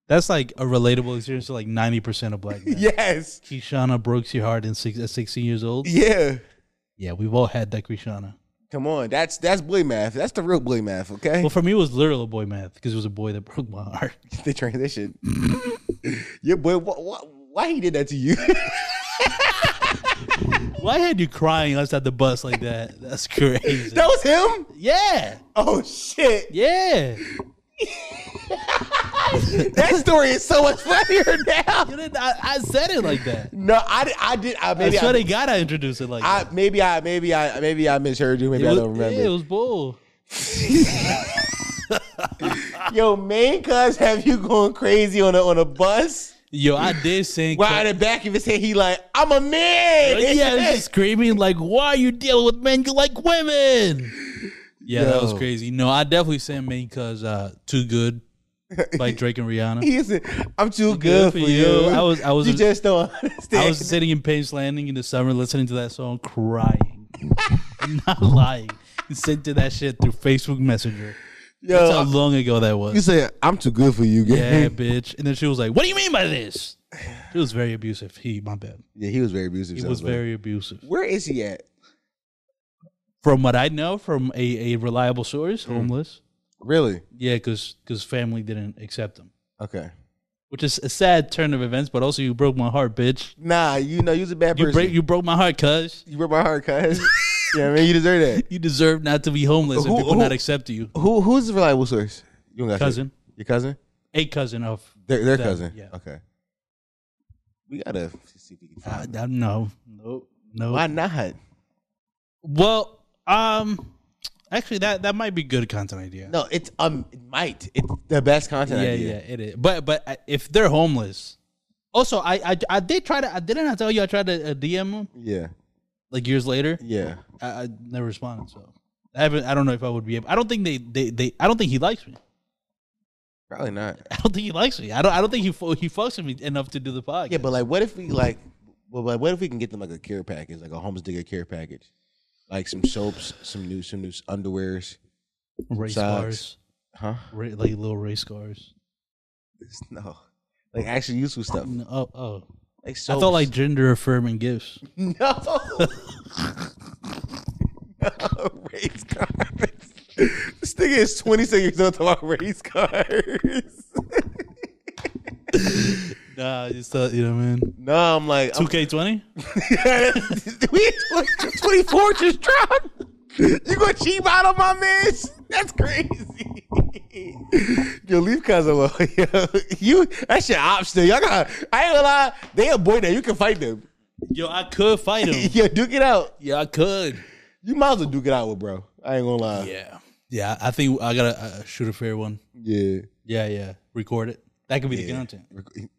B: that's like a relatable experience to like ninety percent of black men.
A: yes,
B: Krishana broke your heart in six, at 16 years old.
A: yeah.
B: Yeah, we've all had that Krishana.
A: Come on, that's that's boy math. That's the real boy math. Okay,
B: Well, for me, it was literal boy math because it was a boy that broke my heart.
A: the transition. Your boy, wh- wh- why he did that to you?
B: Why had you crying outside the bus like that? That's crazy.
A: that was him.
B: yeah,
A: Oh shit,
B: yeah.
A: that story is so much funnier now.
B: You didn't, I, I said it like that.
A: No, I did. I did. I
B: I
A: maybe
B: swear
A: I,
B: to God, I introduced it like
A: I-
B: that.
A: maybe I maybe I maybe I misheard you. Maybe
B: It
A: I
B: was,
A: don't
B: yeah, it
A: remember.
B: was bull.
A: Yo, main cuz have you going crazy on a on a bus?
B: Yo, I did sing.
A: Why in the back of his head he like I'm a man.
B: yeah, I was just screaming like, "Why are you dealing with men? You like women." Yeah, that was
A: Yo.
B: crazy. No, I definitely sent me because uh, "Too Good" by Drake and Rihanna.
A: He said, I'm too good, for you.
B: I was- I was-
A: You just don't understand.
B: I was sitting in Page Landing in the summer listening to that song, crying. I'm not lying. Sent to that shit through Facebook Messenger.
A: Yo,
B: That's how long ago that
A: You
B: was.
A: said I'm too good for you, gang.
B: Yeah, bitch. And then she was like, "What do you mean by this?" She was very abusive. He, my bad.
A: Yeah, he was very abusive.
B: He
A: sounds
B: was
A: like.
B: very abusive.
A: Where is he at?
B: From what I know, from a, a reliable source,
A: Hmm.
B: homeless.
A: Really?
B: Yeah, because family didn't accept him,
A: Okay.
B: which is a sad turn of events. But also, you broke my heart, bitch.
A: Nah, you know, you was a bad
B: You
A: person.
B: break, you broke my heart, cuz
A: You broke my heart, cuz. yeah, I mean, you deserve that.
B: you deserve not to be homeless and
A: Who-
B: people
A: who-
B: not accept you.
A: Who who's the reliable source? You don't got
B: Cousin,
A: shit. Your cousin?
B: a cousin of
A: Their, their
B: That-
A: cousin.
B: yeah.
A: Okay. We gotta see if we can
B: Uh,
A: find.
B: uh, no, no, no.
A: Why not?
B: Well, um, Actually, that that might be good content idea.
A: No, it's um, it might. It's the best content
B: yeah,
A: idea.
B: yeah, it is. But but I- if they're homeless, also I I, I did try to. I didn't I tell you I tried to uh, DM them
A: Yeah,
B: like years later.
A: yeah.
B: I, I never responded. So I haven't. I don't know if I would be able. I don't think they they they. I don't think he likes me.
A: Probably not.
B: I don't think he likes me. I don't. I don't think he fu- he fucks with me enough to do the podcast.
A: Yeah, but like, what if we like, well, like, what if we can get them like a care package, like a homeless digger care package, like some soaps, some new, some new underwears,
B: race
A: sucks.
B: cars,
A: huh?
B: ra- like little race cars.
A: No, like actually useful stuff.
B: No, oh oh.
A: Like
B: I
A: soaps.
B: thought like gender affirming gifts.
A: no. no Oh, race cars. This nigga is twenty six years old talking about race cars.
B: Nah, I just thought you know, man.
A: no, I'm like I'm
B: Two K twenty.
A: we 24 just dropped. You gonna cheap out on my mans? That's crazy. Yo, leave cousin alone. Yo, you that's your option. Y'all got I ain't gonna lie, they a boy now. You can fight them.
B: Yo, I could fight him.
A: Yo, duke it out.
B: yeah, I could.
A: You might as well duke it out with bro. I ain't gonna lie. Yeah.
B: Yeah, yeah. I think I gotta uh, shoot a fair one. Yeah, yeah. Record it. That could be the content.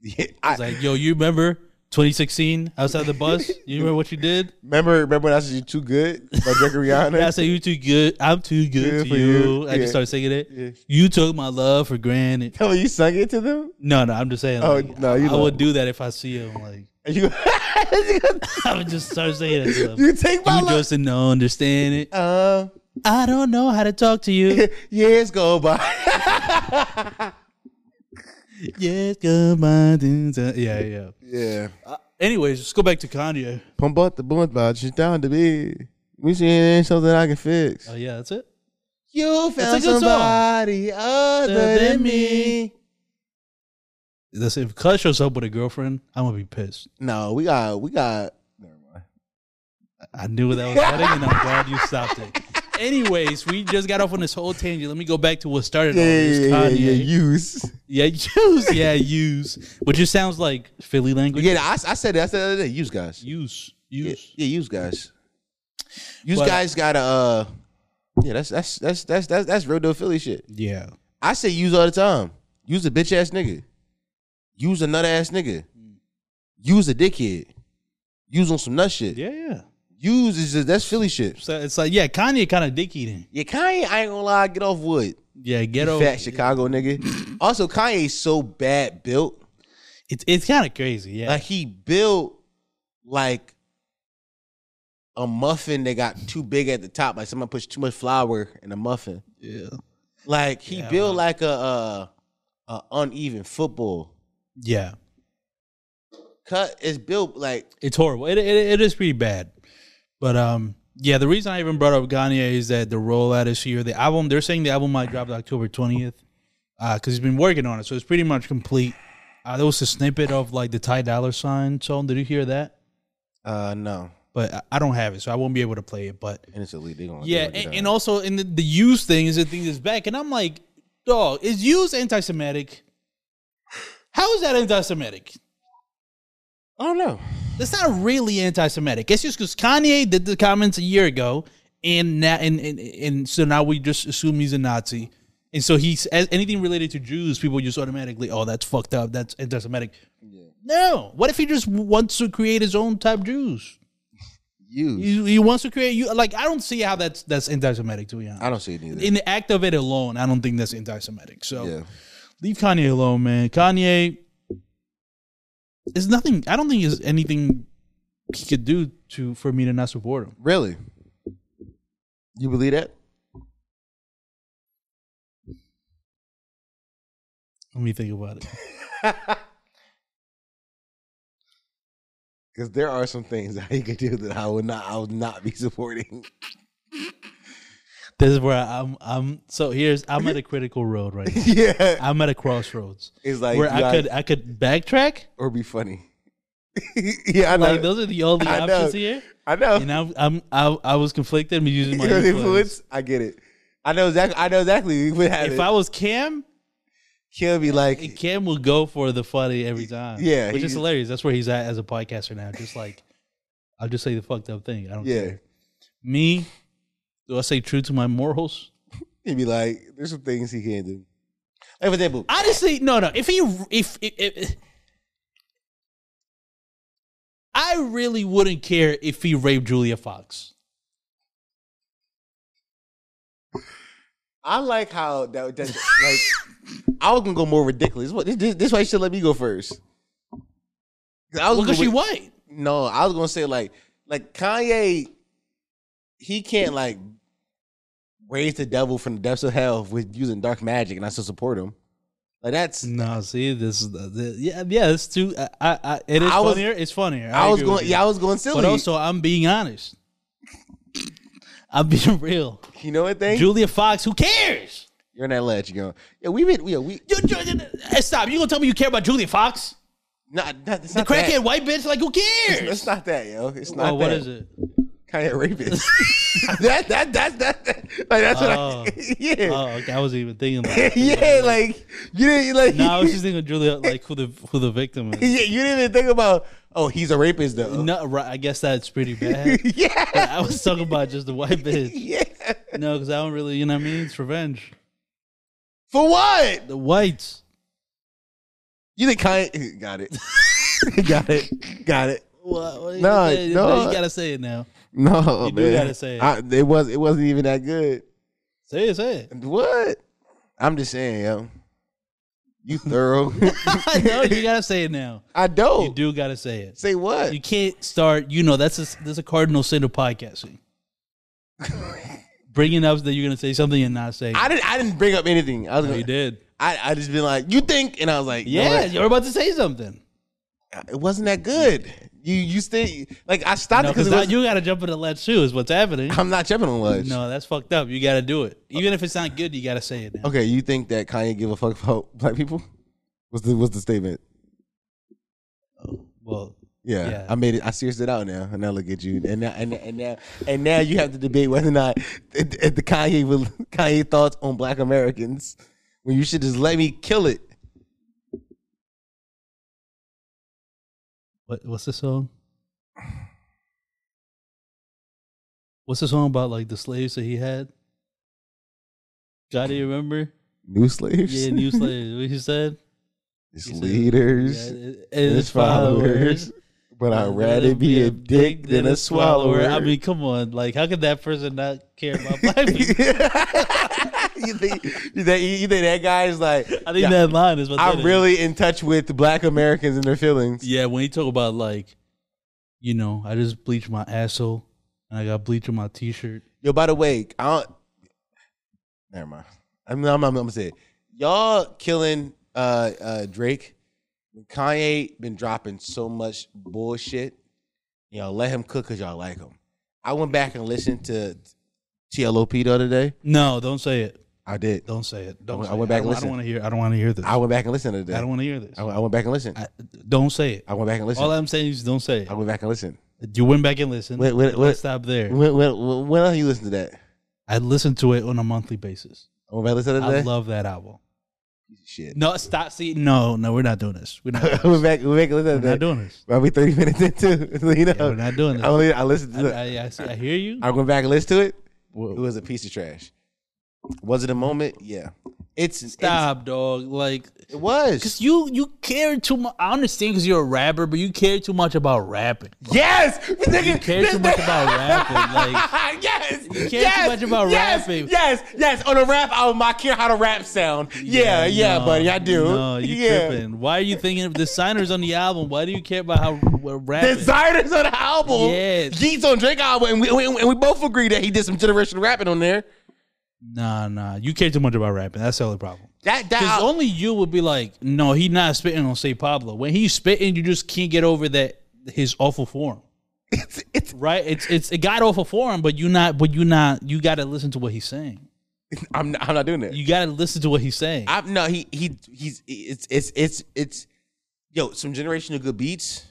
A: Yeah, I,
B: It's like, yo, you remember 2016 outside the bus? You remember what you did?
A: remember, remember when I said you too good by Drake and Rihanna?
B: I said you too good. I'm too
A: Good
B: good to
A: for
B: you.
A: you.
B: I
A: Yeah.
B: just started singing it. You took my love for granted.
A: Tell me you sung it to them.
B: No, no, I'm just saying.
A: Oh,
B: like,
A: no,
B: I,
A: you
B: I would
A: don't.
B: do that if I see him. Like,
A: You,
B: I would just start saying it. To him.
A: you take my
B: You
A: love.
B: just don't understand it.
A: Um,
B: I don't know how to talk to you.
A: years go by.
B: yes, goodbye. dun, dun. Yeah, yeah.
A: Yeah.
B: Anyways, let's go back to Kanye.
A: Pump up the blunt, but she's down to be. We see ain't something I can fix.
B: Oh yeah, that's it.
A: You
B: found somebody
A: other
B: than me. Listen, if Cuz shows up with a girlfriend, I'm gonna be pissed.
A: No, we got, we got.
B: I knew where that was heading, and I'm glad you stopped it. Anyways, we just got off on this whole tangent. Let me go back to what started all
A: Yeah,
B: this.
A: yeah, yeah,
B: Kanye.
A: yeah, use.
B: Yeah, use. Yeah, use. Which just sounds like Philly language.
A: Yeah, I, I said it. I said it the other day. Use guys.
B: Use.
A: Yeah,
B: Use.
A: yeah, use guys. Use
B: But-
A: guys got to. Uh, yeah, that's that's that's that's that's that's real dope Philly shit.
B: Yeah.
A: I say use all the time. Use a bitch ass nigga. Use a nut ass nigga.
B: Mm.
A: Use a dickhead. Use on some nut shit.
B: Yeah, yeah.
A: Use is just, that's Philly shit.
B: So it's like, yeah, Kanye kind of dick eating.
A: Yeah, Kanye, I ain't gonna lie, get off wood.
B: Yeah, get over
A: Fat Chicago nigga. also, Kanye's so bad built.
B: It's, it's kind of crazy. Yeah.
A: Like he built like a muffin that got too big at the top. Like someone pushed too much flour in a muffin.
B: yeah.
A: Like he
B: Yeah,
A: built
B: man.
A: like a, uh a uneven football.
B: Yeah.
A: Cut is built like
B: It's horrible. It, it, it is pretty bad. But um, yeah, the reason I even brought up Kanye is that the rollout is here. The album, they're saying the album might drop October 20th because he's been working on it. So it's pretty much complete. Uh, there was a snippet of like the Ty Dollar Sign song. Did you hear that?
A: uh no.
B: But I- I don't have it, so I won't be able to play it. But
A: And it's elite. They gonna
B: yeah,
A: they gonna get
B: and,
A: on.
B: and also in the, the use thing is the thing that's back, and I'm like, dog, is use anti-Semitic? How is that anti-Semitic?
A: I don't know.
B: That's not really anti-Semitic. It's just because Kanye did the comments a year ago, and now and, and and so now we just assume he's a Nazi, and so he's as anything related to Jews, people just automatically, oh, that's fucked up, that's anti-Semitic. No, what if he just wants to create his own type Jews?
A: You
B: He, he wants to create you like I don't see how that's that's anti-Semitic to be honest.
A: I don't see it either.
B: In the act of it alone, I don't think that's anti-Semitic. So
A: yeah.
B: leave Kanye alone, man. Kanye is nothing. I don't think is anything he could do to for me to not support him.
A: Really? You believe that?
B: Let me think about it.
A: Because there are some things that he could do that I would not I would not be supporting.
B: This is where I'm. I'm so here's. I'm at a critical road right now.
A: yeah.
B: I'm at a crossroads
A: It's like
B: where
A: you
B: I
A: gotta-
B: could I could backtrack.
A: or be funny. yeah, I know.
B: Like those are the only
A: I know.
B: options here.
A: I know.
B: And I'm, I'm I, I was conflicted. I'm using my
A: You know the
B: influence.
A: influence? I get it. I know exactly. I know exactly what happened.
B: If I was Cam,
A: He'll be like,
B: Cam will go for the funny every time.
A: Yeah,
B: which
A: he-
B: is hilarious. That's where he's at as a podcaster now. Just like I'll just say the fucked up thing. I don't
A: yeah,
B: care. Me, Do I say true to my morals?
A: He'd be like, "There's some things he can't do." Like with that book,
B: Honestly, no, no. If he, if, if, if I really wouldn't care if he raped Julia Fox.
A: I like how that. that like, I was gonna go more ridiculous. What this? This why you should let me go first. 'Cause I was
B: Because
A: gonna-
B: she white.
A: No, I was gonna say like, like Kanye, he can't like raise the devil from the depths of hell with using dark magic, and I still support him. Like that's
B: No, see, this is the, the- yeah, yeah. It's too. I, I, I it is
A: I was-
B: funnier. it's funnier.
A: I, was
B: agree with
A: going.
B: you.
A: Yeah, I was going silly.
B: but also I'm being honest. I'm being real.
A: you know what? Thing
B: Julia Fox, who cares?
A: you're in that ledge. You know. Yeah, we've been. Yeah, we.
B: You, you, you- eh, stop. You gonna tell me you care about Julia Fox?
A: Not, not, it's
B: The
A: not that.
B: crackhead white bitch? Like who cares?
A: It's not that, yo. It's not
B: Oh, what
A: that.
B: is it?
A: Kanye rapist. that, that, that, that, that- like, that's
B: Oh.
A: what I, yeah.
B: Oh, okay, I wasn't even thinking about it.
A: yeah, like, you didn't, like,
B: No, I was just thinking of Julia, like who the who the victim is.
A: yeah, you didn't even think about, oh, he's a rapist, though.
B: No, right, I guess that's pretty bad.
A: Yeah.
B: I was talking about just the white bitch.
A: Yeah.
B: No, because I don't really, you know what I mean? It's revenge.
A: For what?
B: The whites.
A: You think Kanye, got it. got it. Got it.
B: What, what-
A: No,
B: you-
A: no.
B: You gotta say it now.
A: No,
B: You do
A: man.
B: gotta say it.
A: I, it, was, it wasn't even that good.
B: Say it, say it.
A: What? I'm just saying, yo. You thorough.
B: no, you gotta say it now.
A: I don't.
B: You do gotta say it.
A: Say what?
B: You can't start. You know that's a, that's a cardinal sin of podcasting. Bringing up that you're gonna say something and not say. it.
A: I didn't. I didn't bring up anything. I was.
B: No,
A: gonna-
B: you did.
A: I. I just been like, you think, and I was like, you know
B: Yeah,
A: what?
B: you're about to say something.
A: it wasn't that good. You. You still like. I stopped
B: No,
A: because
B: because
A: it was,
B: you gotta jump in the ledge too. Is what's happening.
A: I'm not jumping on Ludge.
B: No, that's fucked up. You gotta do it, even if it's not good. You gotta say it. Now.
A: Okay, you think that Kanye give a fuck about black people? What's the What's the statement?
B: Well,
A: Yeah,
B: Yeah.
A: I made it. I serioused it out now, and now look at you, and now and, and now and now you have to debate whether or not the, the Kanye will, Kanye thoughts on Black Americans when you should just let me kill it.
B: what, what's the song? What's the song about like the slaves that he had? God, do you remember?
A: New slaves,
B: Yeah, new slaves. What he said?
A: It's
B: He said,
A: leaders.
B: Yeah, it-
A: his followers. But I'd rather be a dick than a swallower.
B: I mean, come on. Like, how could that person not care about black
A: you,
B: people?
A: think, you, think, you think that guy is like,
B: I think
A: "Yeah,
B: that line is what that
A: I'm
B: is.
A: really in touch with black Americans and their feelings.
B: Yeah, when you talk about, like, you know, I just bleached my asshole and I got bleach on my t shirt.
A: Yo, by the way, I don't. Never mind. I'm, I'm, I'm, gonna say it. Y'all killing uh, uh, Drake. Kanye been dropping so much bullshit. Y'all let him cook because y'all like him. I went back and listened to TLOP the other day.
B: No, don't say it.
A: I did.
B: Don't say it. Don't
A: I went- I
B: say
A: went
B: it.
A: back and
B: don't- I
A: listened.
B: don't want to hear I don't want to hear this.
A: I
B: I,
A: went back and listened to that.
B: don't want to hear this.
A: I, went- I went back and listened. I,
B: I- don't say it.
A: went back and listened.
B: All I'm saying is don't say it.
A: I went back and listened.
B: you went back and listened.
A: Wait, wait,
B: Let's
A: wait.
B: Stop there.
A: When when when, when else you listen to that?
B: I listen to it on a monthly basis.
A: I went back and listened to
B: I
A: that.
B: love that album.
A: Shit.
B: No, stop. See, no, no, we're not doing this. We're not,
A: I went back. Went back and listened
B: we're
A: to
B: not
A: that.
B: doing this.
A: I'll be thirty minutes into. so you know,
B: we're not doing this.
A: I, only, I listened to.
B: I,
A: the-
B: I, I, see, I hear you.
A: I went back and listened to it.
B: Whoa.
A: It was a piece of trash. Was it a moment? Yeah. It's it's-
B: Stop, dog. Like,
A: it was.
B: cause you you care too much. I understand because you're a rapper, but you care too much about rapping.
A: Yes.
B: You care too much about rapping. Like,
A: yes.
B: care too
A: yes,
B: much about
A: yes,
B: rapping.
A: Yes. Yes. On a rap album, I care how to rap sound. Yeah. Yeah,
B: no,
A: buddy. I do.
B: No, you
A: yeah.
B: tripping. Why are you thinking of designers on the album? Why do you care about how we're rapping?
A: Designers on the album.
B: Yes.
A: Yeats on Drake album, and we, we- and we both agree that he did some generational rapping on there.
B: nah, nah. You care too much about rapping. That's the only problem.
A: That that
B: Because
A: al-
B: only you would be like, no, he not spitting on Say Pablo. When he's spitting, you just can't get over that his awful form.
A: it's, it's
B: Right? It's it's it got awful form, but you not but you not you gotta listen to what he's saying.
A: I'm not, I'm not doing that.
B: You gotta listen to what he's saying.
A: I'm no he he he's it's it's it's it's yo some generational good beats.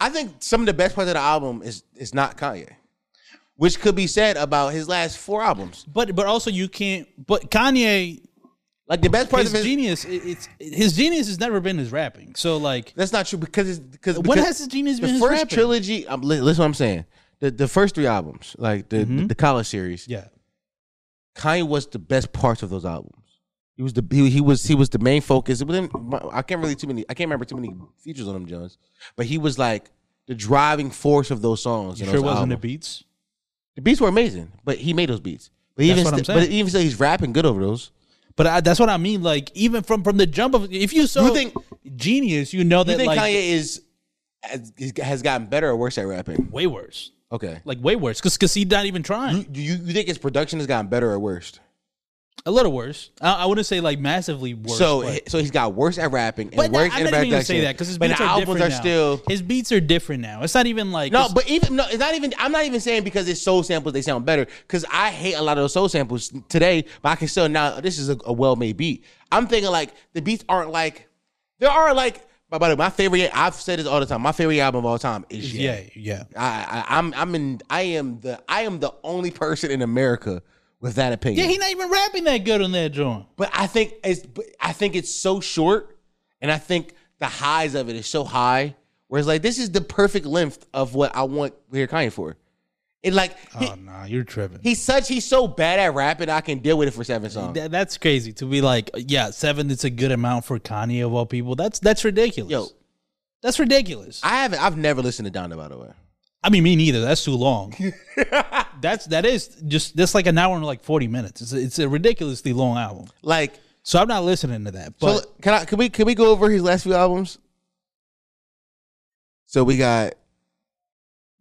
A: I think some of the best parts of the album is is not Kanye, which could be said about his last four albums.
B: but but also you can't but Kanye
A: Like the best part
B: his
A: of his
B: genius it, it's his genius has never been his rapping. So like
A: that's not true because it's because
B: When
A: because
B: has his genius
A: the
B: been his
A: first
B: rapping?
A: trilogy? I'm, li- listen, what I'm saying. the, the first three albums, like the, the, college series,
B: Mm-hmm. Yeah.
A: Kanye was the best parts of those albums. He was the he, he was he was the main focus. It wasn't I can't really too many I can't remember too many features on them Jones, but he was like the driving force of those songs.
B: You
A: and
B: sure
A: those
B: wasn't the
A: albums.
B: beats?
A: The beats were amazing, but he made those beats. But
B: That's
A: even
B: what I'm
A: st- but
B: saying.
A: even so, he's rapping good over those.
B: But I, that's what I mean. Like even from from the jump of if you so
A: You think-
B: genius, you know
A: Do
B: that
A: you think
B: like
A: Kanye is has, has gotten better or worse at rapping?
B: way worse,
A: Okay.
B: like way worse, because because he's not even trying.
A: You, do you, you think his production has gotten better or worse?
B: A little worse. I, I wouldn't say like massively worse.
A: so
B: but,
A: so he's got worse at rapping and
B: but no,
A: worse at
B: I'm not even gonna
A: production.
B: say that because his
A: But
B: beats
A: the
B: are
A: albums
B: different
A: are
B: now.
A: still
B: his beats are different now. It's not even like
A: no,
B: it's-
A: but even no, it's not even. I'm not even saying because it's soul samples they sound better. Because I hate a lot of those soul samples today, but I can still now. This is a, a well-made beat. I'm thinking like the beats aren't like there are like. By the way, my favorite. I've said this all the time. My favorite album of all time is Ye.
B: yeah, yeah.
A: I, I, I'm I'm in. I am the I am the only person in America with that opinion.
B: Yeah, he not even rapping that good on that joint.
A: But I think it's but I think it's so short, and I think the highs of it is so high. Whereas like this is the perfect length of what I want to hear Kanye for. It like he,
B: Oh nah, you're tripping.
A: he's such he's so bad at rapping. I can deal with it for seven songs.
B: That- that's crazy to be like, yeah, seven. It's a good amount for Kanye of all people. That's that's ridiculous.
A: Yo.
B: that's ridiculous. I,
A: I haven't. I've never listened to Donna by the way.
B: mean, me neither. That's too long. that's that is just that's like an hour and like forty minutes. It's a, it's a ridiculously long album.
A: Like,
B: So I'm not listening to that.
A: so
B: But
A: can I? Can we? Can we go over his last few albums? So we got.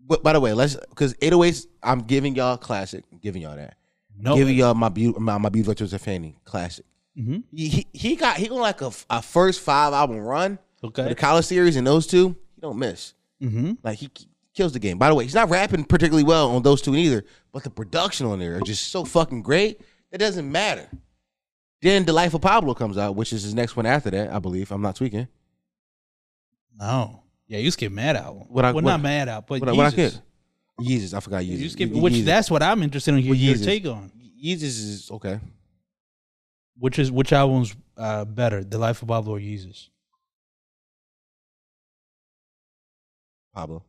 A: But by the way, let's because 808s. I'm giving y'all classic. I'm giving y'all that.
B: no,
A: Give you uh, my beautiful, my, my beautiful Josephine classic.
B: Mhm.
A: He, he he got he going like a, f- a first five album run.
B: Okay.
A: the college series and those two, he don't miss.
B: hmm
A: Like he k- kills the game. By the way, he's not rapping particularly well on those two either, but the production on there are just so fucking great. It doesn't matter. Then Delightful Pablo comes out, which is his next one after that, I believe. I'm not tweaking.
B: no, yeah, you skip Mad Album.
A: What I-
B: well,
A: what-
B: not Mad Album, but
A: What, I- what I
B: Yeezus.
A: could. Yeezus, I forgot Yeezus.
B: You skip,
A: Ye-
B: which
A: Yeezus.
B: that's what I'm interested in hearing your
A: Yeezus.
B: take on.
A: Yeezus is okay.
B: Which is which album's uh, better, The Life of Pablo or Yeezus?
A: Pablo.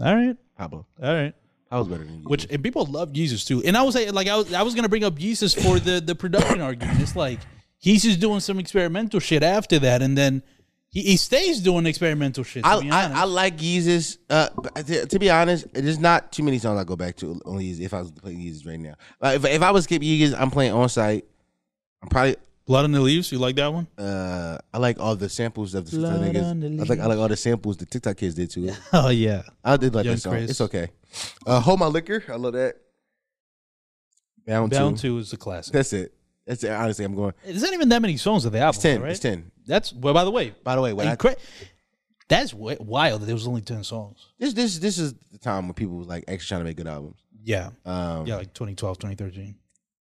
B: All right,
A: Pablo.
B: all right.
A: Pablo's better than Yeezus.
B: Which and people love Yeezus too. And I was like, like I was, I was gonna bring up Yeezus for the the production argument. It's like he's just doing some experimental shit after that, and then he, he stays doing experimental shit. To
A: I,
B: be
A: I, I
B: honest.
A: like Yeezus. Uh, but to, to be honest, there's not too many songs I go back to on Yeezus if I was playing Yeezus right now. Like, if, if I was skip Yeezus, I'm playing on site. I'm probably
B: Blood on the Leaves. You like that one?
A: uh, I like all the samples of the
B: Blood on
A: niggas.
B: the
A: I like I like all the samples the TikTok kids did too.
B: Oh yeah.
A: I did like
B: Young
A: that song.
B: Chris.
A: It's okay. Uh, Hold my liquor. I love that. Bound,
B: Down
A: to.
B: Two is the classic.
A: That's it. That's it. Honestly, I'm going.
B: There's not even that many songs of the album.
A: It's ten.
B: right?
A: It's ten.
B: That's well. By the way,
A: By the way, when I,
B: incre- that's wi- wild. That there was only ten songs.
A: this this this is the time when people was like actually trying to make good albums.
B: Yeah.
A: Um,
B: Yeah, like 2012, 2013.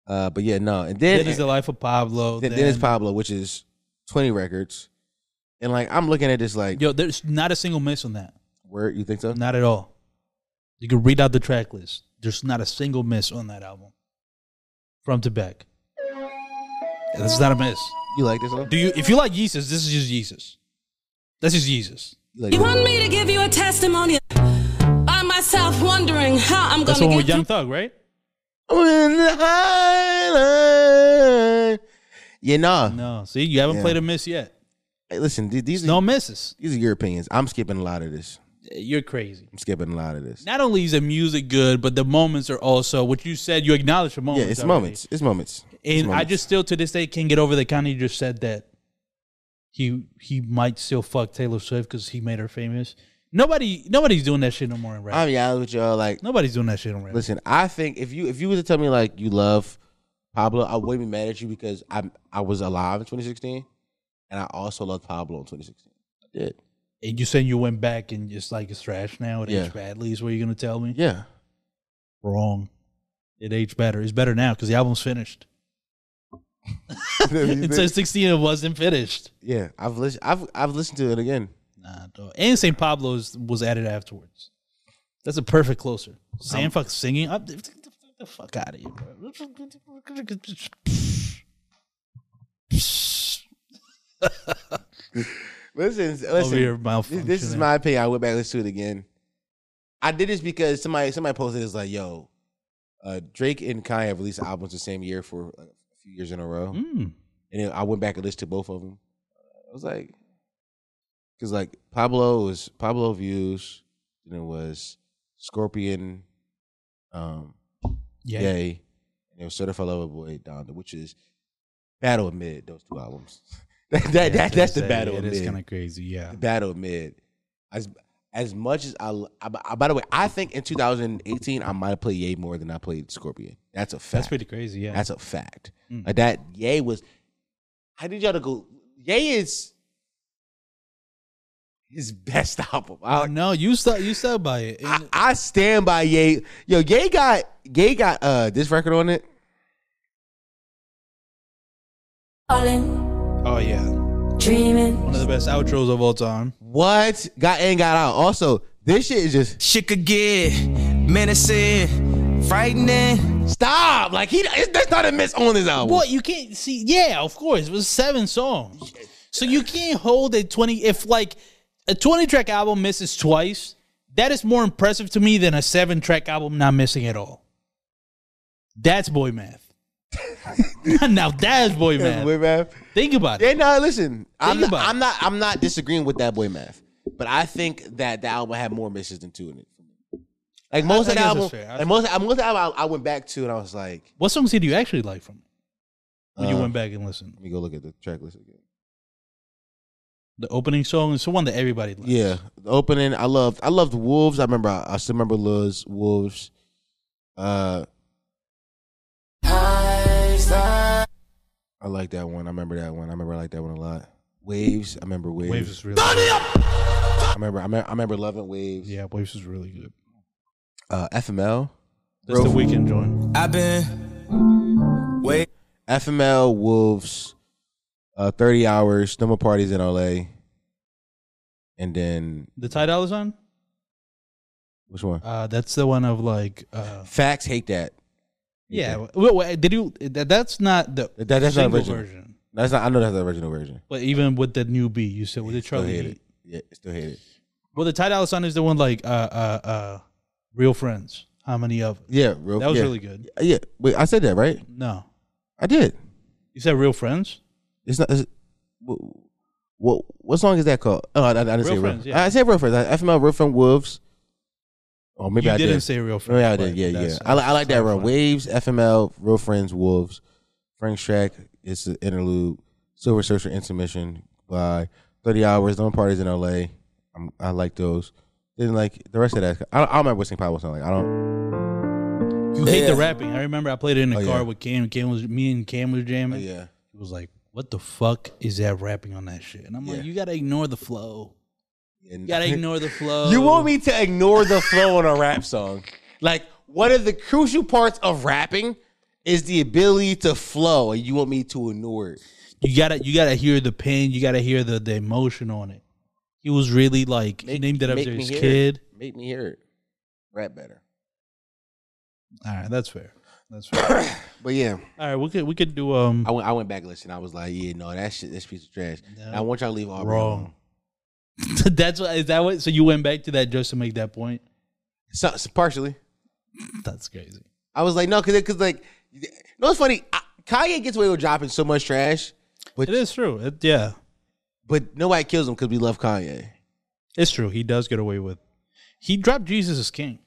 A: uh, but yeah, no. And
B: Then
A: then
B: is the life of Pablo.
A: then, then it's Pablo, which is 20 records. And like I'm looking at this like
B: Yo, there's not a single miss on that.
A: where you think so?
B: Not at all. You can read out the track list. There's not a single miss on that album. From to back. Yeah, That's not a miss.
A: You like this one?
B: Do you if you like Jesus, this is just Jesus. This is Jesus.
A: You like
H: You
A: this one?
H: want me to give you a testimony by myself, wondering how I'm
B: That's
H: gonna
B: the one
H: get
B: with Young
H: through.
B: Thug, right?
A: I'm in the high line. Yeah, nah.
B: No. See, you haven't
A: Yeah.
B: played a miss yet.
A: Hey, listen, th- these are,
B: No misses.
A: these are your opinions. I'm skipping a lot of this.
B: You're crazy.
A: I'm skipping a lot of this.
B: Not only is the music good, but the moments are also what you said. You acknowledge the
A: yeah,
B: moments.
A: it's
B: already.
A: moments. It's moments. It's
B: And I
A: moments.
B: just still to this day can't get over that Kanye just said that he he might still fuck Taylor Swift because he made her famous. Nobody nobody's doing that shit no more in rap.
A: I'm be honest with y'all. Like,
B: nobody's doing that shit in rap.
A: listen, I think if you if you were to tell me like you love Pablo, I wouldn't be mad at you because I am I was alive in 2016, and I also loved Pablo in 2016. I did.
B: and you saying you went back and it's like it's trash now. It
A: Yeah.
B: aged badly is what you're gonna tell me?
A: Yeah.
B: Wrong. It aged better. It's better now because the album's finished. It says 16 it wasn't finished.
A: Yeah, I've listened. I've I've listened to it again.
B: Nah, dog. And St. Pablo's was added afterwards. That's a perfect closer. Sam fuck singing. up get the fuck out of here. bro.
A: Listen,
B: Over
A: listen.
B: your mouth.
A: This, this is my opinion. I went back and listened to it again. I did this because somebody somebody posted this like, yo, uh, Drake and Kanye released albums the same year for like, a few years in a row,
B: Mm.
A: and then I went back and listened to both of them. I was like, because like Pablo was Pablo Views, and it was Scorpion, um,
B: Yeah.
A: Yay, and it was Certified Lover Boy Donda, which is Battle of Mid. Those two albums. that, that, that, that's the Battle of
B: It is
A: Mid
B: kind of crazy. Yeah.
A: battle mid. As as much as I, I, I- by the way, I think in 2018 I might have played Ye more than I played Scorpion. That's a fact.
B: That's pretty crazy. Yeah.
A: That's a fact. Like that Ye was. I need y'all to go. Ye is his best album.
B: Oh,
A: I,
B: no, you stuck. You stuck by it.
A: I, I stand by Ye. Yo, Ye got Ye got uh this record on it.
H: Falling,
B: oh yeah,
H: dreaming.
B: one of the best outros of all time.
A: What got in got out. Also, this shit is just
D: Shit could get menacing, frightening.
A: stop. Like he, it's, that's not a miss on this album.
B: What you can't see? Yeah, of course. It was seven songs, so you can't hold a twenty. If like a twenty-track album misses twice, that is more impressive to me than a seven-track album not missing at all. That's boy math. now that's boy math.
A: Weird, man.
B: Think about
A: Yeah,
B: it.
A: no, listen. I'm not,
B: about
A: I'm
B: it.
A: not I'm not disagreeing with that boy math. But I think that the album had more misses than two in it. Like most
B: I
A: of the
B: guess
A: album,
B: that's fair. That's
A: like most, most of the album I, I went back to and I was like,
B: What songs did you actually like from it when you
A: Uh,
B: went back and listened?
A: let me go look at the track list again.
B: The opening song is the one that everybody likes.
A: Yeah, the opening I loved. I loved Wolves. I remember. I, I still remember Luz Wolves. Uh, I like that one. I remember that one. I remember I like that one a lot. Waves. I remember waves.
B: Waves is really
A: I remember. I remember, I remember loving waves.
B: Yeah, Waves is really good.
A: Uh, FML.
B: That's the weekend joint.
D: I've been wait.
A: FML Wolves, uh, thirty hours, no more parties in LA, and then
B: The Ty Dolla Sign?
A: which one?
B: Uh, that's the one of like. Uh,
A: Facts hate that.
B: yeah. Wait, wait, did you? That, that's not the
A: That- that's not
B: single
A: original.
B: version.
A: That's not. I know that's the original version.
B: But even with the new B, you said with the
A: Still
B: Charlie.
A: hate
B: Heat.
A: it. Yeah, still hate it.
B: Well, the Ty Dolla Sign is the one like uh, uh, uh, Real Friends. How many of? It?
A: Yeah, real.
B: That was
A: yeah.
B: really good.
A: Yeah, wait, I said that right?
B: No,
A: I did.
B: you said Real Friends.
A: It's not. It's, what, what what song is that called? Oh, I, I didn't say
B: Real
A: real.
B: Friends, yeah.
A: I said real friends. I, FML real friend wolves. Oh, maybe
B: you
A: I
B: didn't
A: did.
B: say Real Friends.
A: Maybe I
B: but
A: did. Oh, Yeah, yeah.
B: that's-
A: I, li- I like that run.
B: clarifying.
A: Waves, FML, Real Friends, Wolves, Frank Shack. It's an interlude. Silver Searcher intermission by Thirty Hours. No parties in LA. I'm, I like those. Then like the rest of that. I don't, I don't remember what St. Paul was on. Like I don't.
B: You hate the rapping. I remember I played it in the
A: Oh,
B: car
A: yeah.
B: with Cam. Cam was me and Cam was jamming.
A: Oh, Yeah.
B: He was like, "What the fuck is that rapping on that shit?" And I'm
A: Yeah.
B: like, "You gotta ignore the flow.
A: And-
B: You gotta ignore the flow."
A: You want me to ignore the flow on a rap song? Like one of the crucial parts of rapping is the ability to flow, and you want me to ignore it?
B: You gotta. You gotta hear the pain. You gotta hear the the emotion on it. He was really like he named it
A: up
B: after his kid.
A: Make me hear it. Rap better.
B: All right, that's fair. That's fair.
A: But yeah.
B: All right, we could we could do um
A: I went, I went back and listened. I was like, yeah, no, that shit, this piece of trash. And I
B: No.
A: want y'all to leave Aubrey alone.
B: wrong. that's what is that what? So you went back to that just to make that point?
A: So, so partially,
B: That's crazy.
A: I was like, no, because because like, you know, it's funny. I, Kanye gets away with dropping so much trash, but
B: It is true. It, yeah,
A: but nobody kills him because we love Kanye.
B: it's true. He does get away with. He dropped Jesus is King.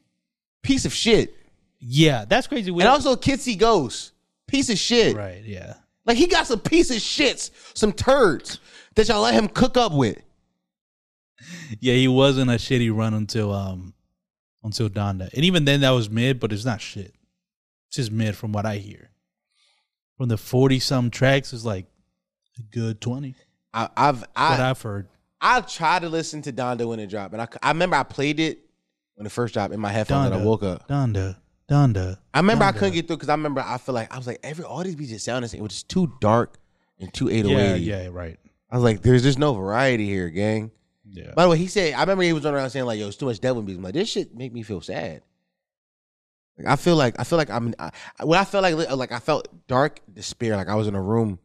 A: Piece of shit.
B: Yeah, that's crazy. We
A: And
B: don't-
A: also, Kitsy Ghost. Piece of shit.
B: right. Yeah.
A: Like he got some piece of shits, some turds that y'all let him cook up with.
B: Yeah, he was in a shitty run until um until Donda. And even then that was mid, but it's not shit. It's just mid from what I hear. From the forty some tracks is like a good twenty.
A: I, I've
B: What
A: I,
B: I've heard.
A: I tried to listen to Donda when it dropped, and I, c- I remember I played it when it first dropped in my headphones, and I
B: Donda.
A: woke up.
B: Donda. Donda.
A: I remember I
B: Donda.
A: couldn't get through because I remember I feel like I was like every all these beats just sound the same. It was just too dark and too
B: Yeah,
A: 808.
B: yeah, right.
A: I was like, there's just no variety here, gang.
B: Yeah.
A: By the way, he said I remember he was running around saying like, yo, it's too much devil in beats. I'm like, this shit make me feel sad. Like I feel like I feel like I'm I, when I felt like like I felt dark despair. Like I was in a room,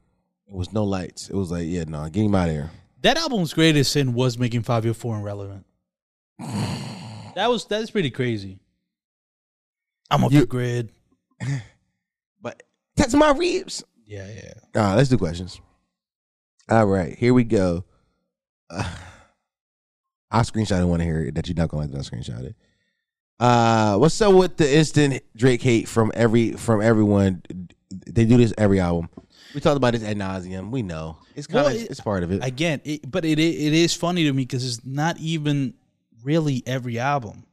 A: it was no lights. It was like, yeah, no, get him out of here.
B: oh That album's greatest sin was making Fabio Foreign relevant. That was that's pretty crazy. I'm off
A: You-
B: the grid.
A: But that's my ribs.
B: Yeah, yeah.
A: All right, let's do questions. All right, here we go. Uh, I screenshotted one here that you're not gonna like that I screenshotted. Uh, what's up with the instant Drake hate from every from everyone? They do this every album. We talked about this ad nauseum. We know it's kind of
B: Well, it-
A: it's part of it.
B: Again, it, but it i- it is funny to me because it's not even really every album.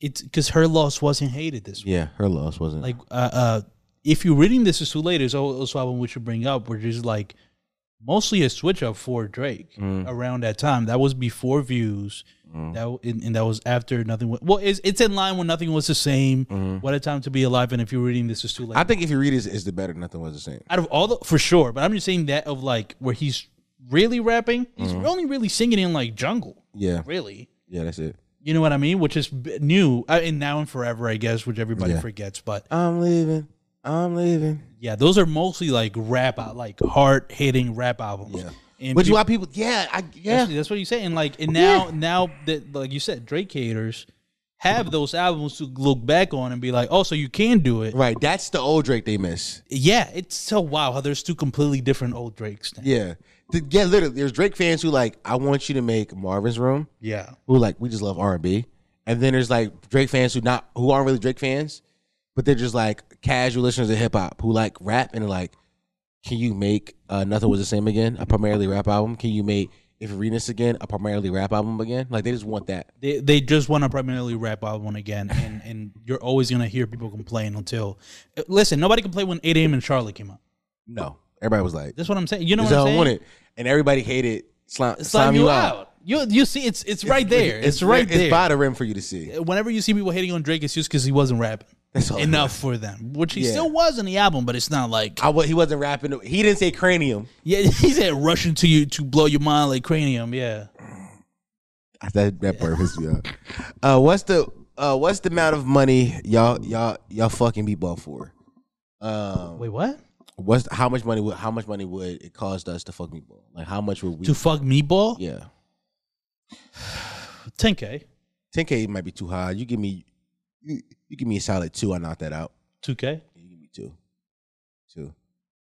B: It's because her loss wasn't hated this
A: yeah, her loss wasn't
B: like uh, uh if you're reading this is too late is al- also album we should bring up which is like mostly a switch up for drake around that time that was before views that w- and, and that was after nothing wa- well it's, it's in line when nothing was the same what a time to be alive and if you're reading this is too late
A: I think if you read it, it's the better. Nothing was the same.
B: out of all the for sure but i'm just saying that of like where he's really rapping he's
A: Mm-hmm.
B: only really singing in like jungle
A: Yeah,
B: really
A: yeah, that's it.
B: you know what i mean which is b- new uh, and now and forever i guess which everybody
A: Yeah.
B: forgets but
A: I'm leaving. I'm leaving.
B: Yeah, those are mostly like rap, out like hard hitting rap albums.
A: Yeah.
B: and
A: Which is
B: people,
A: why people, yeah, I, yeah,
B: that's, that's what you're saying. Like, and now, now that like you said, Drake haters have those albums to look back on and be like, oh, so you can do it.
A: right. That's the old Drake they miss.
B: Yeah, it's so wow how there's two completely different old Drakes. now.
A: Yeah. The- yeah, literally. There's Drake fans who like, I want you to make Marvin's Room,
B: yeah,
A: who like, we just love R and B. And then there's like Drake fans who not who aren't really Drake fans, but they're just like casual listeners of hip hop who like rap and are like, can you make uh, Nothing Was the Same Again, a primarily rap album? Can you make If You Read This Again, a primarily rap album again? Like they just want that.
B: They they just want to primarily rap album again, and and you're always gonna hear people complain until. uh, Listen, nobody complained when 8 a.m. and Charlotte came out.
A: No. Everybody was like,
B: That's what I'm saying. You know
A: this is
B: what I'm
A: how I
B: saying?
A: want it. And everybody hated Slime, slime,
B: Slime
A: You Out.
B: You you see, it's it's right there. It's, right there.
A: It's by the rim for you to see.
B: whenever you see people hating on Drake, it's just because he wasn't rapping
A: That's all.
B: enough for them, which he
A: Yeah.
B: still was in the album, but it's not like
A: I, wa- he wasn't rapping. He didn't say cranium.
B: yeah, he said rushing to you to blow your mind like cranium. Yeah,
A: That that part pissed me off. Uh, what's the uh, what's the amount of money y'all y'all y'all fucking be bought for? Um,
B: Oh. wait, what?
A: what's how much money would how much money would it cost us to fuck meatball? Like how much would we?
B: To fuck meatball?
A: yeah,
B: ten k,
A: ten k might be too high. You give me you, you give me a solid two. I knock that out.
B: two k.
A: You give me two, two.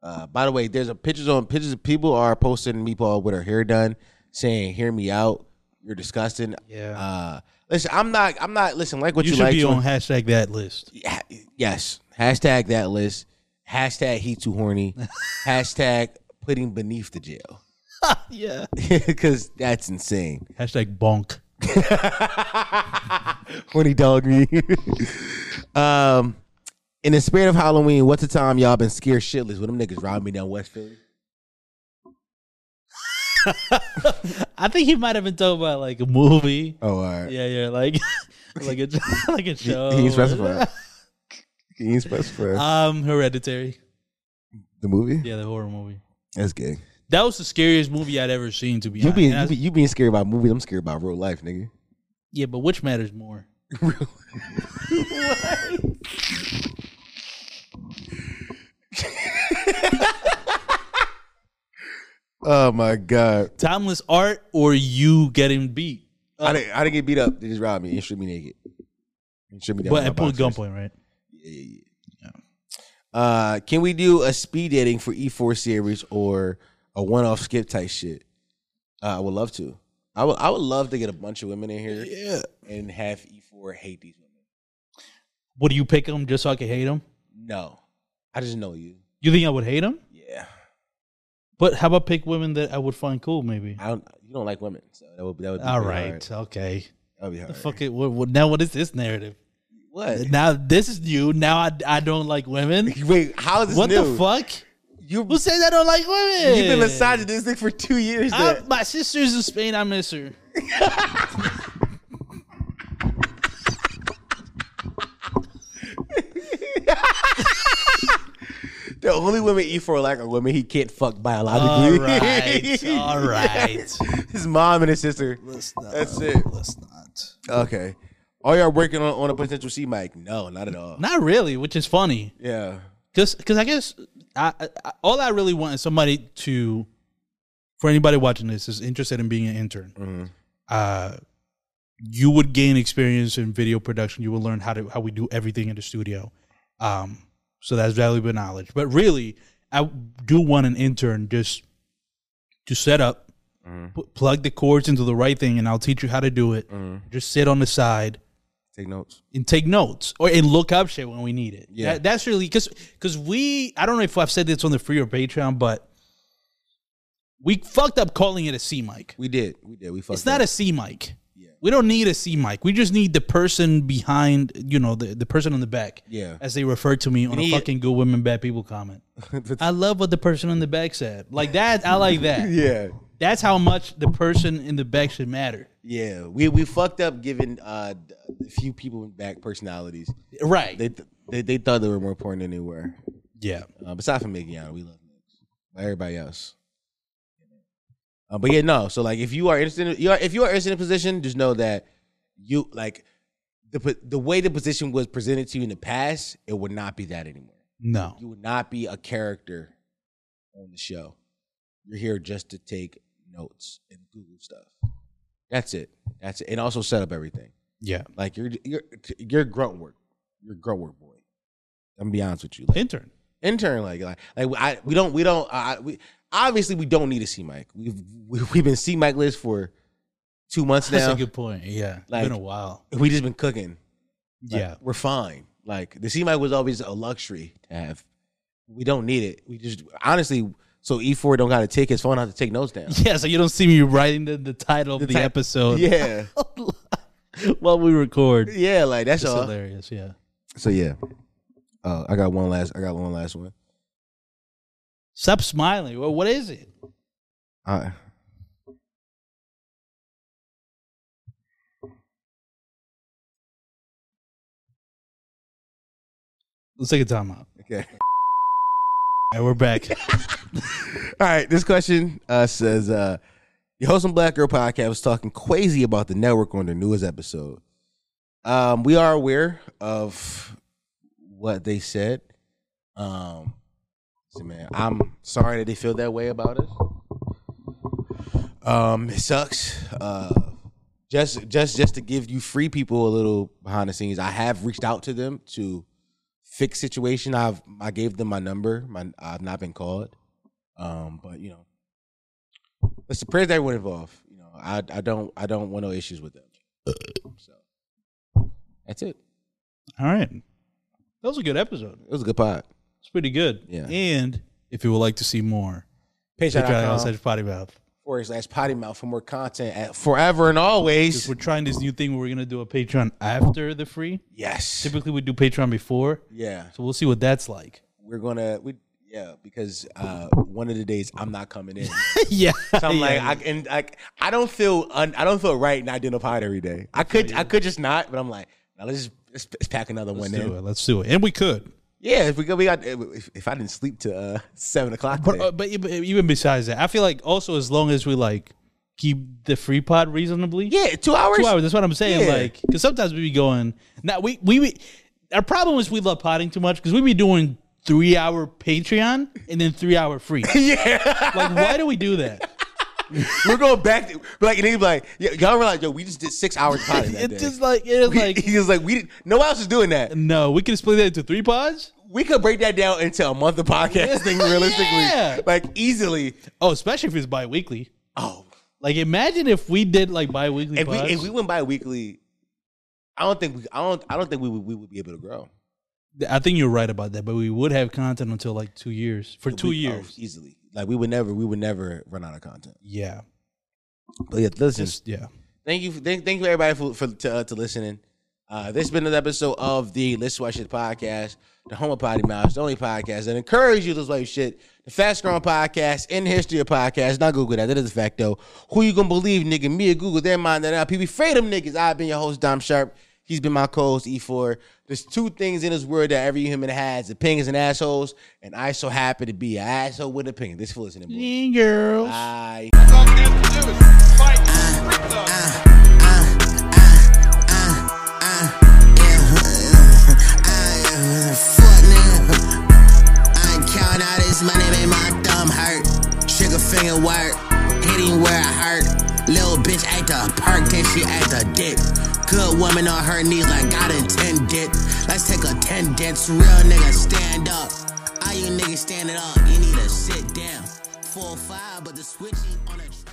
A: Uh, by the way, there's a pictures on pictures of people are posting meatball with her hair done, saying "Hear me out, you're disgusting."
B: Yeah.
A: Uh, listen, I'm not. I'm not. Listen, like what
B: You
A: you,
B: should
A: like.
B: be
A: so-
B: on hashtag that list.
A: Ha- yes. Hashtag that list. Hashtag he too horny. Hashtag putting beneath the jail.
B: Yeah.
A: Because that's insane.
B: Hashtag bonk.
A: Horny dog me. um, in the spirit of Halloween, what's the time y'all been scared shitless when them niggas robbed me down West Philly?
B: I think he might have been talking about like a movie.
A: Oh, all right.
B: Yeah, yeah, like like a like a show.
A: He's specified. He's specified.
B: Um, Hereditary.
A: the movie?
B: Yeah, the horror movie.
A: That's gay.
B: That was the scariest movie I'd ever seen. To be
A: You
B: honest,
A: being
B: And I-
A: you, be, you being scared about movies? I'm scared about real life, nigga.
B: Yeah, but which matters more?
A: Oh my god.
B: Timeless art or you getting beat?
A: I didn't, I didn't get beat up. They just robbed me and stripped me naked. And stripped me down.
B: but
A: to
B: at
A: my
B: point
A: boxers.
B: gunpoint, right?
A: Uh, can we do a speed dating for E4 series or a one off skip type shit? Uh, I would love to. I would I would love to get a bunch of women in here yeah. and have E4 hate these women.
B: Would you pick him just so I could hate him?
A: No. I just know you.
B: You think I would hate him?
A: Yeah.
B: But how about pick women that I would find cool? Maybe.
A: I don't you don't like women. So that would that would be
B: All
A: pretty
B: right.
A: hard.
B: Okay.
A: That would be hard.
B: Fuck it. What, what, now what is this narrative?
A: What?
B: Now this is new. Now I, I don't like women.
A: Wait, how is this
B: What
A: new?
B: the fuck?
A: You,
B: Who
A: you've
B: says I don't like women?
A: been misogynistic for two years.
B: I-
A: then.
B: my sister's in Spain. I miss her.
A: The only women E4 like are women he can't fuck
B: All
A: biologically.
B: right. All right.
A: his mom and his sister. That's it.
B: Let's not.
A: Okay. Are y'all working on, on a potential C mic? No, not at all.
B: Not really, which is funny.
A: yeah.
B: just because I guess I, I, I- all I really want is somebody to, for anybody watching this, is interested in being an intern. Uh, you would gain experience in video production. You will learn how to how we do everything in the studio. Um, so that's valuable knowledge. But really, I do want an intern just to set up, pu- plug the cords into the right thing, and I'll teach you how to do it. Just sit on the side
A: Take notes.
B: and take notes or and look up shit when we need it.
A: Yeah.
B: Yeah, that, that's really because because we I don't know if I've said this on the free or Patreon, but we fucked up calling it a C mic.
A: We did. We did. We fucked.
B: It's not
A: up.
B: a C mic. We don't need a C mic. We just need the person behind, you know, the, the person on the back.
A: Yeah.
B: As they refer to me on
A: need-
B: a fucking good women, bad people comment. I love what the person on the back said. Like that, I like that.
A: Yeah.
B: That's how much the person in the back should matter.
A: Yeah. We we fucked up giving uh the few people back personalities.
B: Right.
A: They th- they they thought they were more important than they were.
B: yeah.
A: Uh, besides from Migiano, we love Migs. But everybody else. Uh, but yeah, no. So like, if you are interested, in, you are if you are interested in position, just know that you like the po- the way the position was presented to you in the past, it would not be that anymore.
B: No.
A: You would not be a character on the show. You're here just to take notes and Google stuff. That's it. That's it. And also set up everything.
B: Yeah.
A: Like you're you're you're grunt work. You're grunt work boy. I'm gonna be honest with you. Like,
B: Intern.
A: intern like like, like I, we don't we don't I, we obviously we don't need a C mic. We've we, we've been C mic list for two months
B: That's
A: now.
B: a good point. Yeah.
A: Like-
B: Been a while.
A: we just been cooking. Like,
B: yeah.
A: we're fine. Like the C mic was always a luxury to have. We don't need it. We just honestly. So E four don't got to take his phone out to take notes down.
B: Yeah. So you don't see me writing the, the title of the,
A: ti-
B: episode
A: Yeah,
B: while we record.
A: yeah. uh, Like that's
B: It's
A: all.
B: hilarious. Yeah.
A: So yeah. Uh, I got one last. I got one last one.
B: Stop smiling. Well, what is it?
A: I
B: Let's take a timeout.
A: okay.
B: And we're back.
A: All right, this question uh, says uh, your host on Black Girl Podcast was talking crazy about the network on their newest episode. Um, we are aware of what they said. Um, so man, I'm sorry that they feel that way about us. Um, it sucks. Uh, just just just to give you free people a little behind the scenes, I have reached out to them to fix situation. I've I gave them my number. My I've not been called. Um, but you know, let's the prayers that everyone involved. You know, I I don't I don't want no issues with them. So that's it.
B: All right. That was a good episode.
A: It was a good pod.
B: It's pretty good.
A: Yeah.
B: And if you would like to see more, check out
A: Patreon.com
B: outside potty mouth.
A: forward slash potty mouth for more content at forever and always.
B: We're trying this new thing where we're gonna do a Patreon after the free.
A: Yes.
B: Typically, we do Patreon before,
A: Yeah.
B: so we'll see what that's like.
A: We're gonna we yeah, because uh one of the days I'm not coming in. So
B: yeah.
A: I'm like I and like I don't feel un, I don't feel right not doing a pod every day. I could I could just not, but I'm like, now let's just let's, let's pack another
B: let's
A: one in.
B: do it. Let's do it. And we could.
A: Yeah, if we go, we got. If, if I didn't sleep to uh, seven o'clock,
B: But
A: today.
B: uh, but e- but even besides that, I feel like also as long as we like keep the free pod reasonably.
A: yeah, two hours.
B: two hours. That's what I'm saying.
A: Yeah.
B: Like, because sometimes we be going. Now we we be, our problem is we love potting too much because we be doing three hour Patreon and then three hour free. yeah. Like, why do we do that?
A: We're going back. To, like and he's like, y- y'all realize, yo, we just did six hours potty that
B: It's
A: day.
B: just like it is
A: We-
B: like
A: he was like, we didn't. No one else is doing that.
B: no. We can split that into three pods.
A: We could break that down into a month of podcasting, realistically,
B: Yeah.
A: like easily.
B: Oh, especially if it's bi-weekly.
A: Oh,
B: Like, imagine if we did like bi-weekly
A: if we
B: pods.
A: if we went by weekly, I don't think we, I don't I don't think we would, we would be able to grow
B: I think you're right about that, but we would have content until like two years for two
A: We- oh,
B: years.
A: easily. Like we would never we would never run out of content.
B: Yeah,
A: But yeah, listen,
B: just yeah.
A: thank you, thank, thank you everybody for for to, uh, to listening. Uh, this has been an episode of the Let's Watch Shit podcast, the home of potty mouths, the only podcast that encourages you to watch shit, the fast growing podcast in the history of podcasts. Not Google that, that is a fact though. Who you gonna believe, nigga? Me or Google? Their mind that out. People afraid them niggas. I've been your host Dom Sharp. He's been my co-host E4. There's two things in this world that every human has: opinions and assholes. And I so happy to be an asshole with an opinion. This fool is in the boy.
B: Girls.
A: Bye.
D: Fuck nigga. I count all this money, made my thumb hurt. Trigger finger work, hitting where I hurt. Little bitch ate the perk, then she ate the dick. Good woman on her knees like God intended. Let's take attendance, real nigga stand up. All you niggas standing up, you need to sit down. Four five, but the switchy on a.